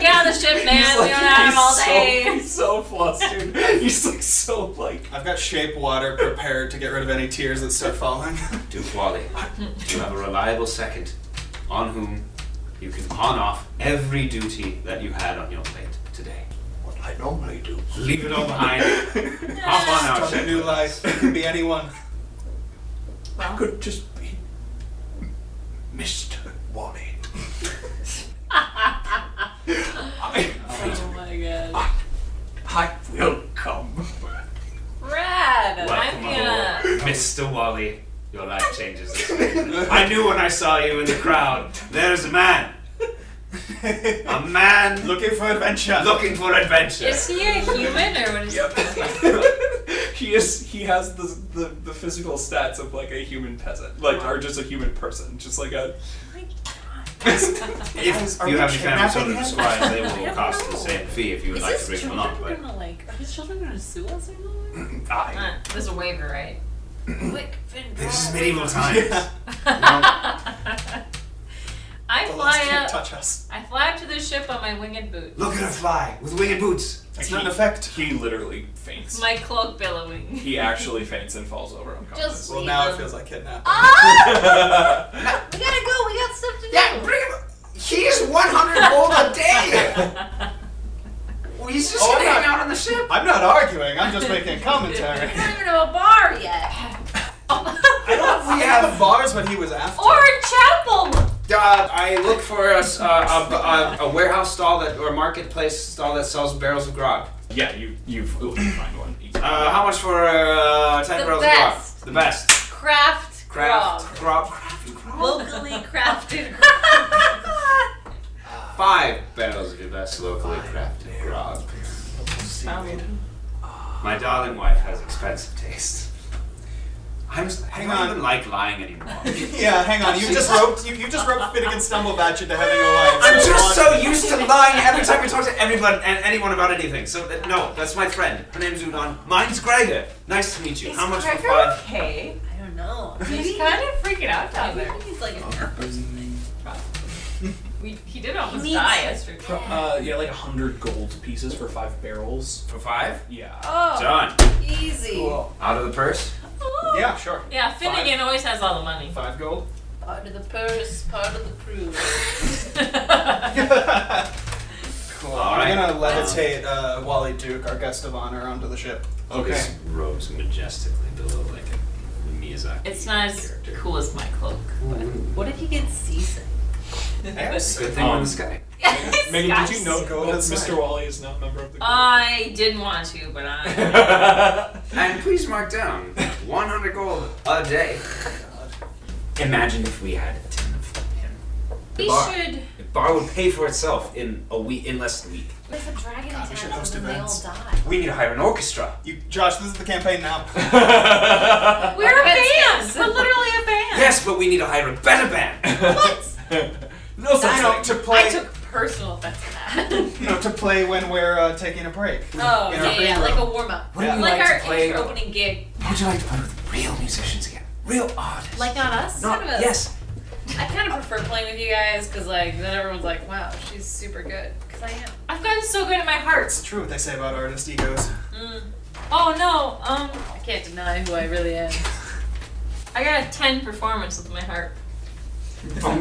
A: get on the ship, man.
R: He's
A: we
R: like-
A: don't have
R: he's
A: him all
R: so-
A: day.
B: he's so flustered. He's like so like.
H: I've got shape water prepared to get rid of any tears that start falling.
I: Duquali, you have a reliable second on whom you can pawn off every duty that you had on your plate today.
R: What I normally do.
I: Leave it all behind. Hop on
H: Start
I: our
H: a
I: ship.
H: new life. It could be anyone.
R: I could just be Mr. Wally.
Q: Oh my god.
R: I will come.
Q: Rad!
I: Welcome
Q: I'm gonna.
I: aboard, Mr. Wally. Your life changes. this way. I knew when I saw you in the crowd. There's a man. A man
H: looking for adventure.
I: Looking for adventure.
A: Is he a human or what is
B: He is. He has the, the the physical stats of like a human peasant, like or just a human person, just like a.
I: If you have any family children to squire, they will cost the same fee if you would
Q: Is
I: like to
Q: his
I: bring them
Q: children
I: up. But
Q: gonna like? Are his children gonna sue us or something?
I: I,
A: There's a waiver, right?
Q: Quick, Finn.
I: this is
Q: drive.
I: medieval times.
A: I
H: The laws
A: fly
H: can't
A: up.
H: touch us.
A: I fly up to the ship on my winged boot.
I: Look at her fly with winged boots.
H: It's not an effect.
B: He literally faints.
A: My cloak billowing.
B: He actually faints and falls over unconscious.
A: Just
H: Well,
A: leave
H: now
A: him.
H: it feels like kidnapping.
A: Ah!
Q: We gotta go. We got stuff to do.
I: Yeah, bring him. He's 100 gold a day. Well, he's just
H: Oh,
I: gonna
H: I'm
I: hang
H: not-
I: out on the ship.
H: I'm not arguing. I'm just making commentary.
Q: We're not even to a bar yet.
H: I don't. We have bars, what he was after.
A: Or a chapel.
I: Uh, I look for us uh, a, a, a warehouse stall that or marketplace stall that sells barrels of grog.
B: Yeah, you you you can find one.
I: Uh, how much for uh, 10
Q: The
I: barrels
Q: best.
I: of grog? The best.
Q: Craft.
I: Craft, grog, craft,
Q: grog.
I: grog.
Q: Locally crafted.
I: Five barrels of your best locally crafted grog. My darling wife has expensive taste. I'm s- I
H: Hang
I: don't
H: on.
I: even like lying anymore.
H: Yeah, hang on. You just roped. You, you just roped Finnegan Stumblebatch into having a life.
I: I'm just so
H: on.
I: used to lying every time we talk to everyone and anyone about anything. So that, no, that's my friend. Her name's Udon. Mine's Gregor. Nice to meet you. How much for
A: Gregor
I: five?
A: okay?
Q: I don't know.
A: He's kind of freaking out down
Q: Maybe
A: there.
Q: he's like a nap or something.
A: We, he did almost
Q: He needs-
A: die yesterday.
B: Pro- uh, yeah, like a hundred gold pieces for five barrels.
I: For five?
B: Yeah.
Q: Oh,
I: Done.
Q: easy.
I: Out of the purse.
Q: Oh,
H: Yeah, sure.
A: Yeah, Finnegan always has all the money.
H: Five gold.
Q: Part of the purse, part of the crew.
H: Cool.
I: All
H: I'm
I: right.
H: gonna levitate uh, Wally Duke, our guest of honor, onto the ship.
I: This rose majestically below like a Miyazaki.
A: It's not as
I: character.
A: cool as my cloak.
Q: What if he gets seasick?
I: Good thing we're in the sky.
B: Megan, did you
A: Guys.
B: know
H: Go
B: that
H: outside.
B: Mr. Wally is not a member
A: Uh,
B: of the
A: I didn't want to, but I.
I: And please mark down 100 gold a day. Imagine if we had 10 of him.
A: We
I: bar.
A: should.
I: The bar would pay for itself in a week, in less than a week.
Q: What if a dragon
H: God, we should
Q: attacks
H: host
Q: them and they all
H: events.
Q: die?
I: We need to hire an orchestra.
H: You, Josh, this is the campaign now.
A: We're a band.
Q: That's
A: We're literally a band.
I: Yes, but we need to hire a better band.
B: no
H: You know,
B: such
H: to
B: thing.
H: play,
A: I took personal offense to that.
H: you know, to play when we're uh, taking a break.
Q: Oh,
H: In our
Q: yeah, yeah,
H: green
Q: like
H: room.
Q: a warm up.
I: Wouldn't you
Q: Like,
I: like to
Q: our
I: play-
Q: intro opening gig.
I: How would you like to play with real musicians again? Real artists.
Q: Like, not us?
I: Not-
Q: kind of a,
I: yes.
Q: I kind of prefer playing with you guys because, like, then everyone's like, wow, she's super good. Because I am.
A: I've gotten so good at my
H: It's
A: heart.
H: true what they say about artist egos.
A: Oh no. Um,
Q: Mm. I can't deny who I really am.
A: I got a ten performance with my heart.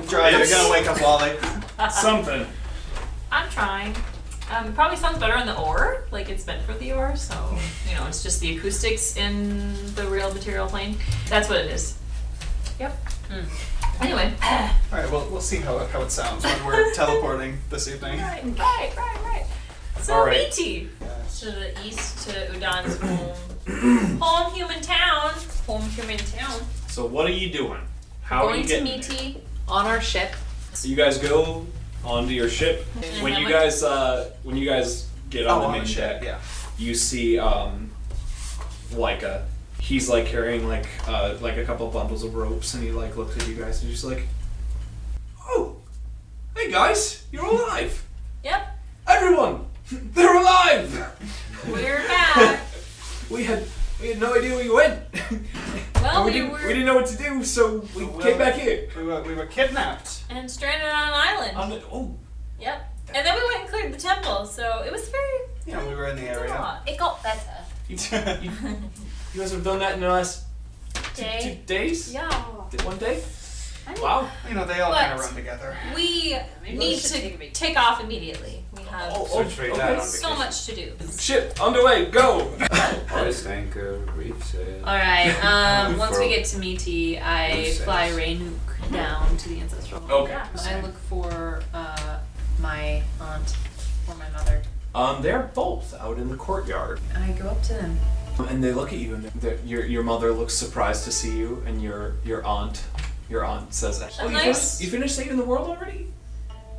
H: Dry, you're gonna wake up Wally.
B: something.
A: I'm trying. Um, it probably sounds better on the oar, like it's meant for the oar, so you know, it's just the acoustics in the real material plane. That's what it is. Yep. Anyway.
H: All right. Well, we'll see how it, how it sounds when we're teleporting this evening.
A: Right, right, right, right. So
H: All right.
A: Meaty to the east to Udan's home, home human town, home human town.
B: So what are you doing? How
A: Going
B: are you
A: to
B: getting?
A: Meaty on our ship.
B: So you guys go onto your ship.
A: And
B: When
A: how
B: you
A: much-
B: guys uh, when you guys get
H: Oh,
B: on
H: on
B: the main
H: the ship,
B: deck,
H: yeah.
B: you see um, like a he's like carrying like uh, like a couple bundles of ropes, and he like looks at you guys and he's like, "Oh, hey guys, you're all alive!
A: Yep,
B: Everyone, they're alive!
A: we're back.
B: We had we had no idea where you went. And
A: Well,
B: we,
A: we
B: didn't
A: were-
B: we didn't know what to do, so we came back here.
H: We were, we were kidnapped.
A: and stranded on an island.
B: On the, oh,
A: Yep. And then we went and cleared the temple, so it was very.
H: You know, we were in the
A: It's a
H: area.
A: lot. It got better.
B: you, you, you guys have done that in the last two
A: Day.
B: days?
A: Yeah.
B: Did One day?
A: I don't-
B: Wow.
H: You know, they all kind
A: But-
H: of run together.
A: We
H: maybe we
A: need
H: should
A: to take, off immediately. We have
B: Oh, oh, okay.
A: so much to do.
B: Ship underway, go!
I: Hoist anchor, uh, reef sail.
G: All right. Um, once we
I: Furl.
G: get to Meaty, I
I: Process.
G: fly Raynuk down to the ancestral. home.
B: Okay.
G: I look for uh, my aunt or my mother.
B: Um, they're both out in the courtyard.
G: I go up to them.
B: And they look at you, and they're- your your mother looks surprised to see you, and your your aunt, your aunt says, "Oh, you,
G: nice-
B: fin- you finished saving the world already?"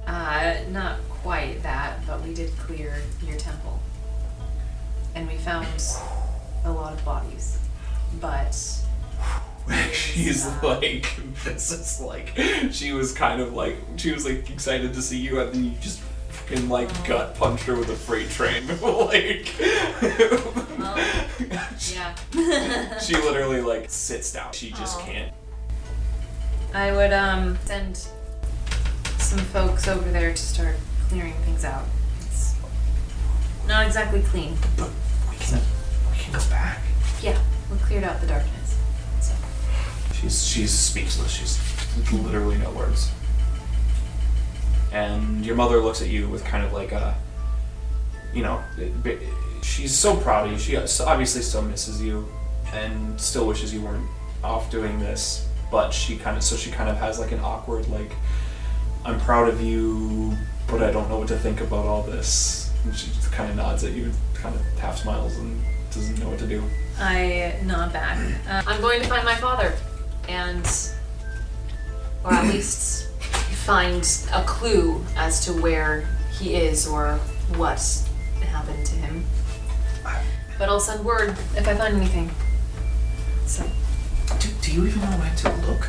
G: Uh, not quite that, but we did clear your temple, and we found a lot of bodies, but.
B: She's like, this is like, she was kind of like, she was like excited to see you, and then you just fucking like gut punch her with a freight train, like.
G: Yeah.
B: she literally like sits down. She just
G: Aw.
B: can't.
G: I would um send some folks over there to start clearing things out. It's not exactly clean.
R: We can, we can go back.
G: Yeah, we cleared out the darkness. So
B: She's she's speechless. She's literally no words. And your mother looks at you with kind of like a, you know, it- bi- she's so proud of you. She obviously still misses you, and still wishes you weren't off doing this. But she kind of so she kind of has like an awkward like, I'm proud of you, but I don't know what to think about all this. And she just kind of nods at you, kind of half smiles, and doesn't know what to do.
G: I nod back. Uh, I'm going to find my father, and or at least find a clue as to where he is or what happened to him. But I'll send word if I find anything. So
B: Do, do you even know where to look?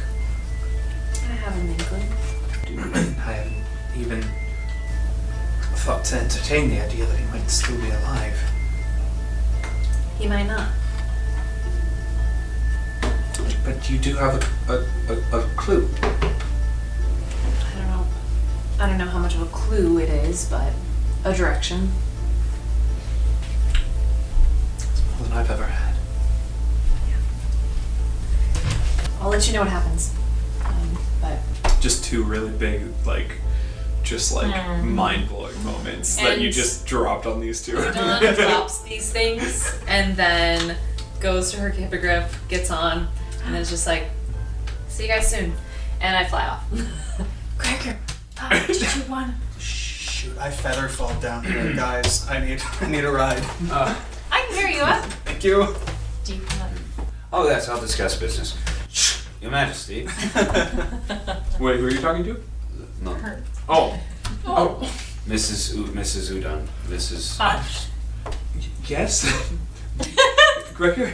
G: I have an inkling.
R: I haven't even thought to entertain the idea that he might still be alive.
G: He might not.
R: But you do have a, a, a, a clue.
G: I don't know. I don't know how much of a clue it is, but a direction.
R: It's more than I've ever had.
G: I'll let you know what happens. Um, but
B: just two really big like just like
G: Mm.
B: mind-blowing moments that you
G: And-
B: just dropped on these two
G: Dawn drops these things and then goes to her hippogriff, gets on, and is just like, "See you guys soon." And I fly off. Cracker, pop, did you want?
H: Shoot, I feather fall down here, guys. I need I need a ride. Uh,
A: I can hear you up.
H: thank you.
A: Deep
I: Oh, yes, I'll discuss business. Your Majesty.
B: wait who are you talking to
I: No.
B: oh
A: Oh.
I: Mrs. U- Mrs. Udon. Mrs.
A: Uh,
B: yes Gregor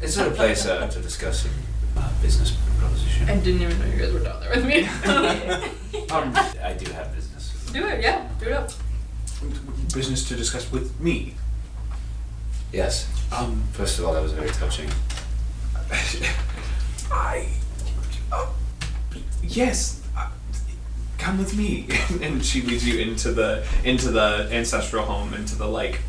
I: Is there a place uh, to discuss a uh, business proposition?
G: I didn't even know you guys were down there with me.
B: um
I: I do have business.
G: do it, yeah, do it up.
B: business to discuss with me
I: Yes.
B: um
I: First of all, that was very touching.
B: I uh, yes uh, come with me and she leads you into the into the ancestral home into the like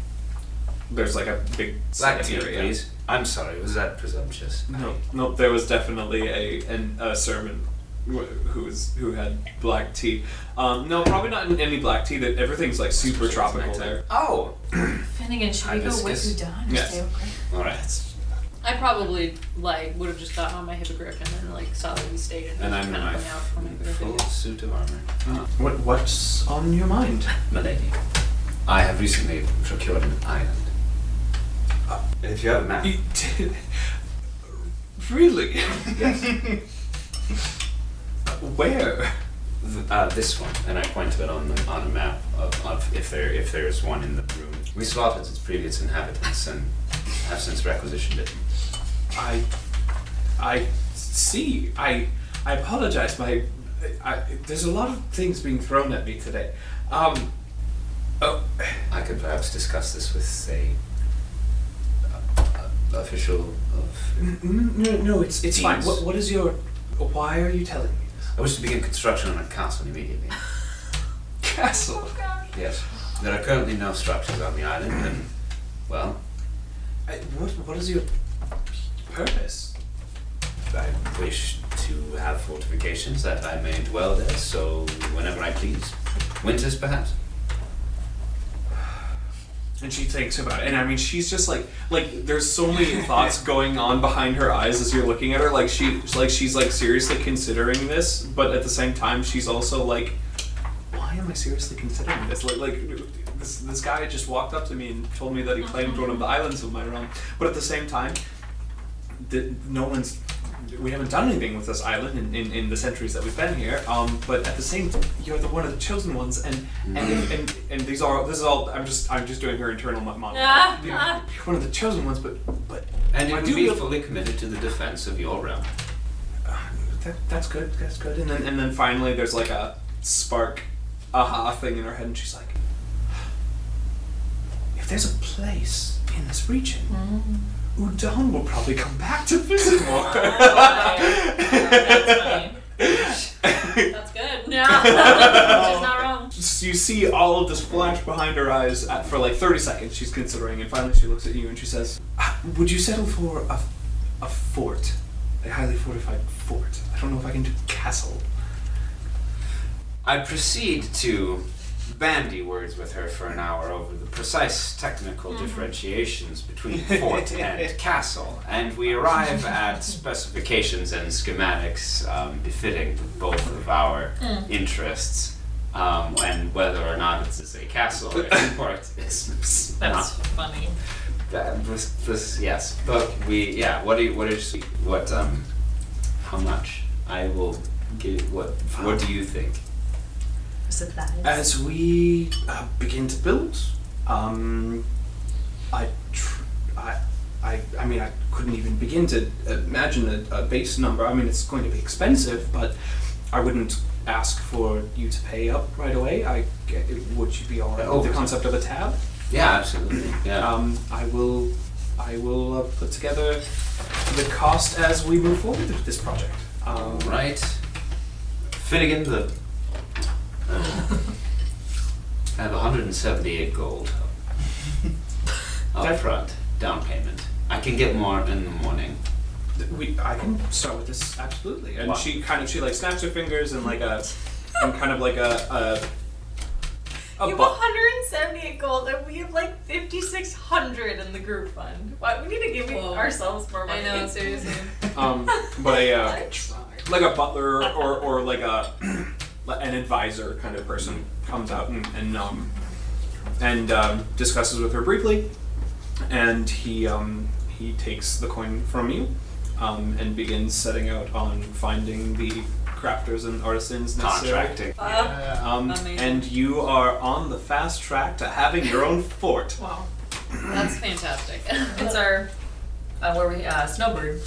B: there's like a big
I: Black tea,
B: area.
I: please. I'm sorry, was that presumptuous?
B: No, no, there was definitely a an, a sermon wh- who was who had black tea. Um, no, probably not in any black tea. That everything's like super tropical there.
I: Oh!
A: Finnegan, should
I: I
A: we go with
I: discuss-
A: Udan? or
B: Yes.
A: stay with Greg?
I: Alright.
G: I probably like would have just gotten on my hippogriff and then like solidly stayed in
I: And I'm in
G: kind
I: my
G: of hung out from it.
I: full suit of armor. Ah,
B: What, what's on your mind?
I: milady, I have recently procured an island. Uh, if you have a map.
B: You did. Really?
I: Yes.
B: Where?
I: Th- Uh, this one, and I point to it on the, on a map of, of if there if there is one in the room. We slaughtered its previous inhabitants and have since requisitioned it.
B: I, I see. I, I apologize. My, I, there's a lot of things being thrown at me today. Um, oh,
I: I could perhaps discuss this with say a- a- official of.
B: n- n- Mm, no, no, it's it's fine.
I: Teams.
B: What, what is your? Why are you telling me?
I: I wish to begin construction on a castle immediately.
B: Castle.
I: Yes, there are currently no structures on the island, and well,
B: I, what what is your purpose?
I: I wish to have fortifications that I may dwell there, so whenever I please. Winters, perhaps.
B: And she thinks about it, and I mean, she's just like, like, there's so many thoughts going on behind her eyes as you're looking at her. Like she, like she's like seriously considering this, but at the same time, she's also like, why am I seriously considering this? Like, like this this guy just walked up to me and told me that he claimed one of the islands of my realm, but at the same time, th- no one's. We haven't done anything with this island in, in, in the centuries that we've been here. Um, but at the same, t- you're the one of the chosen ones, and and, and and these are this is all. I'm just I'm just doing her internal mo- monologue.
A: Ah.
B: You're one of the chosen ones, but but
I: And it
B: I
I: would
B: do
I: be
B: feel-
I: fully committed to the defense of your realm.
B: that, that's good. That's good. And then and then finally, there's like a spark, aha thing in her head, and she's like, if there's a place in this region,
A: Mm.
B: Udon will probably come back to visit more.
G: That's good. No, she's not wrong.
B: So you see all of this flash behind her eyes at, for like 30 seconds. She's considering, and finally she looks at you and she says, "Ah, Would you settle for a, a fort? A highly fortified fort? I don't know if I can do castle.
I: I proceed to bandy words with her for an hour over the precise technical
A: Mm-hmm.
I: differentiations between fort and castle, and we arrive at specifications and schematics um, befitting both of our
A: Mm.
I: interests, um, and whether or not this is a castle or a fort is
A: That's
I: not.
A: funny.
I: That, this, this, yes, but we, yeah. What do you, what is, what, um, how much? I will give. What, what do you think?
A: Supplies.
B: As we uh, begin to build, um, I, tr- I, I, I mean, I couldn't even begin to uh, imagine a, a base number. I mean, it's going to be expensive, but I wouldn't ask for you to pay up right away. I g- would you be all right
I: Oh,
B: with the concept of a tab?
I: Yeah, absolutely. Yeah.
B: Um, I will, I will uh, put together the cost as we move forward with this project. Um,
I: Right. Finnegan the. uh, I have 178 gold up
B: That-
I: front, down payment. I can get more in the morning.
B: Th- We, I can start with this absolutely. And
I: Wow.
B: she kind of she like snaps her fingers and like a and kind of like a a, a
A: You have
B: bu-
A: 178 gold, and we have like 5,600 in the group fund. Why we need to give
G: Whoa.
A: ourselves more money?
G: I know, seriously.
B: um but a uh, like a butler or or like a like an advisor kind of person comes out and, and um and um, discusses with her briefly, and he um he takes the coin from you. Um, and begins setting out on finding the crafters and artisans necessary.
I: Contracting.
G: Uh,
B: Um,
G: Amazing.
B: and you are on the fast track to having your own fort.
G: Wow, that's fantastic.
A: It's our uh, where we uh, snowbird.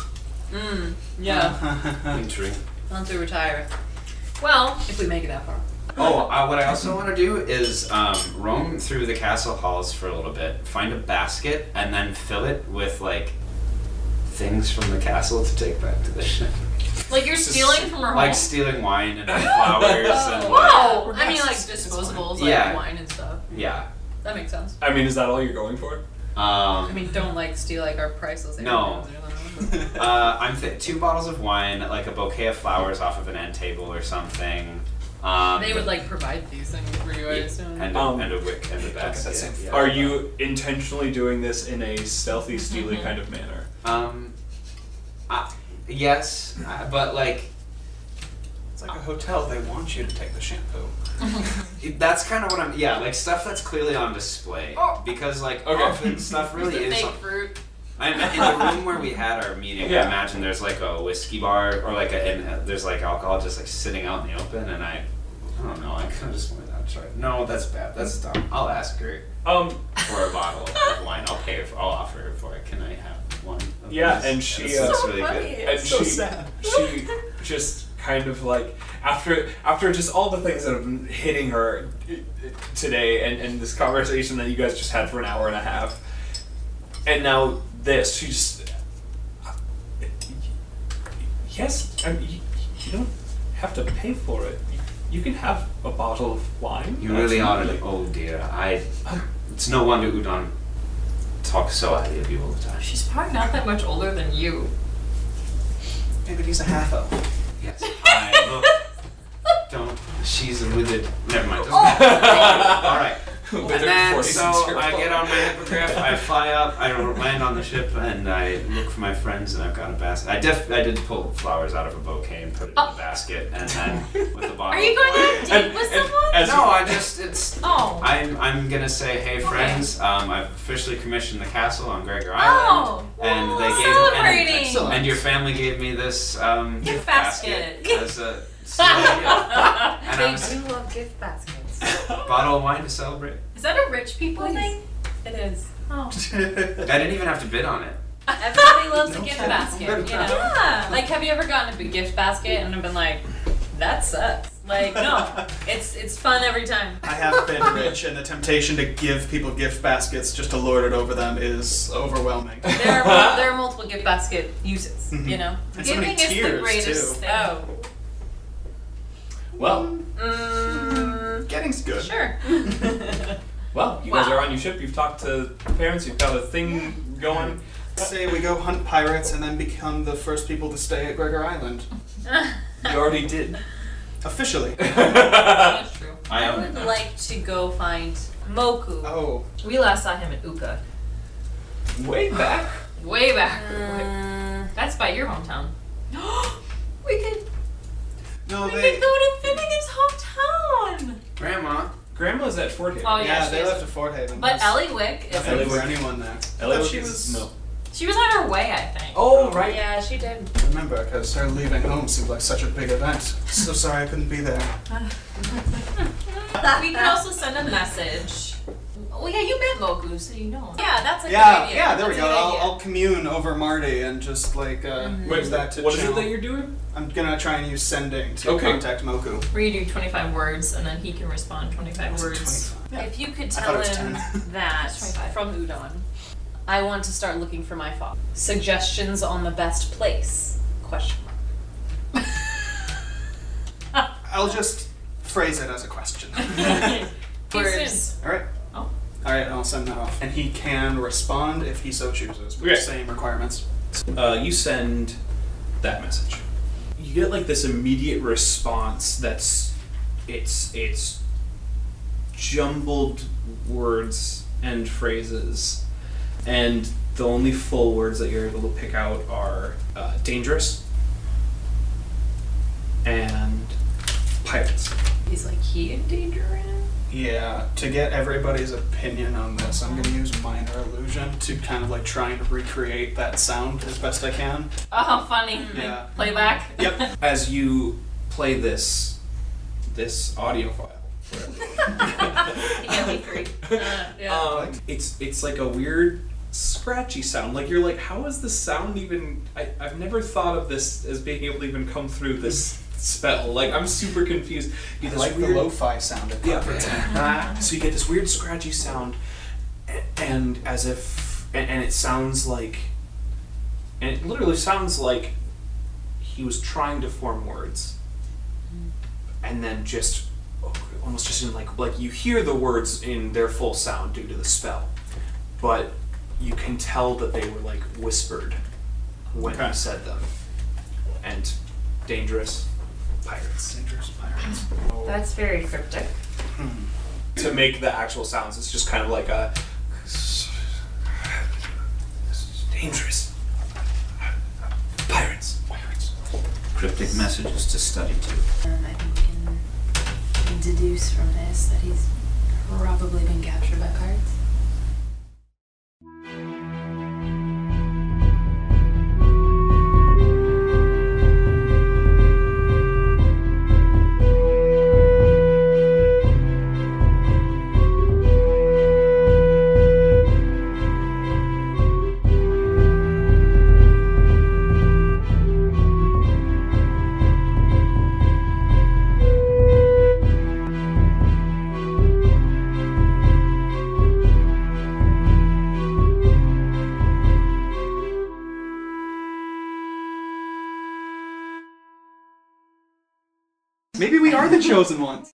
G: Mm, yeah,
I: Entry.
G: once we retire,
A: Well,
G: if we make it that far.
I: Oh, uh, what I also want to do is um, roam through the castle halls for a little bit, find a basket, and then fill it with like things from the castle to take back to the ship.
A: like you're stealing from her
I: Like
A: home.
I: stealing wine and flowers and like,
A: Whoa!
G: I mean, like
A: Yes.
G: disposables, like
I: Yeah.
G: wine and stuff.
I: yeah.
G: That makes sense.
B: I mean, is that all you're going for?
G: I
I: Um,
G: mean, don't like steal like our priceless.
I: No.
G: heirlooms or whatever.
I: uh, I'm th- two bottles of wine, like a bouquet of flowers off of an end table or something. Um,
G: They would like provide these things for you, I assume.
I: and a,
B: Um,
I: and a wick and a basket. yeah.
B: Are you intentionally doing this in a stealthy, steely kind of manner?
I: Um,
M: Yes, uh, but like
H: It's like a hotel. They want you to take the shampoo.
I: That's kind of what I'm. Yeah, like stuff that's clearly on display.
H: Oh.
I: Because like
H: Okay.
I: often stuff really
A: the
I: is.
A: fake
I: on-
A: fruit.
I: I in the room where we had our meeting,
A: Yeah.
I: I imagine there's like a whiskey bar or like a and uh, there's like alcohol just like sitting out in the open, and I, I don't know. I kind of just wanted to try. it. No, that's bad. That's dumb. I'll ask her.
B: Um,
I: for a bottle of wine, I'll pay her. For, I'll offer her for it. Can I have one? Of
B: Yeah,
I: these?
B: and she
I: That
B: uh,
I: sounds really good.
B: and she she just kind of like after after just all the things that have been hitting her today and and this conversation that you guys just had for an hour and a half, and now this she just yes I mean, you, you don't have to pay for it. You, you can have a bottle of wine.
I: You really are
B: Absolutely.
I: an oh dear. I. It's no wonder Udon talks so highly of you all the time.
A: She's probably not that much older than you.
H: Hey, but he's a half elf.
I: Yes. I look. Don't. She's a withered. Never mind. doesn't
A: Oh,
I: matter. all right.
B: Withered
I: and then
B: voice
I: so
B: in your
I: I get on my
B: phone.
I: hippogriff. I fly up. I land on the ship, and I look for my friends. And I've got a basket. I def. I did pull flowers out of a bouquet and put it in a basket, and then with the bottle.
A: Oh. Are you
I: of
A: going
I: wine-
A: on a date with someone?
I: as- No, I just- it's-
A: Oh.
I: I'm, I'm gonna say, hey
A: Okay.
I: friends, um, I've officially commissioned the castle on Gregor
A: Oh,
I: Island, and they gave
A: celebrating.
I: and,
A: Excellent.
I: and your family gave me this um, gift basket, as a and I was
Q: they do love gift baskets.
I: bottle of wine to celebrate.
A: Is that a rich people thing?
Q: It is.
A: Oh.
I: I didn't even have to bid on it.
Q: Everybody loves a gift
A: kidding.
Q: basket, you know?
A: Yeah.
Q: Like, have you ever gotten a big gift basket and have been like, that sucks? Like, no, it's it's fun every time.
H: I have been rich, and the temptation to give people gift baskets just to lord it over them is overwhelming.
Q: There are, there are multiple gift basket uses, you know?
H: Mm-hmm. And so many Giving is the tiers, greatest too. thing.
Q: Oh.
B: Well,
Q: Mm,
H: Getting's good.
Q: Sure.
B: well, you guys are on your ship. You've talked to parents. You've got a thing going.
H: Say we go hunt pirates and then become the first people to stay at Gregor Island.
B: You already did.
H: Officially.
I: I
Q: I would like to go find Moku.
H: Oh.
A: We last saw him at Uka.
B: Way back.
A: Way back.
Q: Mm.
G: Mm.
A: That's by your hometown.
Q: we could
H: No,
A: we
H: they-
A: could go to Finnegans hometown.
I: Grandma.
B: Grandma's at Fort Haven.
A: Oh, yeah, she
H: they
A: is.
H: left to Fort Haven.
A: But Ellie Wick is
H: Ellie were anyone there.
B: Ellie
H: Though she
B: Wick
H: was. No.
A: She was on her way, I think.
B: Oh, right.
Q: Yeah, she did.
H: Remember, because her leaving home seemed like such a big event. So sorry I couldn't be there.
A: we could also send a message. Oh yeah, you met Moku, so you know. him.
Q: Yeah, that's a
H: yeah,
Q: good idea.
H: yeah, there we
Q: That's a good
H: go. I'll,
Q: idea. Mm-hmm.
H: I'll commune over Marty and just like uh,
B: Wait,
H: use that to
B: what is it
H: channel.
B: that you're doing?
H: I'm gonna try and use sending to
B: Okay.
H: contact Moku.
A: Where you do 25 words and then he can respond 25 words.
Q: If you could
H: I thought it
Q: tell
H: was
Q: him
H: 10.
Q: that from Udon, I want to start looking for my father. Suggestions on the best place? Question mark.
H: I'll just phrase it as a question.
Q: Words.
H: All right.
A: Oh.
H: All right, and I'll send that off. And he can respond if he so chooses with
B: Okay.
H: the same requirements.
B: uh, you send that message. You get like this immediate response that's it's it's jumbled words and phrases, and the only full words that you're able to pick out are uh, dangerous and pirates.
Q: He's like, he in danger right now?
H: Yeah, to get everybody's opinion on this, I'm gonna use minor illusion to kind of like try and recreate that sound as best I can.
A: Oh, funny.
H: Yeah.
A: Playback.
H: Yep.
B: As you play this this audio file. Um, it's it's like a weird scratchy sound. Like you're like, how is the sound even? I, I've never thought of this as being able to even come through this spell. Like I'm super confused. You get
H: I
B: this
H: like the
B: weird-
H: lo-fi sound of
B: Yeah.
H: conference.
B: so you get this weird scratchy sound, a- and as if and, and it sounds like, and it literally sounds like he was trying to form words, and then just almost just in like like you hear the words in their full sound due to the spell, but you can tell that they were like whispered when you said them, and dangerous pirates.
H: Dangerous pirates.
A: That's very cryptic.
B: to make the actual sounds. It's just kind of like a. This is dangerous. Pirates. cryptic messages to study to.
G: Um, I think we can deduce from this that he's probably been captured by cards.
H: Maybe we are the chosen ones.